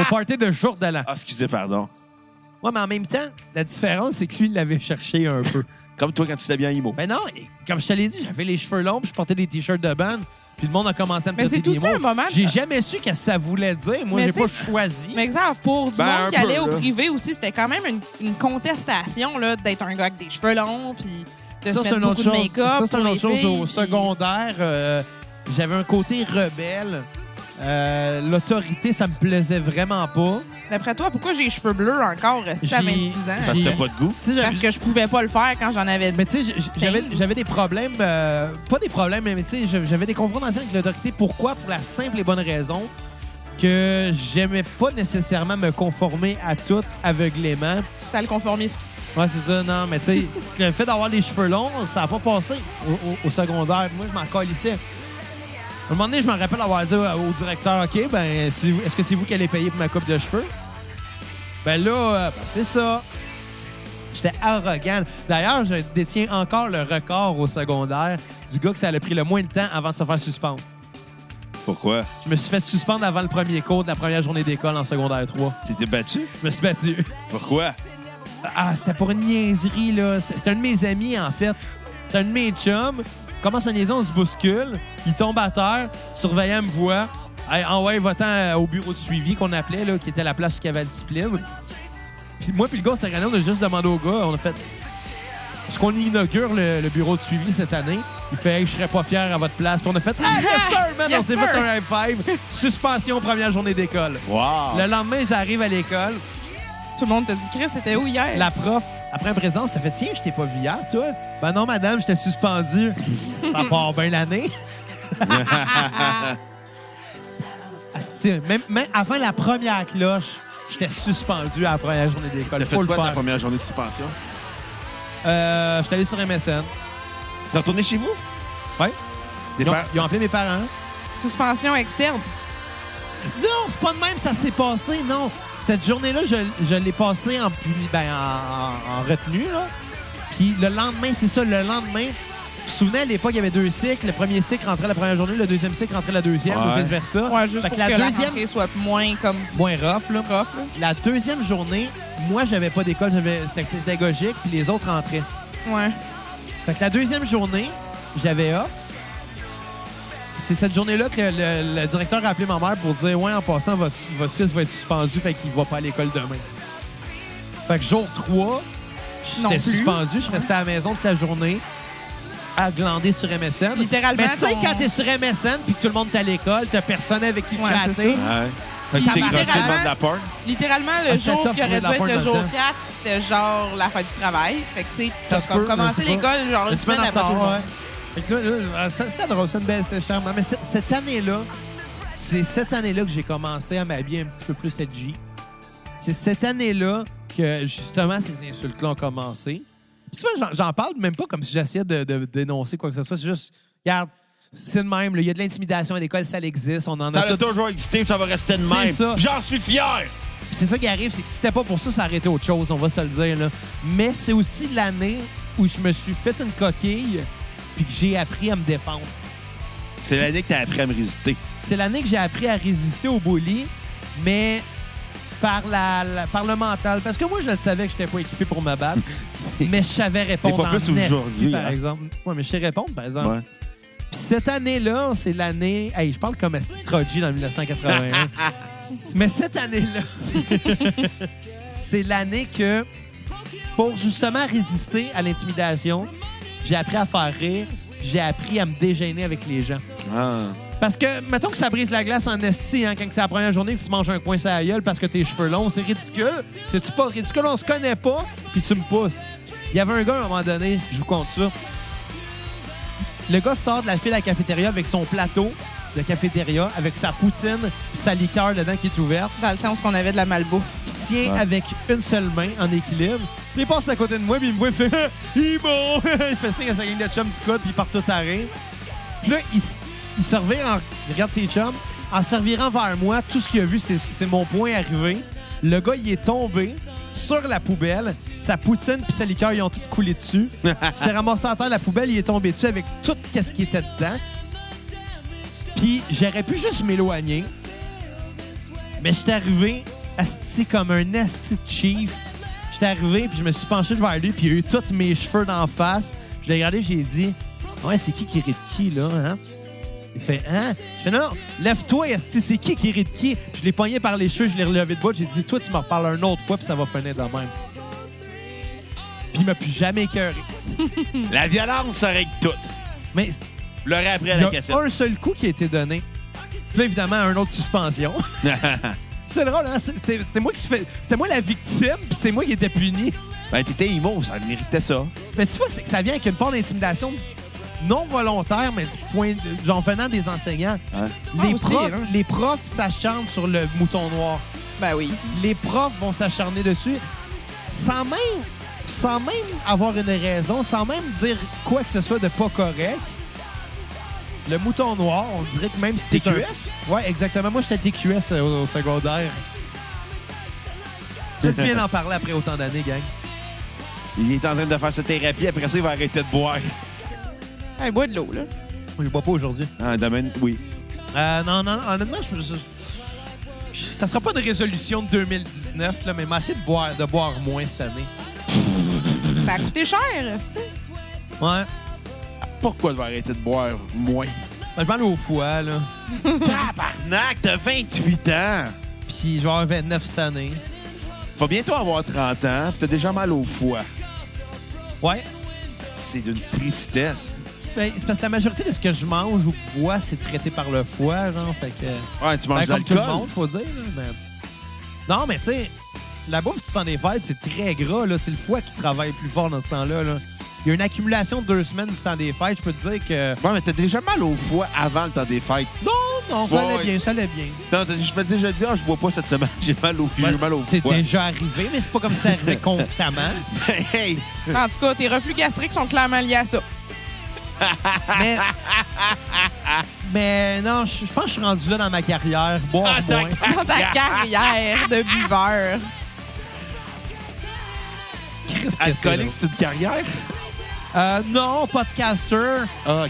A: Au party de jour de l'an.
C: Ah, excusez, pardon.
A: Ouais, mais en même temps, la différence, c'est que lui, il l'avait cherché un peu.
C: Comme toi quand tu t'habilles en imo.
A: Ben non, et comme je te l'ai dit, j'avais les cheveux longs, puis je portais des t-shirts de band, puis le monde a commencé à me
D: Mais
A: traiter
D: c'est tout
A: des
D: ça,
A: mots.
D: un moment.
A: J'ai jamais su qu'est-ce que ça voulait dire. Moi,
D: Mais
A: j'ai
D: tu
A: pas
D: sais-
A: choisi.
D: Mais exemple, pour du
C: Ben, un
D: monde qui allait
C: peu,
D: au
C: là.
D: privé aussi, c'était quand même une, une contestation là, d'être un gars avec des cheveux longs, puis de se
A: ça, c'est
D: mettre
A: une
D: beaucoup
A: autre
D: de
A: chose.
D: make-up.
A: Ça, c'est
D: pour
A: une
D: les
A: autre chose. Au
D: filles,
A: secondaire, euh, j'avais un côté rebelle. Euh, L'autorité, ça me plaisait vraiment pas.
D: puis D'après toi, pourquoi j'ai les cheveux bleus encore euh, restés à
A: J'ai-
D: 26 ans?
C: Parce que
A: J'ai-
C: t'as pas de goût.
A: Tu sais, j'avais-
D: Parce que je pouvais pas le faire quand j'en avais
A: Mais tu sais, j- j'avais-
D: Thanks.
A: j'avais des problèmes, euh, pas des problèmes, mais tu sais, j'avais j'avais des confrontations avec l'autorité. Pourquoi? Pour la simple et bonne raison que j'aimais pas nécessairement me conformer à tout aveuglément.
D: ça le conformiste.
A: Ouais, c'est ça, non, mais tu sais, le fait d'avoir les cheveux longs, ça n'a pas passé au, au- au secondaire. Moi, je m'en calissais. À un moment donné, je me rappelle avoir dit au, au directeur, OK, ben, si- est-ce que c'est vous qui allez payer pour ma coupe de cheveux? Ben là, euh, ben, c'est ça. J'étais arrogant. D'ailleurs, je détiens encore le record au secondaire du gars que ça a pris le moins de temps avant de se faire suspendre.
C: Pourquoi?
A: Je me suis fait suspendre avant le premier cours de la première journée d'école en secondaire 3.
C: T'étais battu?
A: Je me suis battu.
C: Pourquoi?
A: Ah, c'était pour une niaiserie, là. C'était c'était un de mes amis, en fait. C'était un de mes chums. Commence à niaiser, on se bouscule. Il tombe à terre. Surveillant me voit. Hey, envoie votant euh, au bureau de suivi qu'on appelait, là, qui était la place qui avait la discipline. Puis moi, puis le gars, on s'est regardé, on a juste demandé au gars, on a fait. Parce qu'on inaugure le, le bureau de suivi cette année. Il fait, hey, je serais pas fier à votre place. Puis on a fait, ah, yes sir, man,
D: Yes,
A: on s'est
D: sir.
A: fait un high five. Suspension, première journée d'école.
C: Wow!
A: Le lendemain, j'arrive à l'école.
D: Tout le monde te dit, Chris, c'était où hier?
A: La prof, après un présent, ça fait Tiens, je t'ai pas vu hier, toi. Ben non, madame, j'étais suspendu. ça part bien l'année. Asti, même, même avant la première cloche, j'étais suspendu à la première journée d'école.
C: T'as
A: Faut
C: fait quoi
A: le
C: de ta
A: faire.
C: première journée de suspension?
A: Euh, j'étais allé sur MSN.
C: T'es retourné chez vous?
A: Ouais.
C: Des
A: Ils ont,
C: par-
A: ils ont appelé mes parents.
D: Suspension externe.
A: Non, c'est pas de même, ça s'est passé, non. Cette journée-là, je, je l'ai passée en, puni- ben, en, en- en retenue. Là. Puis le lendemain, c'est ça, le lendemain, vous vous souvenez, à l'époque, il y avait deux cycles. Le premier cycle rentrait la première journée, le deuxième cycle rentrait la deuxième,
C: Ouais.
A: ou vice-versa.
D: Ouais, juste
A: Fait
D: pour
A: que la
D: que la
A: deuxième,
D: rentrée soit moins comme
A: moins rough, là.
D: prof. là.
A: La deuxième journée, moi, j'avais pas d'école, j'avais c'était pédagogique, puis les autres rentraient.
D: Ouais.
A: Fait que la deuxième journée, j'avais off. C'est cette journée-là que le, le directeur a appelé ma mère pour dire Ouais, en passant, votre, votre fils va être suspendu, fait qu'il va pas à l'école demain. Fait que jour 3,
D: Non
A: j'étais
D: plus.
A: suspendu, je restais à la maison toute la journée à glander sur MSN.
D: Littéralement,
A: Mais tu sais,
D: ton-
A: quand t'es sur MSN puis que tout le monde est à l'école, t'as personne avec qui
D: Ouais, c'est
A: chatter.
D: ça.
C: Ouais. Fait que
D: Ça
C: tu t'es
D: m'a
C: crossé
D: littéralement-
C: devant de la porte?
D: Littéralement,
A: Ah,
D: le
A: c'était
D: jour
A: tough
D: qui
A: trouver
D: aurait dû
A: de la
D: être le
A: porte dans
D: jour
A: le temps.
D: 4, c'était genre la fête du travail. Fait que, tu sais,
A: Ça
D: t'as
A: se peut,
D: comme
A: ça
D: commencé
A: se peut.
D: l'école, genre une
A: Une
D: semaine
A: en
D: après tout le
A: retard,
D: monde.
A: ouais. Fait que là, là, là, ça, ça drôle, c'est une belle c'est charmant. Mais c'est- cette année-là, c'est cette année-là que j'ai commencé à m'habiller un petit peu plus edgy. C'est cette année-là que, justement, ces insultes-là ont commencé. Puis souvent, j'en- j'en parle même pas comme si j'essayais de, de dénoncer quoi que ce soit. C'est juste, regarde, c'est de même. là. Il y a de l'intimidation à l'école, ça existe. On en a tout.
C: toujours existé, ça va rester
A: C'est ça.
C: J'en suis fier!
A: Puis c'est ça qui arrive, c'est que si c'était pas pour ça, ça aurait été autre chose, on va se le dire. Là. Mais c'est aussi l'année où je me suis fait une coquille puis que j'ai appris à me défendre.
C: C'est l'année que t'as appris à me résister.
A: C'est l'année que j'ai appris à résister au bully, mais par, la, la- par le mental. Parce que moi, je le savais que j'étais pas équipé pour me battre, mais je savais répondre
C: T'es pas
A: en
C: plus
A: esti,
C: aujourd'hui,
A: par
C: hein?
A: exemple. Ouais, mais je sais répondre, par exemple.
C: Ouais.
A: Puis cette année-là, c'est l'année... Hey, je parle comme Astitroji dans 1981. Mais cette année-là, c'est l'année que, pour justement résister à l'intimidation, j'ai appris à faire rire, puis j'ai appris à me déjeuner avec les gens.
C: Ah.
A: Parce que, mettons que ça brise la glace en esti, hein, quand c'est la première journée que tu manges un coin sur la gueule parce que tes cheveux longs, c'est ridicule. C'est-tu pas ridicule? On se connaît pas, puis tu me pousses. Il y avait un gars, à un moment donné, je vous compte ça. Le gars sort de la file à la cafétéria avec son plateau, de cafétéria avec sa poutine puis sa liqueur dedans qui est ouverte,
D: Dans le sens qu'on avait de la malbouffe.
A: qui tient
C: Ouais.
A: avec une seule main en équilibre. Puis il passe à côté de moi, puis il me voit, il fait « Il est bon! » Il fait signe à sa gang de chums du coude, puis il part tout à rire. Puis là, il, s- il se revire en... il regarde ses chums. En se revirant vers moi, tout ce qu'il a vu, c'est c'est mon point arrivé. Le gars, il est tombé sur la poubelle. Sa poutine puis sa liqueur, ils ont tout coulé dessus. Il s'est ramassé à terre, la poubelle, il est tombé dessus avec tout ce qui était dedans. Puis j'aurais pu juste m'éloigner. Mais j'étais arrivé asti comme un asti de chief. J'étais arrivé, puis je me suis penché vers lui, puis il a eu tous mes cheveux d'en face. Je l'ai regardé, j'ai dit Ouais, c'est qui qui rit de qui, là, hein? Il fait Hein? Je fais Non, non, lève-toi, asti, c'est qui qui rit de qui? Je l'ai pogné par les cheveux, je l'ai relevé de boîte, j'ai dit Toi, tu m'en reparles une autre fois, puis ça va finir de même. Puis il m'a plus jamais écœuré.
C: La violence, ça règle tout.
A: Mais
C: Vous l'aurez après à
A: il y
C: la
A: a
C: cassette.
A: un seul coup qui a été donné. Puis là, évidemment, un autre suspension. c'est drôle, hein? C'est- c'est- C'était moi qui se fais- C'était moi la victime, puis c'est moi qui étais puni.
C: Ben, t'étais immo, ça méritait ça.
A: Mais tu vois, c'est que ça vient avec une part d'intimidation non volontaire, mais du point de- genre venant des enseignants.
C: Ouais.
A: Les,
D: Ah, aussi,
A: profs,
D: hein.
A: les profs s'acharnent sur le mouton noir.
D: Ben oui.
A: Les profs vont s'acharner dessus sans même, sans même avoir une raison, sans même dire quoi que ce soit de pas correct. Le mouton noir, on dirait que même si c'est un-
C: TQS?
A: Ouais, exactement. Moi, j'étais TQS euh, au, au secondaire. Tu viens d'en parler après autant d'années, gang.
C: Il est en train de faire sa thérapie, après ça, il va arrêter de boire.
D: Un bois de l'eau, là.
A: Je bois pas aujourd'hui.
C: Ah, domaine, oui.
A: Euh, non, non, non, honnêtement, je, me- je- je- ça sera pas une résolution de 2019, là, mais essayer de boire, de boire moins cette année.
D: Ça a coûté cher, tu sais.
A: Ouais.
C: Pourquoi je vais arrêter de boire moins?
A: Ben, je vais aller au foie, là.
C: Tabarnak, t'as 28 ans!
A: Puis je vais avoir 29 cette année.
C: Va bientôt avoir 30 ans, pis t'as déjà mal au foie.
A: Ouais.
C: C'est d'une tristesse.
A: Ben, c'est parce que la majorité de ce que je mange ou bois, c'est traité par le foie, genre. Fait que.
C: Ouais, tu
A: Ben,
C: manges de
A: comme tout le
C: l'alcool.
A: monde, faut dire. là, mais- Non, mais tu sais, la bouffe du temps des fêtes, c'est très gras. là. C'est le foie qui travaille plus fort dans ce temps-là. là. Il y a une accumulation de deux semaines du temps des fêtes. Je peux te dire que.
C: Ouais, mais t'as déjà mal au foie avant le temps des fêtes.
A: Non, non, ça
C: Ouais,
A: allait
C: ouais.
A: bien, ça allait bien.
C: Non, t'as- je me dis, je dis, ah, je bois pas cette semaine, j'ai mal au j'ai mal au
A: c'est
C: foie.
A: déjà arrivé, mais c'est pas comme ça arrivait constamment.
C: hey!
D: En tout cas, tes reflux gastriques sont clairement liés à ça.
A: Mais, mais non, je je pense que je suis rendu là dans ma carrière. Boire
C: Ah,
A: moins.
D: Dans ta carrière de buveur.
A: Qu'est-ce que c'est, là?
C: Alcoolique, c'est une carrière?
A: Euh, non, podcaster.
C: Ah,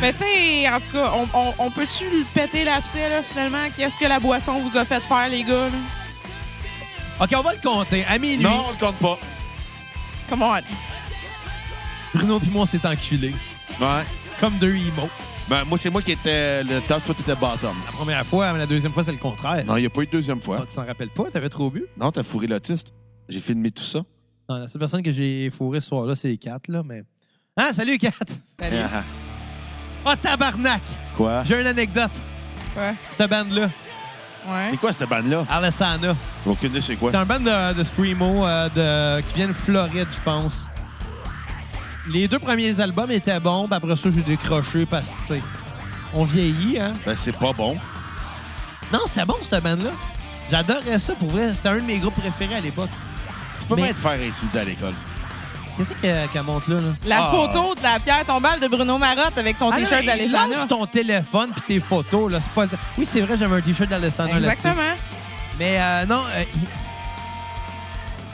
D: Mais tu sais, en tout cas, on, on- on peut-tu lui péter l'abcès, là, finalement? Qu'est-ce que la boisson vous a fait faire, les gars? Là?
A: OK, on va le compter. Ami, lui,
C: Non, on le compte pas.
D: Come on.
A: Bruno puis moi, on s'est enculés.
C: Ouais.
A: Comme deux imos.
C: Ben, moi, c'est moi qui étais le top, toi, t'étais bottom.
A: La première fois, mais la deuxième fois, c'est le contraire.
C: Non, il n'y a pas eu de deuxième fois.
A: Ah, tu t'en rappelles pas? T'avais trop bu?
C: Non, t'as fourré l'autiste. J'ai filmé tout ça.
A: Non, la seule personne que j'ai fourré ce soir-là, c'est Kat, là, mais... Ah, salut, Kat!
D: Salut.
C: Ah,
A: Ah, tabarnak!
C: ah. Quoi?
A: J'ai une anecdote.
D: Ouais.
A: Cette bande-là,
D: Ouais.
C: C'est quoi cette bande-là?
A: Alessana.
C: Aucune idée, c'est quoi?
A: C'est un band de, de screamo euh, de, qui vient de Floride, je pense. Les deux premiers albums étaient bons, puis après ça, j'ai décroché parce que, tu sais, on vieillit, hein?
C: Ben, c'est pas bon.
A: Non, c'était bon, cette band-là. J'adorais ça, pour vrai. C'était un de mes groupes préférés à l'époque.
C: Tu peux
A: Mais-
C: pas être faire étudier à l'école.
A: Qu'est-ce qu'elle qu'elle monte là, là?
D: La
C: Ah.
D: photo de la pierre tombale de Bruno Marotte avec ton
A: Ah non,
D: t-shirt
A: mais
D: d'Alessandra.
A: lâche ton téléphone puis tes photos. Là, c'est pas... le- Oui, c'est vrai, j'avais un t-shirt d'Alessandra là-dessus.
D: Exactement.
A: Mais euh, non... euh, il-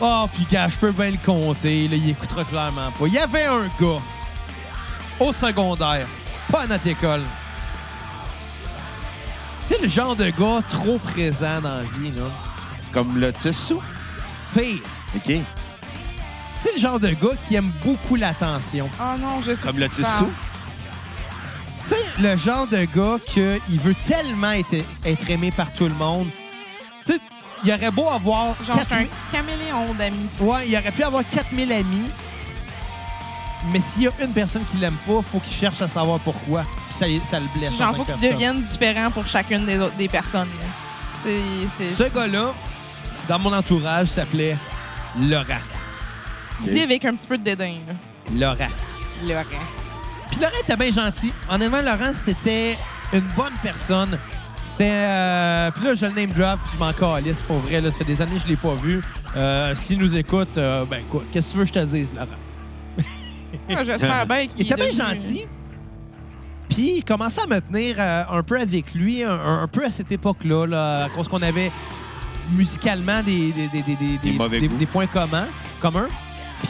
A: Oh, puis gars, je peux bien le compter. Là, il écoutera clairement pas. Il y avait un gars au secondaire, pas à notre école. Tu sais, le genre de gars trop présent dans la vie, là.
C: Comme l'autiste, ça?
A: Pire.
C: OK.
A: Tu sais, le genre de gars qui aime beaucoup l'attention.
D: Oh non, je sais.
C: Comme
D: qui tu
C: l'autiste,
D: parles.
A: Tu
C: ça?
A: sais, le genre de gars qu'il veut tellement être, être aimé par tout le monde. Tu sais, il aurait beau avoir.
D: Genre,
A: quatre-
D: c'est un caméléon d'amis.
A: Ouais, il aurait pu avoir 4000 amis. Mais s'il y a une personne qui l'aime pas, faut qu'il cherche à savoir pourquoi. Puis ça, ça le blesse. en
D: Genre,
A: tant
D: faut
A: que
D: qu'ils
A: personne.
D: deviennent différents pour chacune des, autres, des personnes. là. C'est. c'est-
A: Ce gars-là, dans mon entourage, s'appelait Laurent.
D: Dis avec un petit peu de dédain, là.
A: Laurent.
D: Laurent.
A: Puis Laurent était bien gentil. Honnêtement, Laurent, c'était une bonne personne. C'était. euh, Puis là, je le name drop, puis je m'en calisse, pour vrai. Là, ça fait des années que je l'ai pas vu. Euh, S'il nous écoute, euh, ben quoi, qu'est-ce que tu veux que je te dise, Laurent?
D: Ah, J'espère bien qu'il
A: Il était
D: est
A: bien
D: devenu-
A: gentil. Puis il commençait à me tenir euh, un peu avec lui, un- un, un peu à cette époque-là, là, à cause qu'on avait musicalement des, des, des, des, des,
C: Des mauvais goûts.
A: des points communs. communs.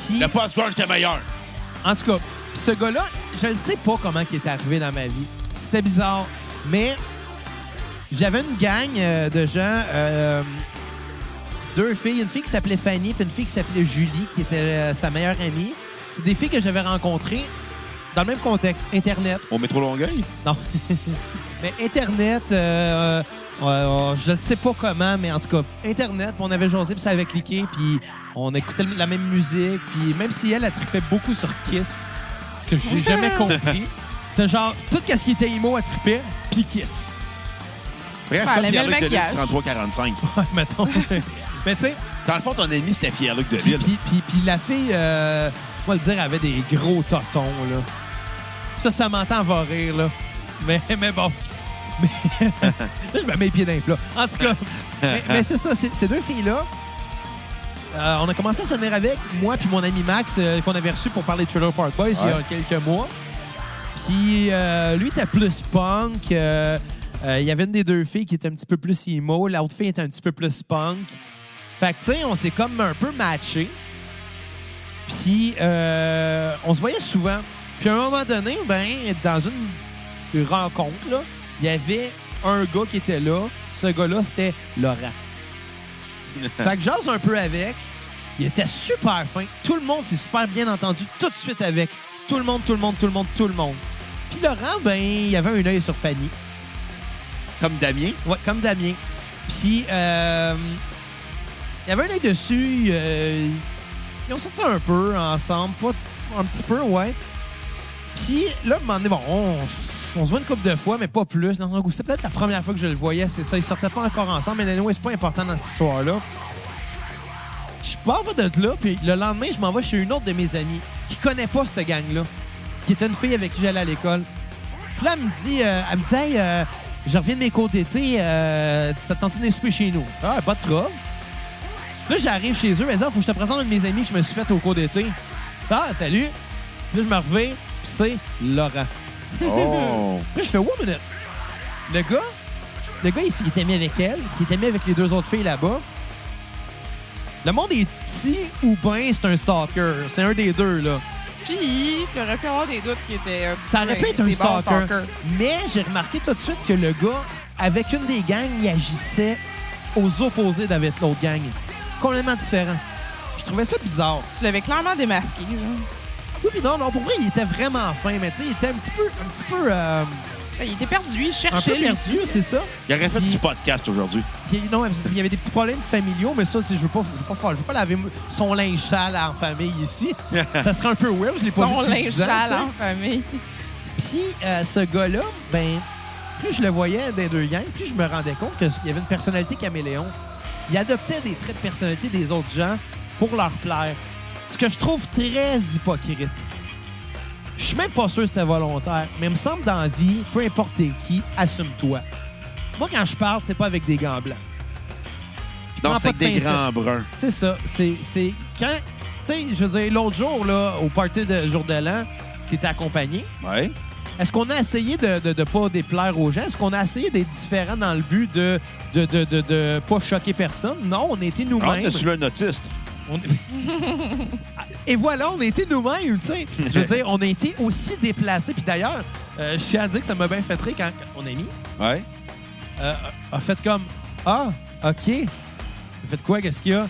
A: Puis,
C: Le post-grunge était meilleur.
A: en tout cas, puis ce gars-là, je ne sais pas comment il est arrivé dans ma vie. C'était bizarre. Mais j'avais une gang euh, de gens, euh, deux filles, une fille qui s'appelait Fanny puis une fille qui s'appelait Julie, qui était euh, sa meilleure amie. C'est des filles que j'avais rencontrées dans le même contexte, Internet.
C: Au métro Longueuil?
A: Non. mais Internet, euh, euh, euh, je ne sais pas comment, mais en tout cas, Internet, puis on avait jasé, puis ça avait cliqué, puis on écoutait la même musique, puis même si elle, elle tripait beaucoup sur Kiss, ce que j'ai jamais compris, c'était genre, tout ce qui était emo, elle trippait, puis Kiss.
C: Bref,
D: Ouais,
C: comme
D: elle aimait
C: Pierre-Luc
D: le
C: Delisle,
D: maquillage.
C: 33-45.
A: Ouais, mettons. mais tu sais,
C: Dans le fond, ton ami, c'était Pierre-Luc
A: puis,
C: Deville.
A: puis- puis- puis la fille, euh, on va le dire, avait des gros totons, là. Ça, ça m'entend va rire, là. Mais, mais bon. Mais- Là, je mets mes pieds dans les plats. En tout cas, mais, mais c'est ça, c'est- ces deux filles-là, euh, on a commencé à se tenir avec, moi puis mon ami Max, euh, qu'on avait reçu pour parler de Trailer Park Boys il y a
C: Ouais.
A: quelques mois. Puis euh, lui était plus punk. euh, euh, Il y avait une des deux filles qui était un petit peu plus emo. L'autre fille était un petit peu plus punk. Fait que, tu sais, on s'est comme un peu matchés. Puis, euh, on se voyait souvent. Puis, à un moment donné, ben, dans une rencontre, là, il y avait un gars qui était là. Ce gars-là, c'était Laurent. fait que j'ose un peu avec. Il était super fin. Tout le monde s'est super bien entendu tout de suite avec. Tout le monde, tout le monde, tout le monde, tout le monde. Puis Laurent, ben, il avait un œil sur Fanny.
C: Comme Damien.
A: Ouais, comme Damien. Puis, euh, il y avait un œil dessus. euh, ils ont sorti un peu ensemble. Pas t- un petit peu, ouais. Puis, là, à un moment donné, bon, on, on se voit une couple de fois, mais pas plus. Non, non, C'était peut-être la première fois que je le voyais, c'est ça. Ils sortaient pas encore ensemble, mais anyway, c'est pas important dans cette histoire-là. Je pars pas de là, puis le lendemain, je m'en vais chez une autre de mes amies qui connaît pas cette gang-là, qui était une fille avec qui j'allais à l'école. Puis là, elle me dit, euh, elle me dit, Hey, euh, je reviens de mes cours d'été, euh, ça te tente d'aller souper chez nous? Ah, pas de trouble. Puis Là, j'arrive chez eux, mais ça, faut que je te présente un de mes amis que je me suis fait au cours d'été. Ah, salut. Puis Là, je me reviens, puis c'est Laurent.
C: Oh.
A: Puis Là, je fais Wow minute. Le gars, le gars, il, s- il était mis avec elle, qui était mis avec les deux autres filles là-bas. Le monde est petit ou ben c'est un stalker. C'est un des deux, là.
D: Puis, tu aurais pu avoir des doutes qui étaient.
A: Ça aurait pu être un stalker. Mais j'ai remarqué tout de suite que le gars, avec une des gangs, il agissait aux opposés d'avec l'autre gang. Complètement différent. Je trouvais ça bizarre.
D: Tu l'avais clairement démasqué. genre.
A: Oui, puis non, non, pour vrai, il était vraiment fin, mais tu sais, il était un petit peu, un petit peu, euh,
D: Il était perdu, il
A: un
D: cherchait
A: peu
D: lui
A: perdu,
D: aussi.
A: c'est ça.
C: Il aurait fait
A: Puis-
C: du podcast aujourd'hui.
A: Puis non, il y avait des petits problèmes familiaux, mais ça, tu sais, je veux pas, je veux pas, faire- je veux pas laver son linge sale en famille ici. ça serait un peu weird, je l'ai pas vu
D: Son
A: depuis
D: linge
A: 10 ans,
D: sale
A: tu sais.
D: en famille.
A: Puis euh, ce gars-là, ben, plus je le voyais des deux gangs, plus je me rendais compte qu'il y avait une personnalité caméléon. Il adoptait des traits de personnalité des autres gens pour leur plaire. Ce que je trouve très hypocrite. Je suis même pas sûr que c'était volontaire, mais il me semble dans la vie, peu importe t'es qui, assume-toi. Moi, quand je parle, c'est pas avec des gants blancs. prends
C: Non,
A: pas
C: c'était
A: de
C: des
A: pincettes.
C: grands bruns.
A: C'est ça. C'est, c'est quand. Tu sais, je veux dire, l'autre jour, là, au party de jour de l'an, qui était accompagné,
C: Ouais.
A: est-ce qu'on a essayé de ne pas déplaire aux gens? Est-ce qu'on a essayé d'être différent dans le but de de, de, de- de pas choquer personne? Non, on a été
C: Ah,
A: nous-mêmes.
C: t'as suivi un autiste.
A: On- Et voilà, on a été nous-mêmes, tu sais. Je veux dire, on a été aussi déplacés. Puis d'ailleurs, euh, je tiens à dire que ça m'a bien fait rire quand mon ami
C: Ouais.
A: euh, a fait comme Ah, OK. J'ai fait quoi? Qu'est-ce qu'il y a?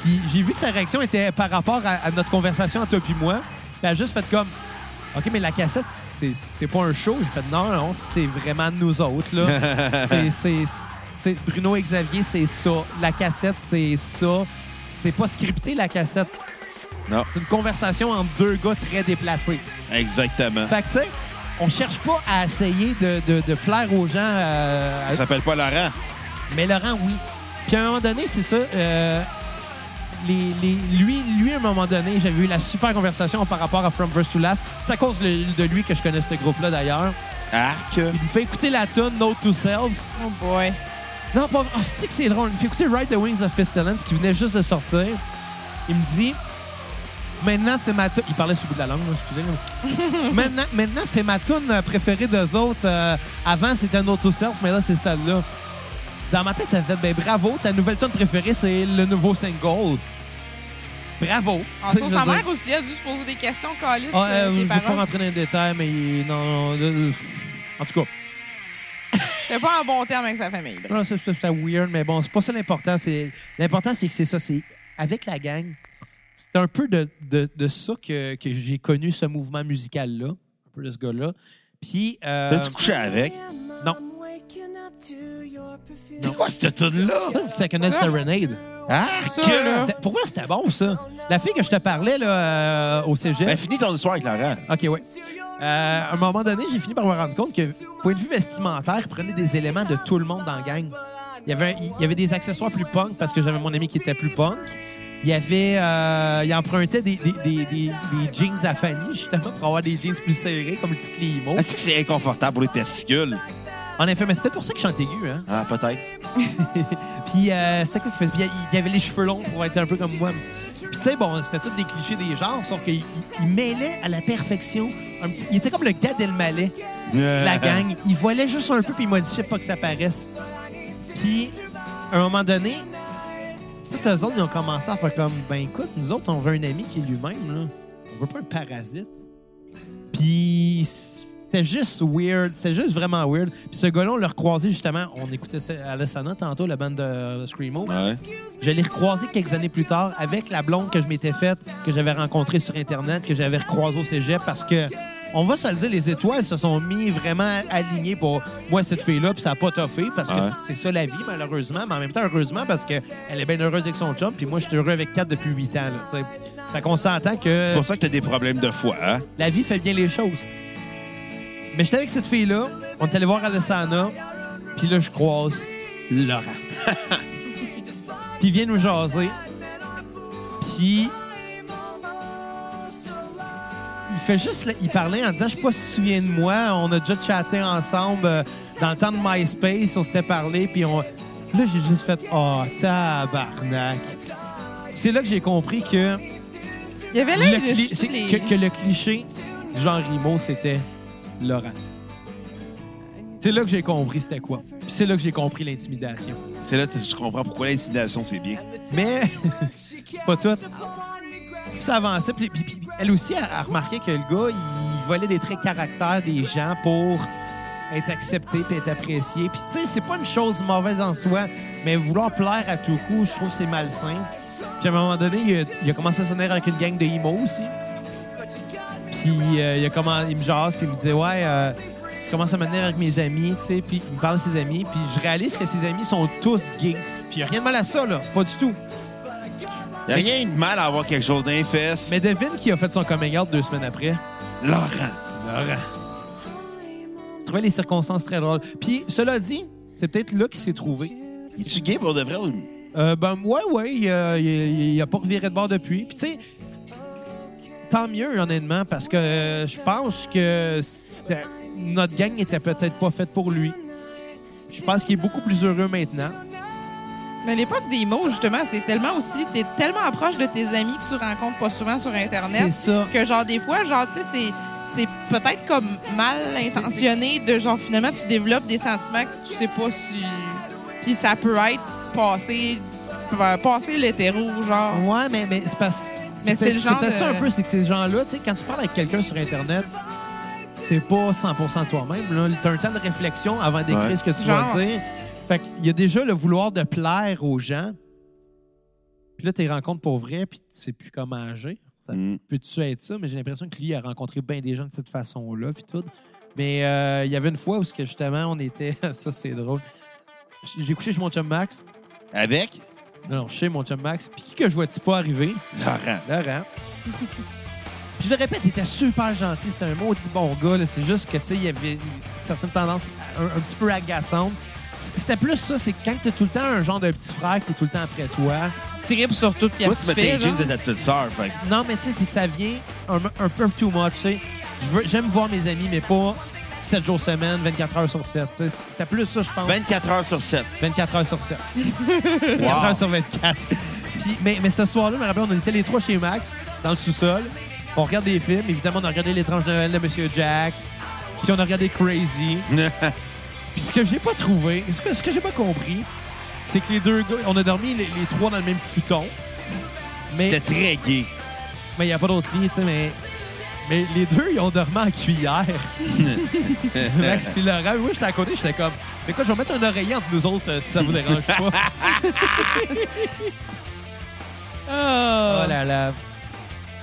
A: Puis j'ai vu que sa réaction était par rapport à, à notre conversation entre toi puis moi. Puis elle a juste fait comme OK, mais la cassette, c'est c'est pas un show. J'ai fait non, non, c'est vraiment nous autres. là. c'est, c'est- c'est- Bruno et Xavier, c'est ça. La cassette, c'est ça. C'est pas scripté, la cassette.
C: Non.
A: C'est une conversation entre deux gars très déplacés.
C: Exactement.
A: Fait que, tu sais, on cherche pas à essayer de, de- de plaire aux gens euh, à-
C: Ça s'appelle pas Laurent.
A: mais Laurent, oui. Puis à un moment donné, c'est ça. euh, les, les- lui, lui, à un moment donné, j'avais eu la super conversation par rapport à From First to Last. C'est à cause de, de lui que je connais ce groupe-là, d'ailleurs.
C: Arc.
A: Il nous fait écouter la tune Note to Self.
D: Oh boy.
A: Non, pas. Oh, c'est que c'est drôle. Il me fait écouter Ride the Wings of Pestilence qui venait juste de sortir. Il me dit Maintenant, c'est ma tune. Il parlait sur le bout de la langue, là, excusez maintenant, maintenant c'est ma tune préférée d'eux autres. Euh, avant, c'était un autre surf, mais là, c'est celle là Dans ma tête, ça fait ben, bravo, ta nouvelle tune préférée, c'est le nouveau single. Bravo.
D: En
A: Tu sais, je
D: sauce,
A: veux
D: Ah, sa
A: dire-
D: mère aussi a dû se poser des questions, Calis,
A: ah, euh, je
D: ses
A: vais pas
D: parents.
A: rentrer dans les détails, mais il- non, non, euh, en tout cas,
D: C'était pas en bon terme avec sa famille. là.
A: là, ça, je trouve ça weird, mais bon, c'est pas ça l'important. c'est- L'important, c'est que c'est ça. C'est avec la gang, c'est un peu de, de, de ça que, que j'ai connu ce mouvement musical-là, un peu de ce gars-là. Puis, euh,
C: T'as-tu couché avec?
A: Non.
C: C'est quoi cette tune-là?
A: ça, c'est Second Hand Serenade. Ah,
C: Arc!
D: Ça, là.
A: C'était- Pour moi, c'était bon, ça. La fille que je te parlais là, euh, au cégep.
C: Ben, finis ton histoire avec Laurent.
A: OK, ouais. Euh, à un moment donné, j'ai fini par me rendre compte que, point de vue vestimentaire, il prenait des éléments de tout le monde dans la gang. Il y avait, il y avait des accessoires plus punk parce que j'avais mon ami qui était plus punk. Il y avait, euh, il empruntait des, des, des, des- des jeans à Fanny, justement, pour avoir des jeans plus serrés, comme le petit Climo.
C: Est-ce que c'est inconfortable pour les testicules?
A: En effet, mais c'est peut-être pour ça que je chante aigu, hein.
C: Ah, peut-être.
A: Puis euh, c'était quoi qu'il faisait? Puis il y avait les cheveux longs pour être un peu comme moi. Puis tu sais, bon, c'était tous des clichés des genres, sauf qu'il il- il mêlait à la perfection un petit... Il était comme le gars d'Elmaleh.
C: Euh,
A: la gang. Il voilait juste un peu, puis il modifiait pas que ça paraisse. Puis, à un moment donné, toutes eux autres, ils ont commencé à faire comme, ben écoute, nous autres, on veut un ami qui est lui-même, là. On veut pas un parasite. Puis, c'était juste weird. C'était juste vraiment weird. Puis ce gars-là, on l'a recroisé, justement. On écoutait ça à la Sana tantôt, la bande de, de Screamo.
C: Ouais.
A: Je l'ai recroisé quelques années plus tard avec la blonde que je m'étais faite, que j'avais rencontrée sur Internet, que j'avais recroisée au cégep parce que, on va se le dire, les étoiles se sont mis vraiment alignées pour moi, cette fille-là, puis ça n'a pas toffé parce que
C: Ouais.
A: c'est ça la vie, malheureusement, mais en même temps, heureusement parce qu'elle est bien heureuse avec son chum, puis moi, je suis heureux avec 4 depuis 8 ans. Là, tu sais. fait qu'on s'entend que
C: C'est pour ça que t'as des problèmes de foie, hein?
A: la vie fait bien les choses. Mais j'étais avec cette fille-là, on est allé voir Alessandra, puis là, je croise Laurent. puis il vient nous jaser, puis il fait juste, il parlait en disant, je sais pas si tu te souviens de moi, on a déjà chatté ensemble euh, dans le temps de MySpace, on s'était parlé, puis on... Là, j'ai juste fait, oh, tabarnak. C'est là que j'ai compris que
D: Il y avait là
A: le
D: une
A: cli-
D: chute,
A: c'est
D: les-
A: que, que le cliché du genre Rimo, c'était Laurent. C'est là que j'ai compris c'était quoi. Puis c'est là que j'ai compris l'intimidation.
C: C'est là que tu comprends pourquoi l'intimidation, c'est bien.
A: Mais, pas tout. Puis ça avançait. Puis, puis- puis elle aussi a, a remarqué que le gars, il volait des traits de caractère des gens pour être accepté puis être apprécié. Puis tu sais, c'est pas une chose mauvaise en soi, mais vouloir plaire à tout coup, je trouve que c'est malsain. Puis à un moment donné, il a, il a commencé à sonner avec une gang de emo aussi. Puis euh, il, a commen- il me jase, puis il me disait, ouais, euh, je commence à me tenir avec mes amis, tu sais, puis il me parle de ses amis, puis je réalise que ses amis sont tous gays. Puis il n'y a rien de mal à ça, là, pas du tout.
C: Y a rien de mal à avoir quelque chose d'infeste.
A: Mais devine qui a fait son coming out deux semaines après.
C: Laurent.
A: Laurent. Je trouvais les circonstances très drôles. Puis, cela dit, c'est peut-être là qu'il s'est trouvé.
C: Es-tu gay pour de vrai ou...
A: Euh, ben, ouais, ouais, il a, il a- il a pas reviré de bord depuis. Puis, tu sais, tant mieux, honnêtement, parce que euh, je pense que c'était- notre gang était peut-être pas faite pour lui. Je pense qu'il est beaucoup plus heureux maintenant.
D: Mais l'époque des mots, justement, c'est tellement aussi. T'es tellement proche de tes amis que tu rencontres pas souvent sur
A: C'est
D: Internet
A: ça.
D: que, genre, des fois, genre, tu sais, c'est. C'est peut-être comme mal intentionné de genre finalement tu développes des sentiments que tu sais pas si. Puis ça peut être passé passer l'hétéro, genre.
A: Ouais, mais, mais c'est parce
D: Mais c'est le genre
A: peut-être
D: de-
A: ça un peu, c'est que ces gens-là, tu sais, quand tu parles avec quelqu'un sur Internet, t'es pas 100% toi-même. là. T'as un temps de réflexion avant d'écrire
C: Ouais.
A: ce que tu
D: Genre.
A: vas dire. Fait qu'il y a déjà le vouloir de plaire aux gens. Puis là, t'es rencontres pour vrai, puis tu sais plus comment agir. Ça
C: Mm.
A: peut-tu être ça? Mais j'ai l'impression que lui a rencontré bien des gens de cette façon-là, puis tout. Mais euh, il y avait une fois où, ce que justement, on était... ça, c'est drôle. J'ai couché chez mon chum Max.
C: Avec?
A: Non, non, chez mon chum Max. Puis qui que je vois-tu pas arriver?
C: Laurent.
A: Laurent. Puis je le répète, il était super gentil. C'était un maudit bon gars. là. C'est juste que, tu sais, il y avait une certaine tendance un, un petit peu agaçante. C'était plus ça, c'est que quand t'as tout le temps un genre de petit frère qui est tout le temps après toi.
D: Trip sur tout
C: Toi,
D: qu'est-ce
C: tu
D: que tu
C: mettais
D: fais,
C: les jeans
D: genre.
C: de ta petite sœur. Fait que
A: Non, mais tu sais, c'est que ça vient un, un peu too much, tu sais. Je veux- J'aime voir mes amis, mais pas 7 jours semaine, 24 heures sur 7. Tu sais, C'était plus ça, je pense.
C: 24 heures sur 7.
A: 24 heures sur 7. 24
C: Wow.
A: heures sur 24. Puis, mais, mais ce soir-là, je me rappelle, on était les trois chez Max, dans le sous-sol. On regarde des films. Évidemment, on a regardé L'étrange Noël de Monsieur Jack. Puis on a regardé Crazy. Puis ce que j'ai pas trouvé, ce que, ce que j'ai pas compris, c'est que les deux gars, on a dormi les, les trois dans le même futon. Mais
C: C'était très gay.
A: mais il n'y a pas d'autre lit, tu sais, mais. Mais les deux, ils ont dormi en cuillère. Max puis Laurent. Oui, j'étais à côté, j'étais comme. Mais quoi, je vais mettre un oreiller entre nous autres euh, si ça vous dérange pas.
D: Ah.
A: oh là là.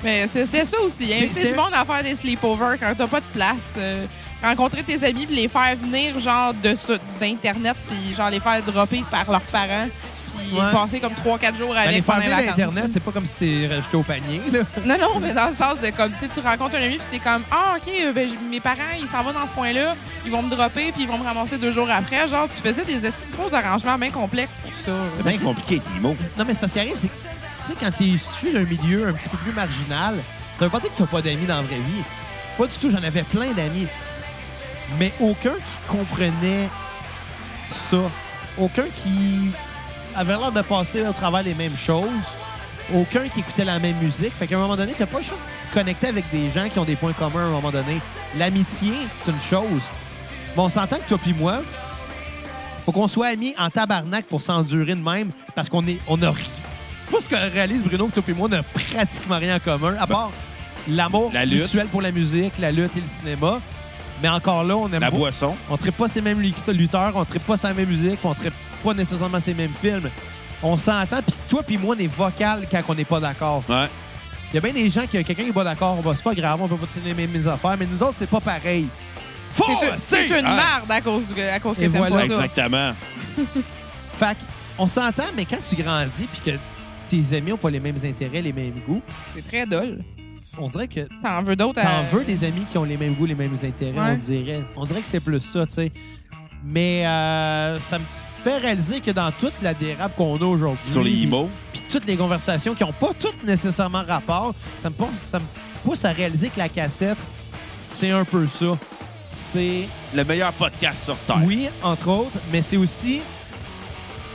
D: Mais c'est- c'était ça aussi.
A: C'est-
D: Inviter
A: c'est-
D: du monde à faire des sleepovers quand t'as pas de place. euh, rencontrer tes amis puis les faire venir genre de ce- d'Internet puis genre les faire dropper par leurs parents puis
A: Ouais.
D: passer comme 3-4 jours
A: Ben, les
D: avec pendant les
A: fermiers
D: vacances.
A: d'Internet, c'est pas comme si t'es rajouté au panier, là.
D: Non, non, mais dans le sens de comme, tu sais, tu rencontres un ami puis t'es comme, ah, OK, euh, ben, j- mes parents, ils s'en vont dans ce point-là, ils vont me dropper puis ils vont me ramasser deux jours après. Genre, tu faisais des esti de gros arrangements bien complexes pour ça.
C: C'est bien compliqué avec les mots.
A: Non, mais c'est parce qu'il arrive, c'est que, tu sais, quand t'es issu d'un milieu un petit peu plus marginal, ça veut pas dire que t'as pas d'amis dans la vraie vie. Pas du tout, j'en avais plein d'amis. Mais aucun qui comprenait ça. Aucun qui avait l'air de passer au travers les mêmes choses. Aucun qui écoutait la même musique. Fait qu'à un moment donné, t'as pas le choix de connecter avec des gens qui ont des points communs à un moment donné. L'amitié, c'est une chose. Mais on s'entend que toi puis moi, faut qu'on soit amis en tabarnak pour s'endurer de même parce qu'on est on a rien. Moi, ce que réalise Bruno, que toi et moi, on n'a pratiquement rien en commun, à part l'amour
C: la lutte.
A: mutuel pour la musique, la lutte et le cinéma. Mais encore là, on aime
C: La
A: beau-
C: boisson.
A: on ne pas ces mêmes lutteurs, on ne pas sa même musique, on ne pas nécessairement ces mêmes films. On s'entend, puis toi puis moi, on est vocal quand on n'est pas d'accord.
C: Ouais.
A: Il y a bien des gens qui, quelqu'un qui est pas d'accord, on va c'est pas grave, on peut pas tenir les mêmes affaires, mais nous autres, c'est pas pareil.
C: Faut!
D: C'est une- C'est une
C: Ah,
D: merde à cause, du- à cause que
A: Et
D: t'aimes
A: voilà.
D: pas ça.
C: Exactement.
A: Fait que, on s'entend, mais quand tu grandis puis que tes amis ont pas les mêmes intérêts, les mêmes goûts,
D: C'est très dole.
A: on dirait que
D: T'en veux d'autres à...
A: T'en veux des amis qui ont les mêmes goûts, les mêmes intérêts,
D: Ben. Ouais.
A: on dirait. On dirait que c'est plus ça, tu sais. Mais euh, ça me fait réaliser que dans toute la dérape qu'on a aujourd'hui,
C: Sur les IMO.
A: puis toutes les conversations qui n'ont pas toutes nécessairement rapport, ça me, pousse, ça me pousse à réaliser que la cassette, c'est un peu ça. C'est,
C: Le meilleur podcast sur Terre.
A: oui, entre autres, mais c'est aussi,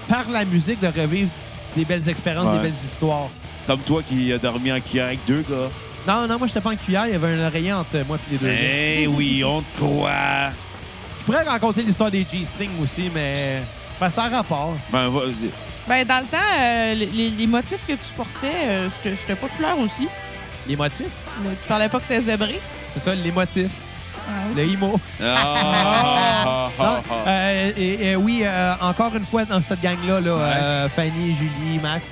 A: par la musique, de revivre des belles expériences,
C: Ouais.
A: des belles histoires.
C: Comme toi qui a dormi en cuillère avec deux gars.
A: Non, non, moi, j'étais pas en cuillère, il y avait un oreiller entre moi et les deux. gars.
C: Eh oui, on te croit.
A: Je pourrais raconter l'histoire des G-strings aussi, mais ben, ça a rapport.
C: Ben, vas-y.
D: Ben, dans le temps, euh, les, les motifs que tu portais, euh, c'était c'était pas couleur aussi.
A: Les motifs,
D: Mais Tu parlais pas que c'était zébré.
A: c'est ça, les motifs,
D: Ah,
A: le IMO.
C: Ah, ah, ah,
A: Non,
C: ah.
A: euh, et, et oui, euh, encore une fois, dans cette gang-là, là, euh, Fanny, Julie, Max,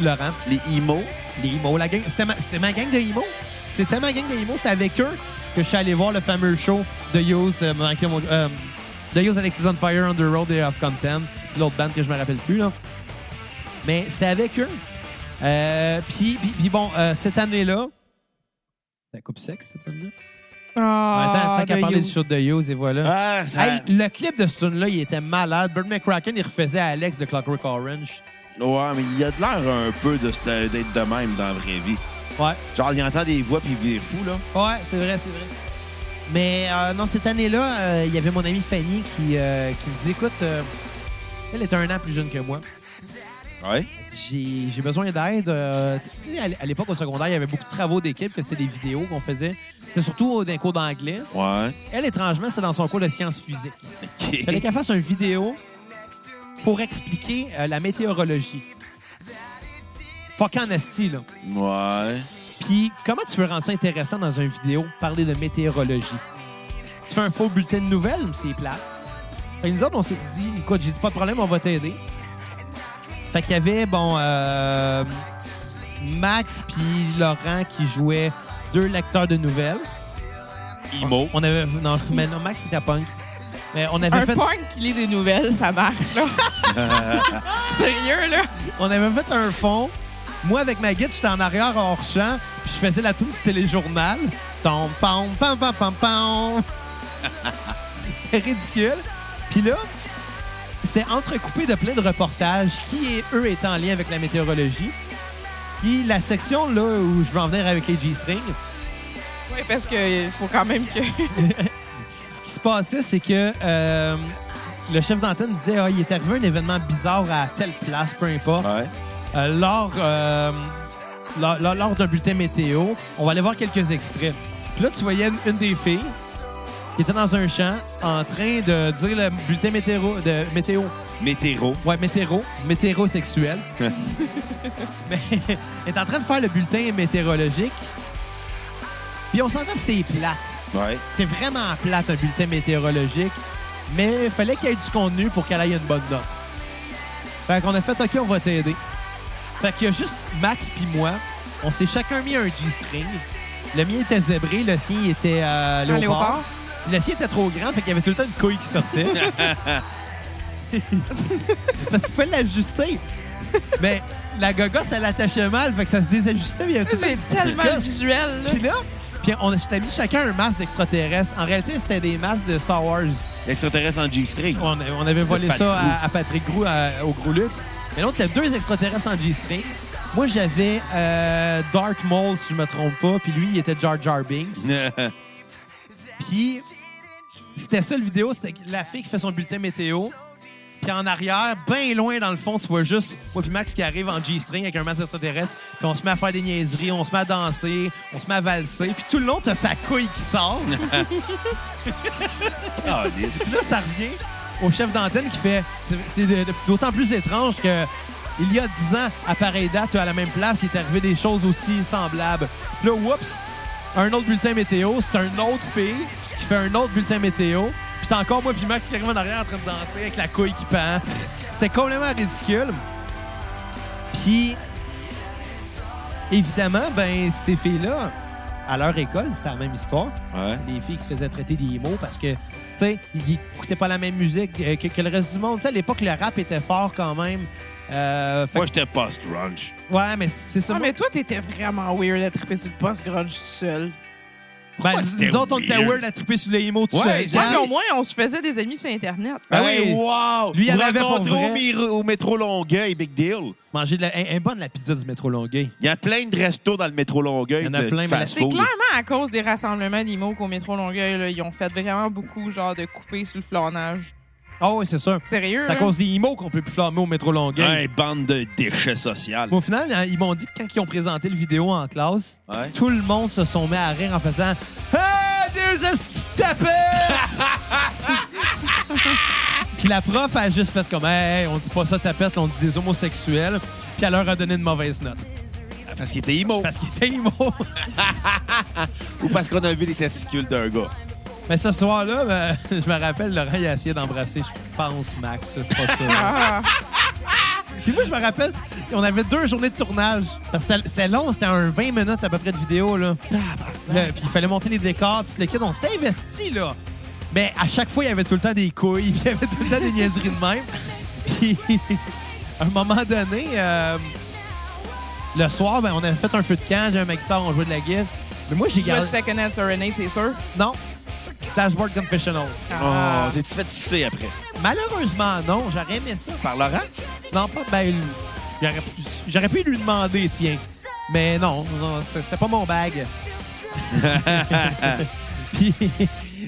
A: Laurent,
C: Les IMO.
A: les IMO. La gang, c'était, ma, c'était ma gang de IMO. C'était ma gang de IMO. C'était avec eux que je suis allé voir le fameux show de Yos, de, Michael Mo- euh, de Yos Alexis on Fire, On the Road et Off Content, l'autre band que je me rappelle plus. là. Mais c'était avec eux. Euh, Puis puis- puis bon, euh, cette année-là, la coupe sexe, cette année-là?
D: Ah,
A: Attends, attends qu'à
D: ben,
A: parler du show de Hughes, et voilà.
C: Ah, ça-
A: Hey, le clip de ce tune-là, il était malade. Bird McCracken, il refaisait à Alex de Clockwork Orange.
C: Ouais, mais il a de l'air un peu de ce- d'être de même dans la vraie vie.
A: Ouais.
C: Genre, il entend des voix puis il est fou, là.
A: Ouais, c'est vrai, c'est vrai. Mais euh, non, cette année-là, euh, il y avait mon amie Fanny qui, euh, qui me dit Écoute, euh, elle était un an plus jeune que moi.
C: Ouais.
A: J'ai j'ai besoin d'aide. euh, tu sais, à l- à l'époque, au secondaire, il y avait beaucoup de travaux d'équipe, que c'était des vidéos qu'on faisait. C'était surtout d'un cours d'anglais.
C: Ouais.
A: Elle, étrangement, c'est dans son cours de sciences physiques. Il fallait
C: OK.
A: qu'elle fasse une vidéo pour expliquer euh, la météorologie. Fuck en esti, là.
C: Ouais.
A: Puis, comment tu veux rendre ça intéressant dans une vidéo, parler de météorologie? Tu fais un faux bulletin de nouvelles, mais c'est plat. Fait que nous autres, on s'est dit, écoute, j'ai dit pas de problème, on va t'aider. Fait qu'il y avait, bon, euh, Max puis Laurent qui jouaient deux lecteurs de nouvelles.
C: IMO.
A: On avait. Non, mais non, Max était punk. Mais on avait
D: Un
A: fait.
D: punk qui lit des nouvelles, ça marche, là. Sérieux, là?
A: on avait fait un fond. Moi, avec ma guide, j'étais en arrière hors champ, puis je faisais la tour du téléjournal. Tom, pam, pam, pam, pam, pam. C'était ridicule. Puis là, c'était entrecoupé de plein de reportages qui, et- eux, étaient en lien avec la météorologie. Puis la section, là, où je vais en venir avec les G-strings,
D: euh, Oui, parce qu'il faut quand même que...
A: ce qui se passait, c'est que euh, le chef d'antenne disait Ah, il est arrivé un événement bizarre à telle place, peu importe.
C: Ouais.
A: Euh, lors euh, lors, lors- lors d'un bulletin météo, on va aller voir quelques extraits. Puis là, tu voyais une, une des filles qui était dans un champ en train de dire le bulletin météo. De, météo.
C: Météro.
A: Ouais, météro. Métérosexuel. Mais elle est en train de faire le bulletin météorologique. Puis on s'entend que c'est plate.
C: ouais.
A: C'est vraiment plate, un bulletin météorologique. Mais il fallait qu'il y ait du contenu pour qu'elle aille une bonne note. Fait qu'on a fait OK, on va t'aider. Fait que juste Max puis moi, on s'est chacun mis un G-string. Le mien était zébré, le sien il était euh, léopard.
D: léopard.
A: Le sien était trop grand, fait qu'il y avait tout le temps une couille qui sortait. Parce qu'il fallait l'ajuster. Mais la gogosse, elle attachait mal, fait que ça se désajustait. mais il y avait tout le temps
D: C'est
A: une
D: tellement
A: gosse.
D: visuel. là.
A: Puis là, puis on a, je t'ai mis chacun un masque d'extraterrestre. En réalité, c'était des masques de Star Wars.
C: Extraterrestre en G-string.
A: On, a- on avait volé
C: Patrick
A: ça
C: Grou.
A: à, à Patrick Grou à- au Grou Luxe. Mais l'autre, t'avais deux extraterrestres en G-string. Moi, j'avais euh, Darth Maul, si je me trompe pas. Puis lui, il était Jar Jar Binks. Puis c'était ça, le vidéo. C'était la fille qui fait son bulletin météo. Puis en arrière, bien loin dans le fond, tu vois juste moi puis Max qui arrive en G-string avec un masque extraterrestre. Puis on se met à faire des niaiseries, on se met à danser, on se met à valser. Puis tout le long, t'as sa couille qui sort.
C: Ah, lisse.
A: Puis là, ça revient au chef d'antenne qui fait. c'est- C'est de- de- d'autant plus étrange que. Il y a 10 ans, à pareille date, à la même place, il est arrivé des choses aussi semblables. Puis là, whoops, un autre bulletin météo, c'est un autre fille qui fait un autre bulletin météo. Puis c'est encore moi puis Max qui arrive en arrière en train de danser avec la couille qui pend. C'était complètement ridicule. Puis, évidemment, ben ces filles-là, à leur école, c'était la même histoire
C: Ouais.
A: des filles qui se faisaient traiter des mots parce que, tu sais, ils écoutaient pas la même musique euh, que, que le reste du monde. Tu sais, à l'époque, le rap était fort quand même. Euh, fait
C: Moi, j'étais pas grunge.
A: que- ouais, mais c'est ça.
D: Ah,
A: moi-
D: mais toi, t'étais vraiment weird à triper sur le poste grunge tout seul.
A: ben,
C: pourquoi
A: nous
C: c'était
A: autres, on était
C: weird?
A: weird à triper sur les mots tout
C: Ouais,
A: seul.
C: exact.
D: Moi,
C: Ouais.
D: mais au moins, on se faisait des amis sur Internet.
A: Ah
C: Hey,
A: oui.
C: wow!
A: Lui, il
C: Vous
A: en avait pour
C: rencontrez
A: vrai.
C: au, mi- au métro Longueuil, big deal.
A: Manger de la, un, un bonne la pizza du métro Longueuil.
C: Il y a plein de restos dans le métro Longueuil.
A: Il y en a
C: de
A: plein, mais
C: fast
D: C'est
C: food.
D: clairement à cause des rassemblements d'IMO qu'au métro Longueuil, là, ils ont fait vraiment beaucoup, genre, de couper sur le flanage.
A: Ah oui, c'est sûr.
D: Sérieux,
A: C'est à
D: là?
A: cause des IMO qu'on peut plus flammer au métro Longueuil.
C: Hey, bande de déchets sociaux.
A: Mais Au final, hein, ils m'ont dit que quand ils ont présenté le vidéo en classe,
C: Ouais.
A: tout le monde se sont mis à rire en faisant Hey, there's a tapette! Puis la prof a juste fait comme Hey, on dit pas ça tapette, on dit des homosexuels. Puis elle leur a donné une mauvaise note.
C: Parce qu'il était immo.
A: Parce qu'ils étaient immo.
C: Ou parce qu'on a vu les testicules d'un gars.
A: Mais ce soir-là, ben, je me rappelle, Laurent, il a essayé d'embrasser, je pense, Max. Je suis pas sûr.
D: Ah,
A: Puis moi, je me rappelle, on avait deux journées de tournage. Parce que c'était- c'était long, c'était un 20 minutes à peu près de vidéo, là. Là, Puis il fallait monter les décors, puis le kid, on s'était investi, là. Mais à chaque fois, il y avait tout le temps des couilles, puis il y avait tout le temps des niaiseries de même. Puis à un moment donné, euh, le soir, ben, on avait fait un feu de camp, j'avais ma guitare, on jouait de la guitare. Mais moi, j'ai
D: tu vas
A: gardé.
D: Second Hand Serenade, c'est sûr.
A: Non, c'était Ashford Confessionals.
D: Ah.
C: Oh, t'es-tu fait tisser après?
A: Malheureusement, non, j'aurais aimé ça.
C: Par Laurent?
A: Non, pas ben, j'aurais pu- J'aurais pu lui demander, tiens. Mais non, non, c'était pas mon bag. Puis,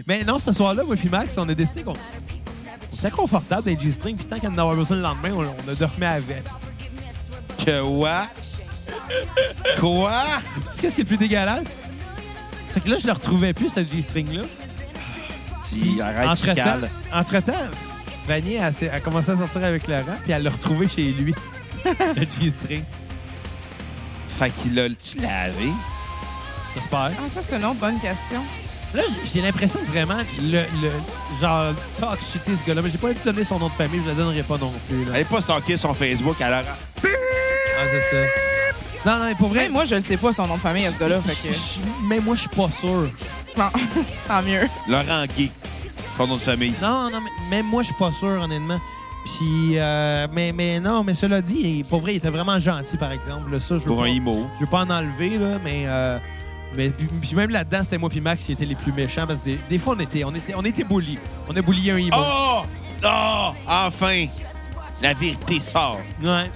A: mais non, ce soir-là, moi puis Max, on a décidé qu'on on était confortable dans les G-string, puis tant qu'à en avoir besoin le lendemain, on, on a dormi avec.
C: Que quoi? quoi?
A: Puis, tu sais qu'est-ce qui est le plus dégueulasse? C'est que là, je le retrouvais plus, ce G-string-là.
C: Puis arrête, tu
A: Entre-temps,
C: cales.
A: entre-temps, Vanier elle s'est- a, commencé à sortir avec Laurent, puis elle l'a retrouvé chez lui, le G-string.
C: Fait qu'il a tu lavé.
A: J'espère.
D: Ah, ça, c'est une autre bonne question.
A: Là, j- j'ai l'impression que vraiment, le, le genre, talk shité ce gars-là, mais j'ai pas envie de donner son nom de famille, je le donnerai pas non plus. Là.
C: Allez pas stalker son Facebook à Laurent.
A: Ah, c'est ça. Non, non, mais pour vrai,
D: Même moi, je le sais pas, son nom de famille, à ce gars-là. Fait que...
A: je- mais moi, je suis pas sûr.
D: Non, tant mieux.
C: Laurent Guy. Son nom de famille.
A: Non, non, mais même moi, je suis pas sûr, honnêtement. Puis, euh, mais, mais non, mais cela dit, il- pour vrai, il était vraiment gentil, par exemple. là, ça, je veux
C: Pour
A: pas-
C: un IMO.
A: Je veux pas en enlever, là, mais. euh, mais puis, puis même là-dedans, c'était moi puis Max qui étaient les plus méchants parce que des, des fois, on était, on était, on était bullies. On a bullié un emo.
C: Oh! Oh! Enfin! La vérité sort.
A: Ouais.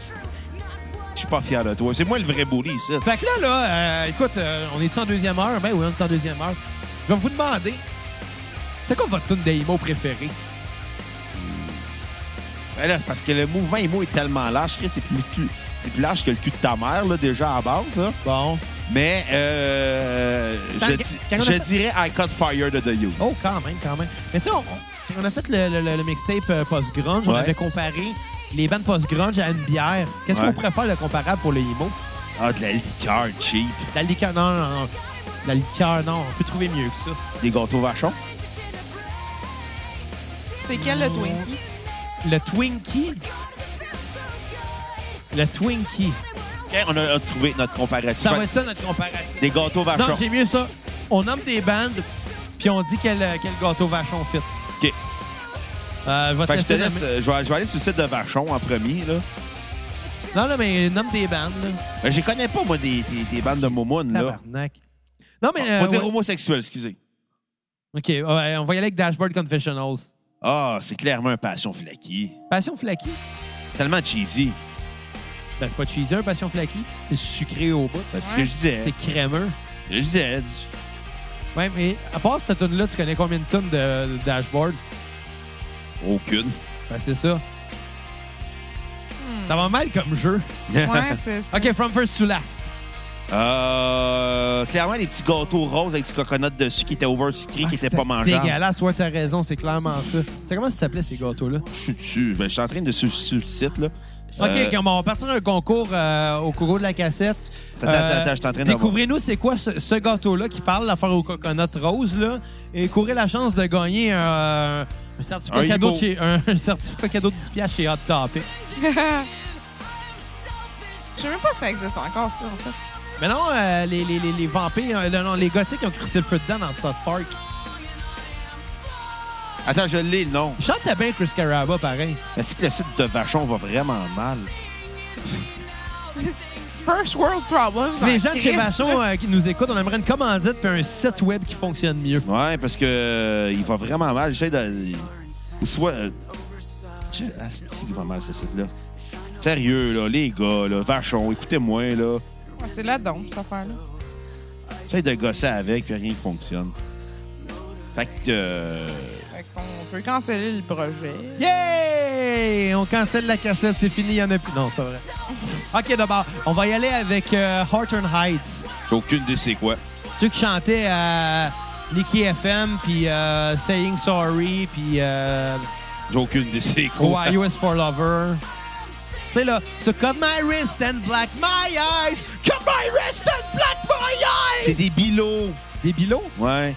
C: Je suis pas fier de toi. C'est moi le vrai bully, ça.
A: Fait que là, là, euh, écoute, euh, on est-tu en deuxième heure? Ben oui, on est en deuxième heure. Je vais vous demander, C'est quoi votre tune d'Emo préférée?
C: Ben là, parce que le mouvement émo est tellement large, Chris, c'est plus, cul- c'est plus large que le cul de ta mère, là, déjà à base. là.
A: Bon.
C: Mais euh,
A: Quand-
C: je, di-
A: quand on a
C: je
A: fait-
C: dirais I Cut Fire de The Youth.
A: Oh, quand même, quand même. Mais tu sais, on, on- on a fait le, le- le- le mixtape euh, post-grunge. On
C: Ouais.
A: avait comparé les bandes post-grunge à une bière. Qu'est-ce
C: Ouais.
A: qu'on pourrait faire le comparable pour le Emo?
C: Ah, de la liqueur cheap.
A: De La liqueur, non, non, non. De La liqueur, non. On peut trouver mieux que ça.
C: Des gâteaux vachons.
D: C'est quel le Twinkie?
A: Le Twinkie. Le Twinkie.
C: OK, on a, a trouvé notre comparatif.
A: Ça va être ça, notre comparatif.
C: Des gâteaux
A: Non,
C: vachons.
A: j'ai mieux ça. On nomme des bandes, puis on dit quel, euh, quel gâteau vachon fit.
C: OK.
A: Euh, je vais te
C: Fait que je, te
A: laisser
C: laisse,
A: nommer-
C: euh, je vais, je vais aller sur le site de Vachon en premier. Là. euh,
A: Non, non, mais nomme des bandes, là.
C: Ben, je connais pas, moi, des, des, des bandes de momounes. Là.
A: Tabarnak. Non, mais.
C: Faut
A: euh,
C: dire
A: ouais.
C: homosexuel, excusez.
A: OK, ouais, on va y aller avec Dashboard Confessionals.
C: Ah, c'est clairement un passion flaky.
A: Passion flaky?
C: Tellement cheesy.
A: Ben, c'est pas cheesy, un passion flaky. C'est sucré au bout.
C: Ben, C'est ce
D: Ouais.
C: que je disais.
A: C'est crémeux.
C: Je disais. du-
A: Ouais, mais à part cette tune là tu connais combien de tonnes de, de Dashboard?
C: Aucune.
A: Ben, c'est ça. Ça va mal comme jeu.
D: Ouais, c'est ça.
A: OK, From First to Last.
C: Euh, clairement, les petits gâteaux roses avec du coconut dessus qui étaient over-sucrés, qui n'étaient
A: Ah, c'est
C: pas mangeables.
A: Dégueulasse, ouais, t'as raison, c'est clairement ça. C'est comment ça s'appelait, ces gâteaux-là?
C: Je suis dessus. Ben, je suis en train de sur, sur le site. Là.
A: OK, comme on va partir un concours euh, au concours de la cassette. Euh,
C: Attends, attends, attends, je suis en train d'avoir-
A: Découvrez-nous c'est quoi ce, ce gâteau-là qui parle, l'affaire au coconut rose, là, et courez la chance de gagner un, un certificat,
C: Un
A: cadeau de
C: Imo.
A: chez, un certificat cadeau de 10 piastres chez Hot Topic.
D: Je sais même pas si ça existe encore, ça, en fait.
A: Mais non, euh, les, les, les, les vampires, euh, non, les gothiques, ils ont crissé le feu dedans dans South Park.
C: Attends, je l'ai, le nom.
A: Il Chantait bien Chris Caraba, pareil.
C: Est-ce que le site de Vachon va vraiment mal?
D: First World Problems.
A: Si les
D: en
A: gens de chez
D: crise.
A: Vachon euh, qui nous écoutent, on aimerait une commandite puis un site web qui fonctionne mieux.
C: Ouais, parce que euh, il va vraiment mal. J'essaie de. Ou soit. euh, je- Ah, c'est qu'il va mal ce site-là. Sérieux, là, les gars, là, Vachon, écoutez-moi, là.
D: Ouais, C'est la dompe, cette affaire-là.
C: J'essaie de gosser avec, puis rien qui fonctionne. Fait que. euh,
D: Fait qu'on peut canceller le projet.
A: Yay! On cancelle la cassette, c'est fini, il n'y en a plus. Non, c'est pas vrai. OK, d'abord, on va y aller avec euh, Heart and Heights.
C: j'ai aucune idée c'est quoi.
A: Ceux qui chantaient à Nicky FM, puis euh, Saying Sorry, puis euh,
C: J'ai aucune idée c'est quoi.
A: Why You Is For Lover. Tu sais, là, so cut my wrist and black my eyes. Cut my wrist and black my
C: C'est
A: eyes.
C: des bilots.
A: Des bilots?
C: Ouais.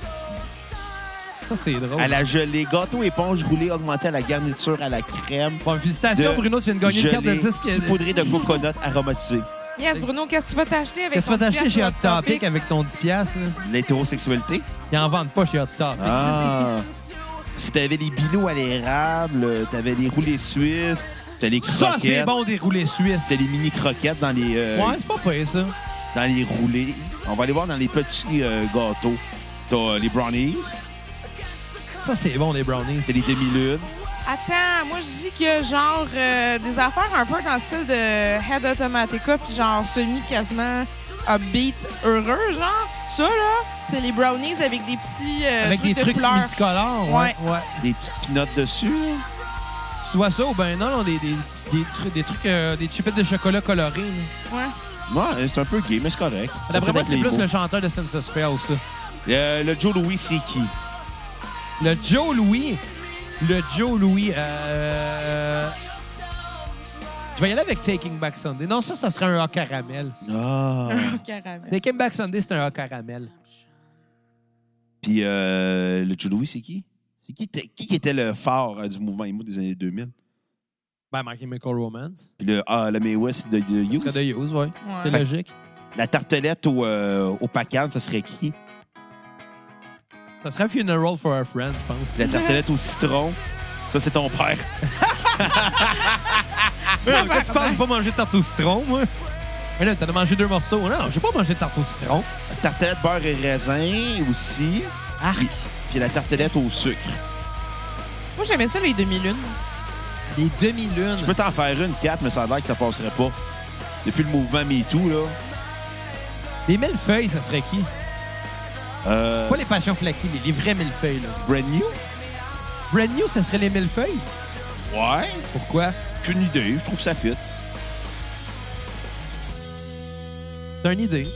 A: Ça, c'est drôle.
C: À la gelée. Gâteau éponge roulé augmenté à la garniture à la crème.
A: Bon, félicitations,
C: De
A: Bruno, tu viens de gagner une carte de
C: gelée
A: disque.
C: saupoudrée de coconut aromatisé.
D: Yes, Bruno, qu'est-ce que tu vas t'acheter avec
A: Qu'est-ce que tu vas
D: ton
A: t'acheter chez Hot
D: pièce sur
A: Topic avec ton 10$? piastres, Là?
C: L'hétérosexualité.
A: Ils en vendent pas chez Hot Topic.
C: Ah! Parce que t'avais des bilots à l'érable, euh, t'avais des roulés suisses, t'as les
A: Ça, c'est
C: croquettes,
A: bon des roulés suisses.
C: t'as les mini croquettes dans les euh,
A: Ouais, c'est pas pire, ça.
C: dans les roulés. On va aller voir dans les petits euh, gâteaux. T'as euh, les brownies,
A: Ça, c'est bon, les brownies.
C: t'as les demi-lunes.
D: Attends, moi, je dis que, genre, euh, des affaires un peu dans le style de Head Automatica, puis genre semi-quasiment upbeat heureux, genre, ça, là, c'est les brownies avec des petits euh,
A: Avec des
D: de
A: trucs
D: couleurs.
A: multicolores. Ouais. ouais.
C: des petites pinottes dessus.
A: Tu vois ça ou ben non, non, des, des, des trucs, des trucs, euh, des chipettes de chocolat colorées. là.
D: Ouais.
C: Ouais, c'est un peu gay, mais c'est correct. Ça
A: D'après
C: fait
A: moi,
C: avec
A: c'est
C: les
A: plus
C: beaux.
A: le chanteur de Census Fail, ça.
C: Euh, le Joe Louis, c'est qui?
A: Le Joe Louis. Le Joe Louis. Euh... Je vais y aller avec Taking Back Sunday. Non, ça, ça serait un A caramel.
C: Ah!
D: Caramel.
A: Taking Back Sunday, c'est un A caramel.
C: Puis euh, le Joe Louis, c'est qui? C'est qui, était- qui qui était le phare euh, du mouvement emo des années 2000?
A: Ben, My Chemical Romance.
C: Puis le, ah, le Mae West de, de
A: C'est
C: Youth.
A: de use, ouais. C'est
D: Ouais.
A: logique.
C: La tartelette au, euh, au pacan, ça serait qui?
A: Ça serait Funeral for a Friend, je pense.
C: La tartelette au citron, ça c'est ton père.
A: Mais non, quand tu parles de pas manger de tarte au citron, moi. Mais là, t'en as mangé deux morceaux. Non, j'ai pas mangé de tarte au citron.
C: La tartelette beurre et raisin aussi.
A: Arc.
C: Puis, puis la tartelette au sucre.
D: Moi, j'aimais ça, les demi-lunes.
A: Les demi-lunes.
C: Je peux t'en faire une, quatre, mais ça a l'air que ça passerait pas. Depuis le mouvement MeToo, là.
A: Les mille feuilles, ça serait qui?
C: Euh,
A: Pas les passions flaquées, mais les vrais millefeuilles. Là.
C: brand new?
A: Brand new, ça serait les millefeuilles.
C: Ouais.
A: Pourquoi?
C: Qu'une idée, je trouve ça fit.
A: C'est une idée.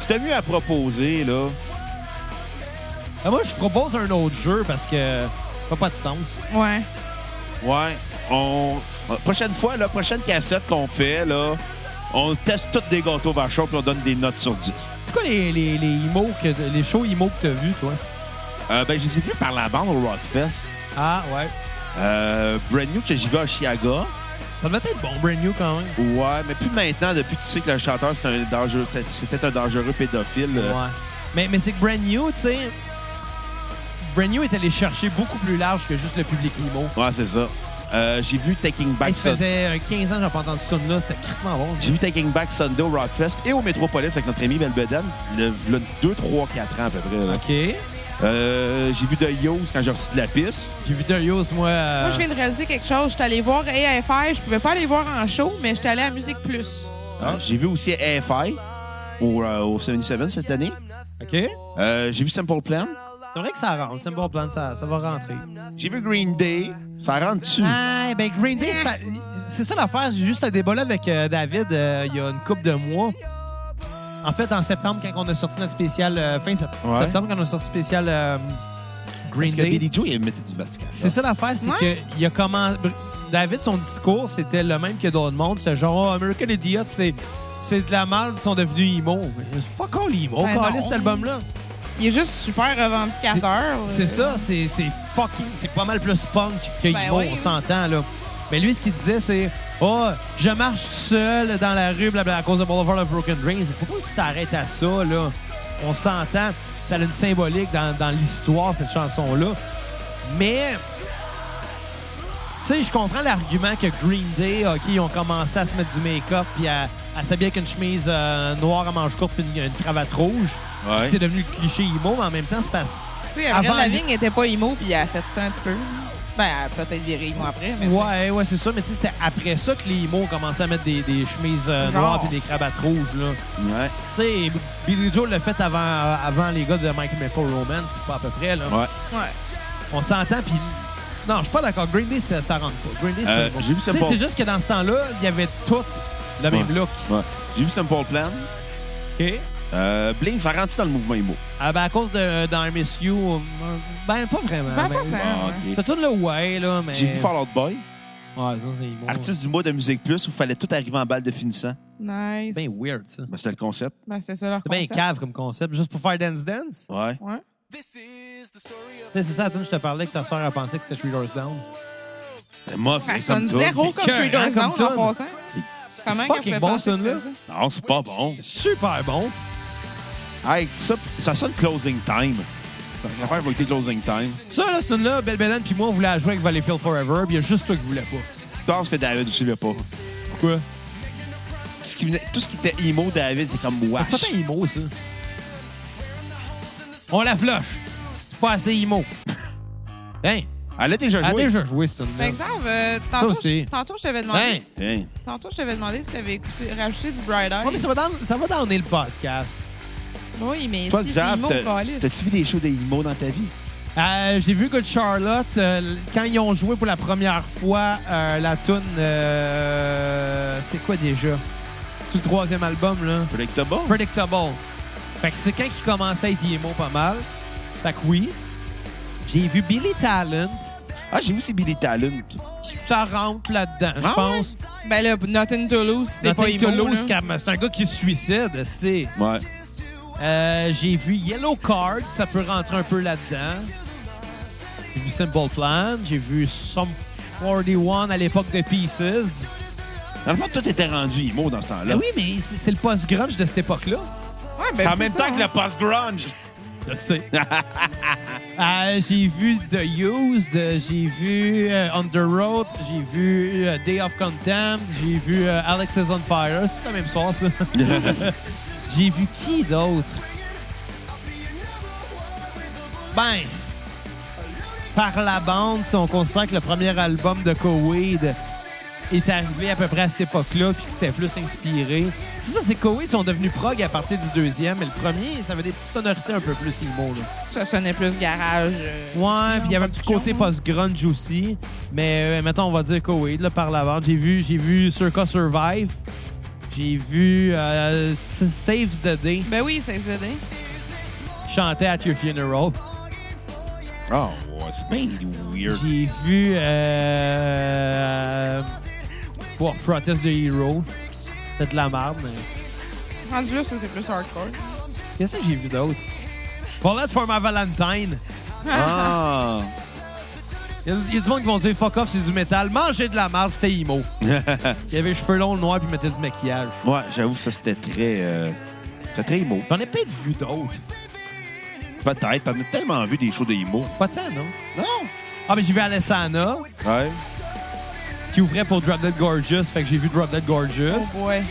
C: C'était mieux à proposer, là.
A: Ah, moi, je propose un autre jeu parce que ça n'a pas de sens.
D: Ouais.
C: Ouais. On... euh, Prochaine fois, la prochaine cassette qu'on fait, là, on teste tous des gâteaux Vachon puis on donne des notes sur 10.
A: C'est quoi les, les, les emos que, les shows IMO que t'as vus, toi?
C: Euh, ben, je les ai vus par la bande au Rockfest.
A: Ah, ouais.
C: Euh, brand new que j'y vais à Chiaga.
A: Ça devait être bon, brand new quand même.
C: Ouais, mais plus maintenant, depuis que tu sais que le chanteur, c'est un dangereux, c'était un dangereux pédophile. euh,
A: Ouais. Mais, mais c'est que Brand New, tu sais, Brand New est allé chercher beaucoup plus large que juste le public limo.
C: Ouais, c'est ça. Euh, j'ai vu Taking
A: Hey,
C: Back
A: ça
C: Sunday.
A: faisait euh, 15 ans que j'ai pas entendu ce tune-là. C'était crissement bon.
C: J'ai vu Taking Back Sunday au Rockfest et au Metropolis avec notre ami Belbeden, le, 2, 3, 4 ans à peu près. là.
A: OK.
C: Euh, j'ai vu The Yos quand j'ai reçu de la piste.
A: J'ai vu Darius, moi. euh,
D: Moi, je viens de réaliser quelque chose. J'étais allée voir AFR. Je pouvais pas aller voir en show, mais j'étais allée à Musique Plus.
C: Euh, j'ai vu aussi AFI au, euh, au 77 cette année.
A: OK.
C: Euh, j'ai vu Simple Plan.
A: C'est vrai que ça rentre. C'est un bon plan, ça, ça va rentrer.
C: J'ai vu Green Day. Ça rentre dessus.
A: Ah, ben Green Day, ça- c'est ça l'affaire. J'ai juste un débat là avec euh, David euh, il y a une couple de mois. En fait, en septembre, quand on a sorti notre spécial, euh, fin sept-
C: Ouais.
A: septembre, quand on a sorti spécial euh, Green
C: Parce que
A: Day.
C: Billy Joe, il mettait du Vasquez.
A: C'est ça l'affaire, c'est
D: Ouais.
A: que il a comment David son discours c'était le même que d'autres mondes, c'est genre oh, American Idiot c'est c'est de la merde, ils sont devenus immo. Fuck all immo,
D: Ben
A: calé
D: non.
A: cet album là.
D: Il est juste super revendicateur. euh.
A: C'est ça, c'est c'est fucking, c'est pas mal plus punk que
D: Ben
A: immo,
D: oui,
A: on
D: oui.
A: s'entend là. Mais lui ce qu'il disait c'est oh je marche tout seul dans la rue blabla à cause de Boulevard of Broken Dreams. Faut pas que tu t'arrêtes à ça là. On s'entend, ça a une symbolique dans, dans l'histoire cette chanson là. Mais, tu sais, je comprends l'argument que Green Day, OK, ils ont commencé à se mettre du make-up puis à, à s'habiller avec une chemise euh, noire à manches courtes puis une, une cravate rouge.
C: Ouais.
A: C'est devenu le cliché IMO, mais en même temps, c'est parce...
D: Tu sais, Avril
A: Avant-
D: Lavigne n'était pas IMO, puis elle a fait ça un petit peu. Ben, elle a peut-être viré IMO après, mais tu sais.
A: Ouais, ouais, c'est ça. Mais tu sais, c'est après ça que les IMO ont commencé à mettre des, des chemises euh,
D: Genre.
A: noires puis des cravates rouges, là.
C: Ouais.
A: Tu sais, Billy Joe l'a fait avant, euh, avant les gars de Mike Maple Romance, puis pas à peu près, là.
C: Ouais.
D: Ouais.
A: On s'entend, puis... Non, je suis pas d'accord. Green Day, ça, ça rentre pas. Green Day, c'est
C: Euh,
A: pas bon.
C: j'ai vu ça
A: Tu sais,
C: pas-
A: C'est juste que dans ce temps-là, il y avait tout le même look.
C: Ouais. J'ai vu Simple Plan.
A: OK?
C: Euh, Blink, ça rentre dans le mouvement emo.
A: Ah, ben, à cause de, dans I Miss You, euh, ben, pas vraiment.
D: Ben, pas
A: mais-
D: vraiment.
C: Ah, ok.
A: Ça tourne le ouais, là, mais.
C: J'ai vu Fall Out Boy,
A: Ouais, ça, c'est bon.
C: artiste du mois de Musique Plus, où fallait tout arriver en balle de finissant.
D: Nice.
A: C'est bien
D: Ben,
A: weird, ça.
C: Ben, c'était le concept.
D: c'est ça leur
A: C'est bien
D: concept.
A: cave comme concept, juste pour faire Dance Dance.
C: Ouais.
A: Ben,
D: Ouais.
A: Tu sais, C'est ça, attends, je te parlais que ta soeur a pensé que c'était Three Doors Down.
C: C'était moche,
D: Ça
C: mais
D: sonne
C: comme tout.
D: zéro Ah, comme
A: C'est
D: Three
A: écœurant
D: Doors Down
A: hein, comme
D: en
A: tune.
D: passant. Comment
A: Fucking
D: qu'elle pouvait
A: bon,
D: penser que
A: ce tune-là.
D: c'était ça?
C: Non, c'est pas bon.
A: Super bon.
C: Hey, ça, ça sonne closing time. L'affaire va être closing time.
A: Ça, là, c'est une là, Belle Bellane, puis moi, on voulait la jouer avec Valleyfield Forever, puis il y a juste toi qui voulais pas.
C: Je pense que David aussi l'a pas. Tout
A: Pourquoi?
C: ce qui, venait- tout ce qui était emo, David, c'était comme
A: C'est pas
C: wash.
A: tant IMO, ça. On la floche. C'est pas assez IMO. hein?
C: Elle a déjà
A: Elle a
C: joué.
A: déjà joué, cette tune-là.
D: Fait que ça, euh, tantôt,
A: Ça aussi.
D: tantôt, je t'avais demandé,
A: Hein?
C: Hein.
D: tantôt, je t'avais demandé si t'avais écouté, rajouté du Bright Eyes.
A: Ouais, mais ça va, dans, ça va donner le podcast.
D: Oui, mais
C: Toi,
D: si, c'est
C: Xav,
D: IMO,
C: t'as-
D: calice.
C: t'as-tu vu des shows d'Imo dans ta vie?
A: Euh, J'ai vu que Charlotte, euh, quand ils ont joué pour la première fois euh, la tune, c'est quoi déjà? Tout le troisième album, là.
C: Predictable?
A: Predictable. Fait que c'est quand ils commençaient à être IMO pas mal. Fait que oui. J'ai vu Billy Talent.
C: Ah, j'ai vu c'est Billy Talent.
A: Ça rentre là-dedans, je
C: Ah
A: pense.
D: Ben là, Nothing to Lose, c'est pas
A: Nothing to
D: IMO.
A: lose,
D: là.
A: car- c'est un gars qui se suicide, tu
C: Ouais.
A: Euh, j'ai vu Yellow Card, ça peut rentrer un peu là-dedans. J'ai vu Simple Plan, j'ai vu Some 41 à l'époque de Pieces.
C: Dans le fond, tout était rendu Imo dans ce
A: Ben
C: temps-là.
A: oui, mais c'est c'est le post-grunge de cette époque-là.
D: Ouais, ben,
C: C'est en
D: c'est
C: même
D: ça,
C: temps que
D: hein.
C: le post-grunge.
A: Je sais. Euh, j'ai vu The Used, euh, j'ai vu euh, On the Road, j'ai vu euh, Day of Contempt, j'ai vu euh, Alex is on Fire. C'est la même soir, ça. j'ai vu qui d'autre? Ben, par la bande, si on considère que le premier album de Coweed, est arrivé à peu près à cette époque-là, puis qui s'était plus inspiré. C'est ça, c'est Koei, ils sont devenus prog à partir du deuxième, mais le premier, ça avait des petites sonorités un peu plus emo, là.
D: Ça sonnait plus garage. euh,
A: Ouais, puis il y avait un petit côté post-grunge aussi. Mais euh, mettons, on va dire Koweïd, là, par l'avant. J'ai vu, j'ai vu Circa Survive. J'ai vu euh, S- Saves the Day
D: Ben oui, ça faisait bien.
A: chanter At Your Funeral.
C: Oh, ouais, c'est bien weird.
A: J'ai vu euh, pour Protest the Hero. C'est de la merde, mais...
D: Rendu là, ça, c'est plus hardcore.
A: Hein? Qu'est-ce que j'ai vu d'autre? Bullet for my Valentine.
C: Ah!
A: Il y, a du monde qui vont dire « Fuck off, c'est du métal. Manger de la merde, c'était emo. » Il avait les cheveux longs, noirs, puis il mettait du maquillage.
C: Ouais, j'avoue, ça, c'était très. euh, C'était très emo.
A: J'en ai peut-être vu d'autres.
C: Peut-être. T'en as tellement vu des shows d'emo.
A: Pas tant, non?
C: Non!
A: Ah, mais j'ai vu Alessana,
C: Ouais.
A: qui ouvrait pour Drop Dead Gorgeous. Fait que j'ai vu Drop Dead Gorgeous.
D: Oh boy.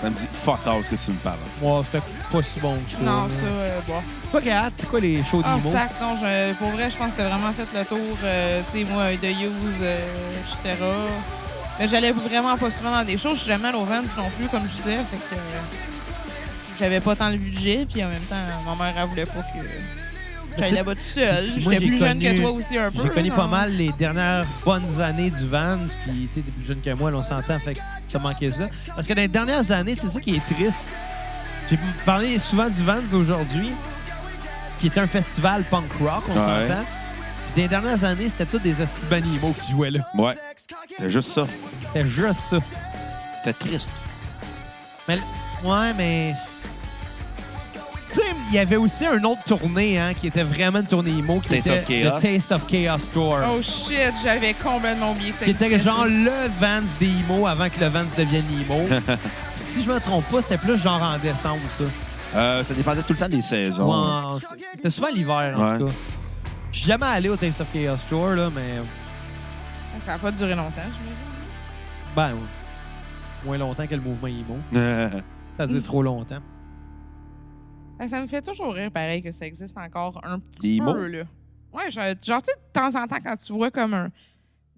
C: Ça me dit fuck out que tu me parles.
A: Moi, c'était pas si bon que ça.
D: Non, ça, euh, bon.
A: Pas Kat, c'est quoi les shows
D: Ah,
A: d'Imo?
D: sac, non, je- pour vrai, je pense que t'as vraiment fait le tour, euh, tu sais, moi, de Hughes, euh, etc. Mais j'allais vraiment pas souvent dans des choses. Je suis jamais allée au Vans non plus, comme je disais. Fait que euh, j'avais pas tant le budget. Puis en même temps, ma mère, elle voulait pas que j'aille là-bas tout seul.
A: Moi,
D: J'étais
A: j'ai
D: plus jeune
A: connu-
D: que toi aussi un peu.
A: J'ai connu
D: là,
A: pas
D: non?
A: mal les dernières bonnes années du Vans, puis tu sais, t'es plus jeune que moi, là, on s'entend, fait que ça manquait ça. Parce que dans les dernières années, c'est ça qui est triste. J'ai parlé souvent du Vans aujourd'hui, qui était un festival punk rock, on
C: Ouais.
A: s'entend. Dans les dernières années, c'était tous des Imo qui jouaient là.
C: Ouais. C'est juste ça.
A: C'était juste ça.
C: C'était triste.
A: Mais, l- ouais, mais. Tu sais, il y avait aussi une autre tournée, hein, qui était vraiment une tournée emo, qui
C: Taste
A: était
C: of Chaos.
A: le Taste of Chaos Tour.
D: Oh shit, j'avais complètement oublié que ça
A: qui était
D: existait,
A: genre
D: ça.
A: le Vans des emo avant que le Vans devienne emo. Puis si je me trompe pas, c'était plus genre en décembre, ça.
C: Euh, ça dépendait tout le temps des saisons.
A: Ouais, c'était- C'était souvent l'hiver, en
C: Ouais.
A: tout cas. Je suis jamais allé au Taste of Chaos Tour, là, mais.
D: Ça a pas duré longtemps, j'imagine.
A: Ben, oui. moins longtemps que le mouvement emo. Ça faisait trop longtemps.
D: Ben, Ça me fait toujours rire, pareil, que ça existe encore un
C: Des
D: petit peu,
C: mots?
D: là. Ouais, genre, genre, tu sais, de temps en temps, quand tu vois comme un,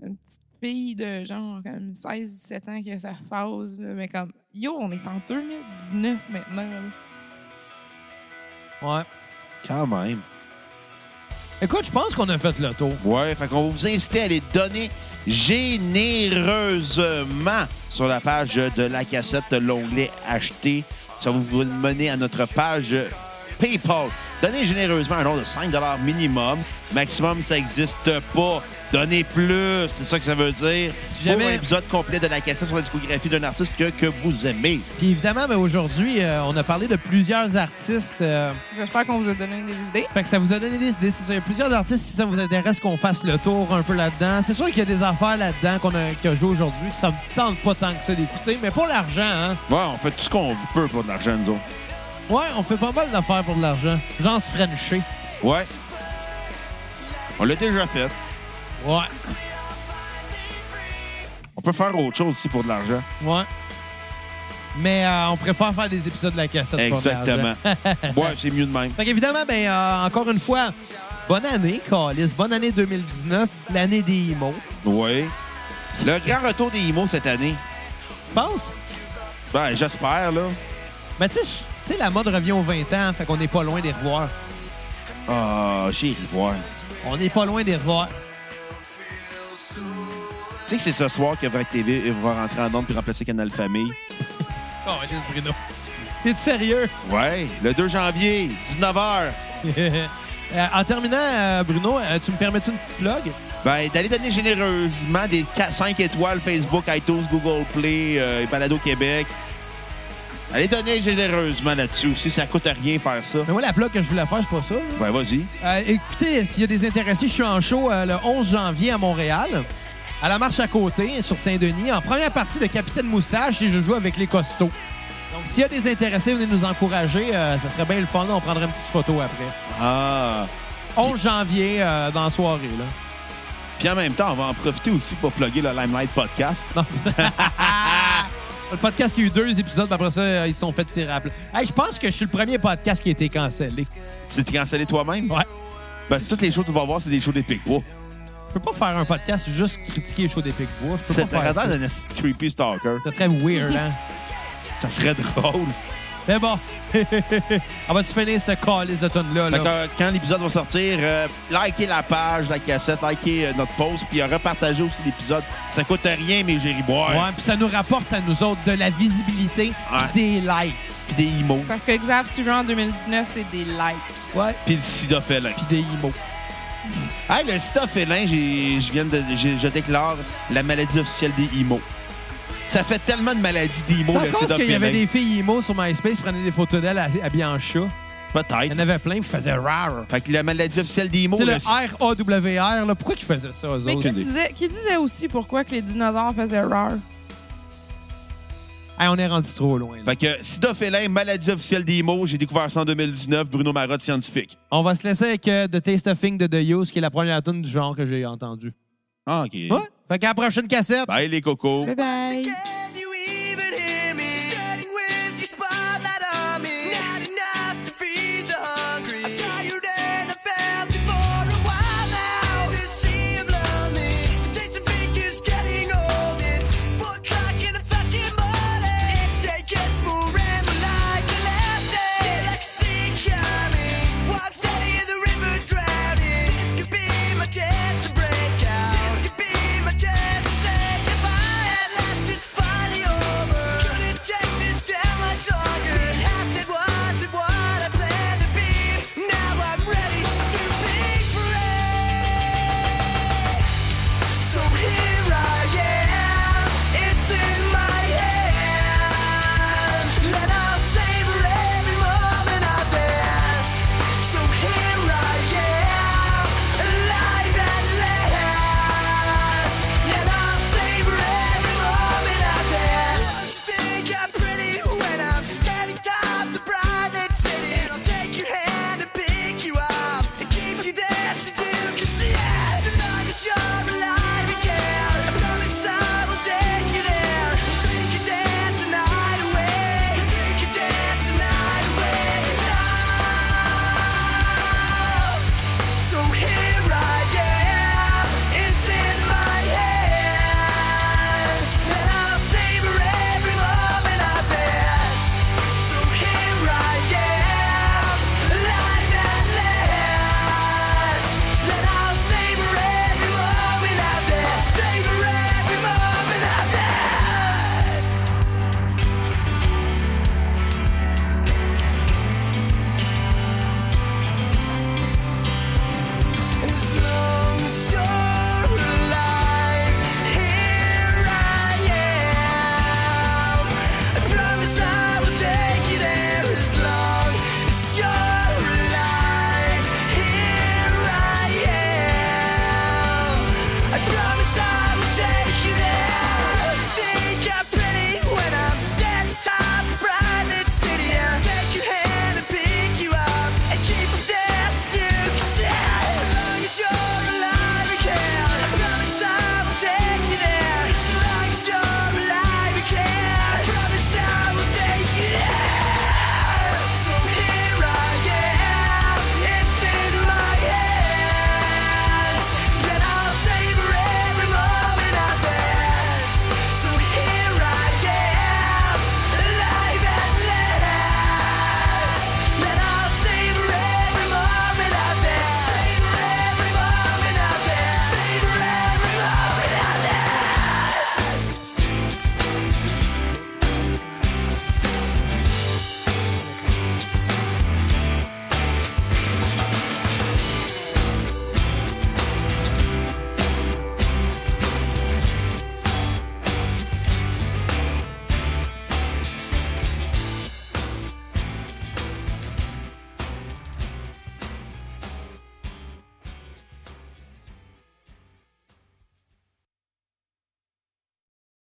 D: une petite fille de genre comme 16, 17 ans qui a sa phase, là, mais comme, yo, on est en 2019 maintenant. là.
A: Ouais.
C: Quand même.
A: Écoute, je pense qu'on a fait le tour.
C: Ouais, fait qu'on va vous inciter à les donner généreusement sur la page de la cassette, l'onglet acheter. Ça va vous mener à notre page PayPal. Donnez généreusement un nom de 5 minimum. Maximum, ça n'existe pas. Donnez plus, c'est ça que ça veut dire.
A: Si jamais-
C: Pour un épisode complet de la cassette sur la discographie d'un artiste que, que vous aimez.
A: Puis évidemment, ben, aujourd'hui, euh, on a parlé de plusieurs artistes. euh,
D: J'espère qu'on vous a donné des idées.
A: Fait que ça vous a donné des idées. Si vous avez plusieurs artistes, si ça vous intéresse qu'on fasse le tour un peu là-dedans. C'est sûr qu'il y a des affaires là-dedans qu'on a, qui a joué aujourd'hui que ça me tente pas tant que ça d'écouter, mais pour l'argent, hein.
C: Ouais, on fait tout ce qu'on peut pour de l'argent, nous autres.
A: Ouais, on fait pas mal d'affaires pour de l'argent. Genre se frencher.
C: Ouais. On l'a déjà fait.
A: Ouais.
C: On peut faire autre chose aussi pour de l'argent.
A: Ouais. Mais euh, on préfère faire des épisodes de la cassette. pas de l'argent.
C: Exactement. ouais, c'est mieux de même.
A: Fait qu'évidemment, ben, euh, encore une fois, bonne année, Calis. Bonne année 2019, l'année des IMO.
C: Oui. Le grand retour des IMO cette année.
A: Je pense.
C: Ben, j'espère, là.
A: Mais tu sais, tu sais, la mode revient aux 20 ans, fait qu'on n'est pas loin des revoir.
C: Ah, j'irai voir.
A: On n'est pas loin des revoir.
C: Tu sais que c'est ce soir que Vrac TV va rentrer en onde puis remplacer Canal Famille.
A: Oh, juste Bruno. T'es sérieux?
C: Ouais, le 2 janvier, 19h.
A: Euh, en terminant, euh, Bruno, euh, tu me permets-tu une petite plug?
C: Ben, d'aller donner généreusement des 5 étoiles Facebook, iTunes, Google Play euh, et Balado Québec. Allez donner généreusement là-dessus aussi. Ça coûte rien faire ça.
A: Mais moi, la plug que je voulais faire, c'est pas ça. là.
C: Ben, vas-y.
A: Euh, écoutez, s'il y a des intéressés, je suis en show euh, le 11 janvier à Montréal, à la marche à côté, sur Saint-Denis. En première partie, le Capitaine Moustache et je joue avec les costauds. Donc, s'il y a des intéressés, venez nous encourager. euh, ça serait bien le fun. là. On prendrait une petite photo après.
C: Ah.
A: 11 janvier, euh, dans la soirée. Là.
C: Puis en même temps, on va en profiter aussi pour plugger le Limelight Podcast.
A: Non, Le podcast qui a eu deux épisodes, mais après ça, euh, ils se sont fait tirables. Hey, je pense que je suis le premier podcast qui a été cancellé.
C: Tu t'es cancellé toi-même?
A: Ouais.
C: Ben, toutes les shows que tu vas voir, c'est des shows des Pic-Pois.
A: Je peux pas faire un podcast juste critiquer le show des Pic-Bois. Je peux
C: C'est
A: pas faire ça.
C: dans un esti de creepy stalker.
A: Ça serait weird, hein?
C: Ça serait drôle.
A: Mais bon, on va-tu finir cette calice de tonne-là? Là?
C: Fait que, euh, quand l'épisode va sortir, euh, likez la page, la cassette, likez euh, notre post, puis euh, repartagez aussi l'épisode. Ça coûte rien, mais j'ai
A: Ouais, puis ça nous rapporte à nous autres de la visibilité
C: Ouais.
A: puis des likes.
C: puis des imos,
D: Parce que Xav, si tu veux, en 2019, c'est des likes.
A: Ouais.
C: puis le sida félin.
A: Puis des imos.
C: Oh, Hey, le sida félin, j'ai- je viens de, j'ai- je déclare la maladie officielle des imos. Ça fait tellement de maladies d'imos,
A: Ça
C: le
A: cause
C: sida
A: qu'il y avait
C: félin.
A: des filles imos sur MySpace qui prenaient des photos d'elles à- habillées en chat. Il y en
C: Peut-être.
A: avait plein qui faisaient rare.
C: Fait que la maladie officielle des imos,
A: Tu sais, le
C: le sida-
A: R-A-W-R, là, pourquoi ils faisaient ça, eux
D: Mais
A: autres?
D: qui disait, qui disait aussi pourquoi que les dinosaures faisaient erreur?
A: Hey, on est rendu trop loin. là.
C: Fait que sida félin, maladie officielle des imos, j'ai découvert ça en 2019, Bruno Marotte, scientifique.
A: On va se laisser avec euh, The Taste of Thing de The Use, qui est la première tune du genre que j'ai entendue.
C: Ah, OK.
A: Ouais. Fait qu'à la prochaine cassette.
C: Bye les cocos.
D: Bye bye!
B: Yeah.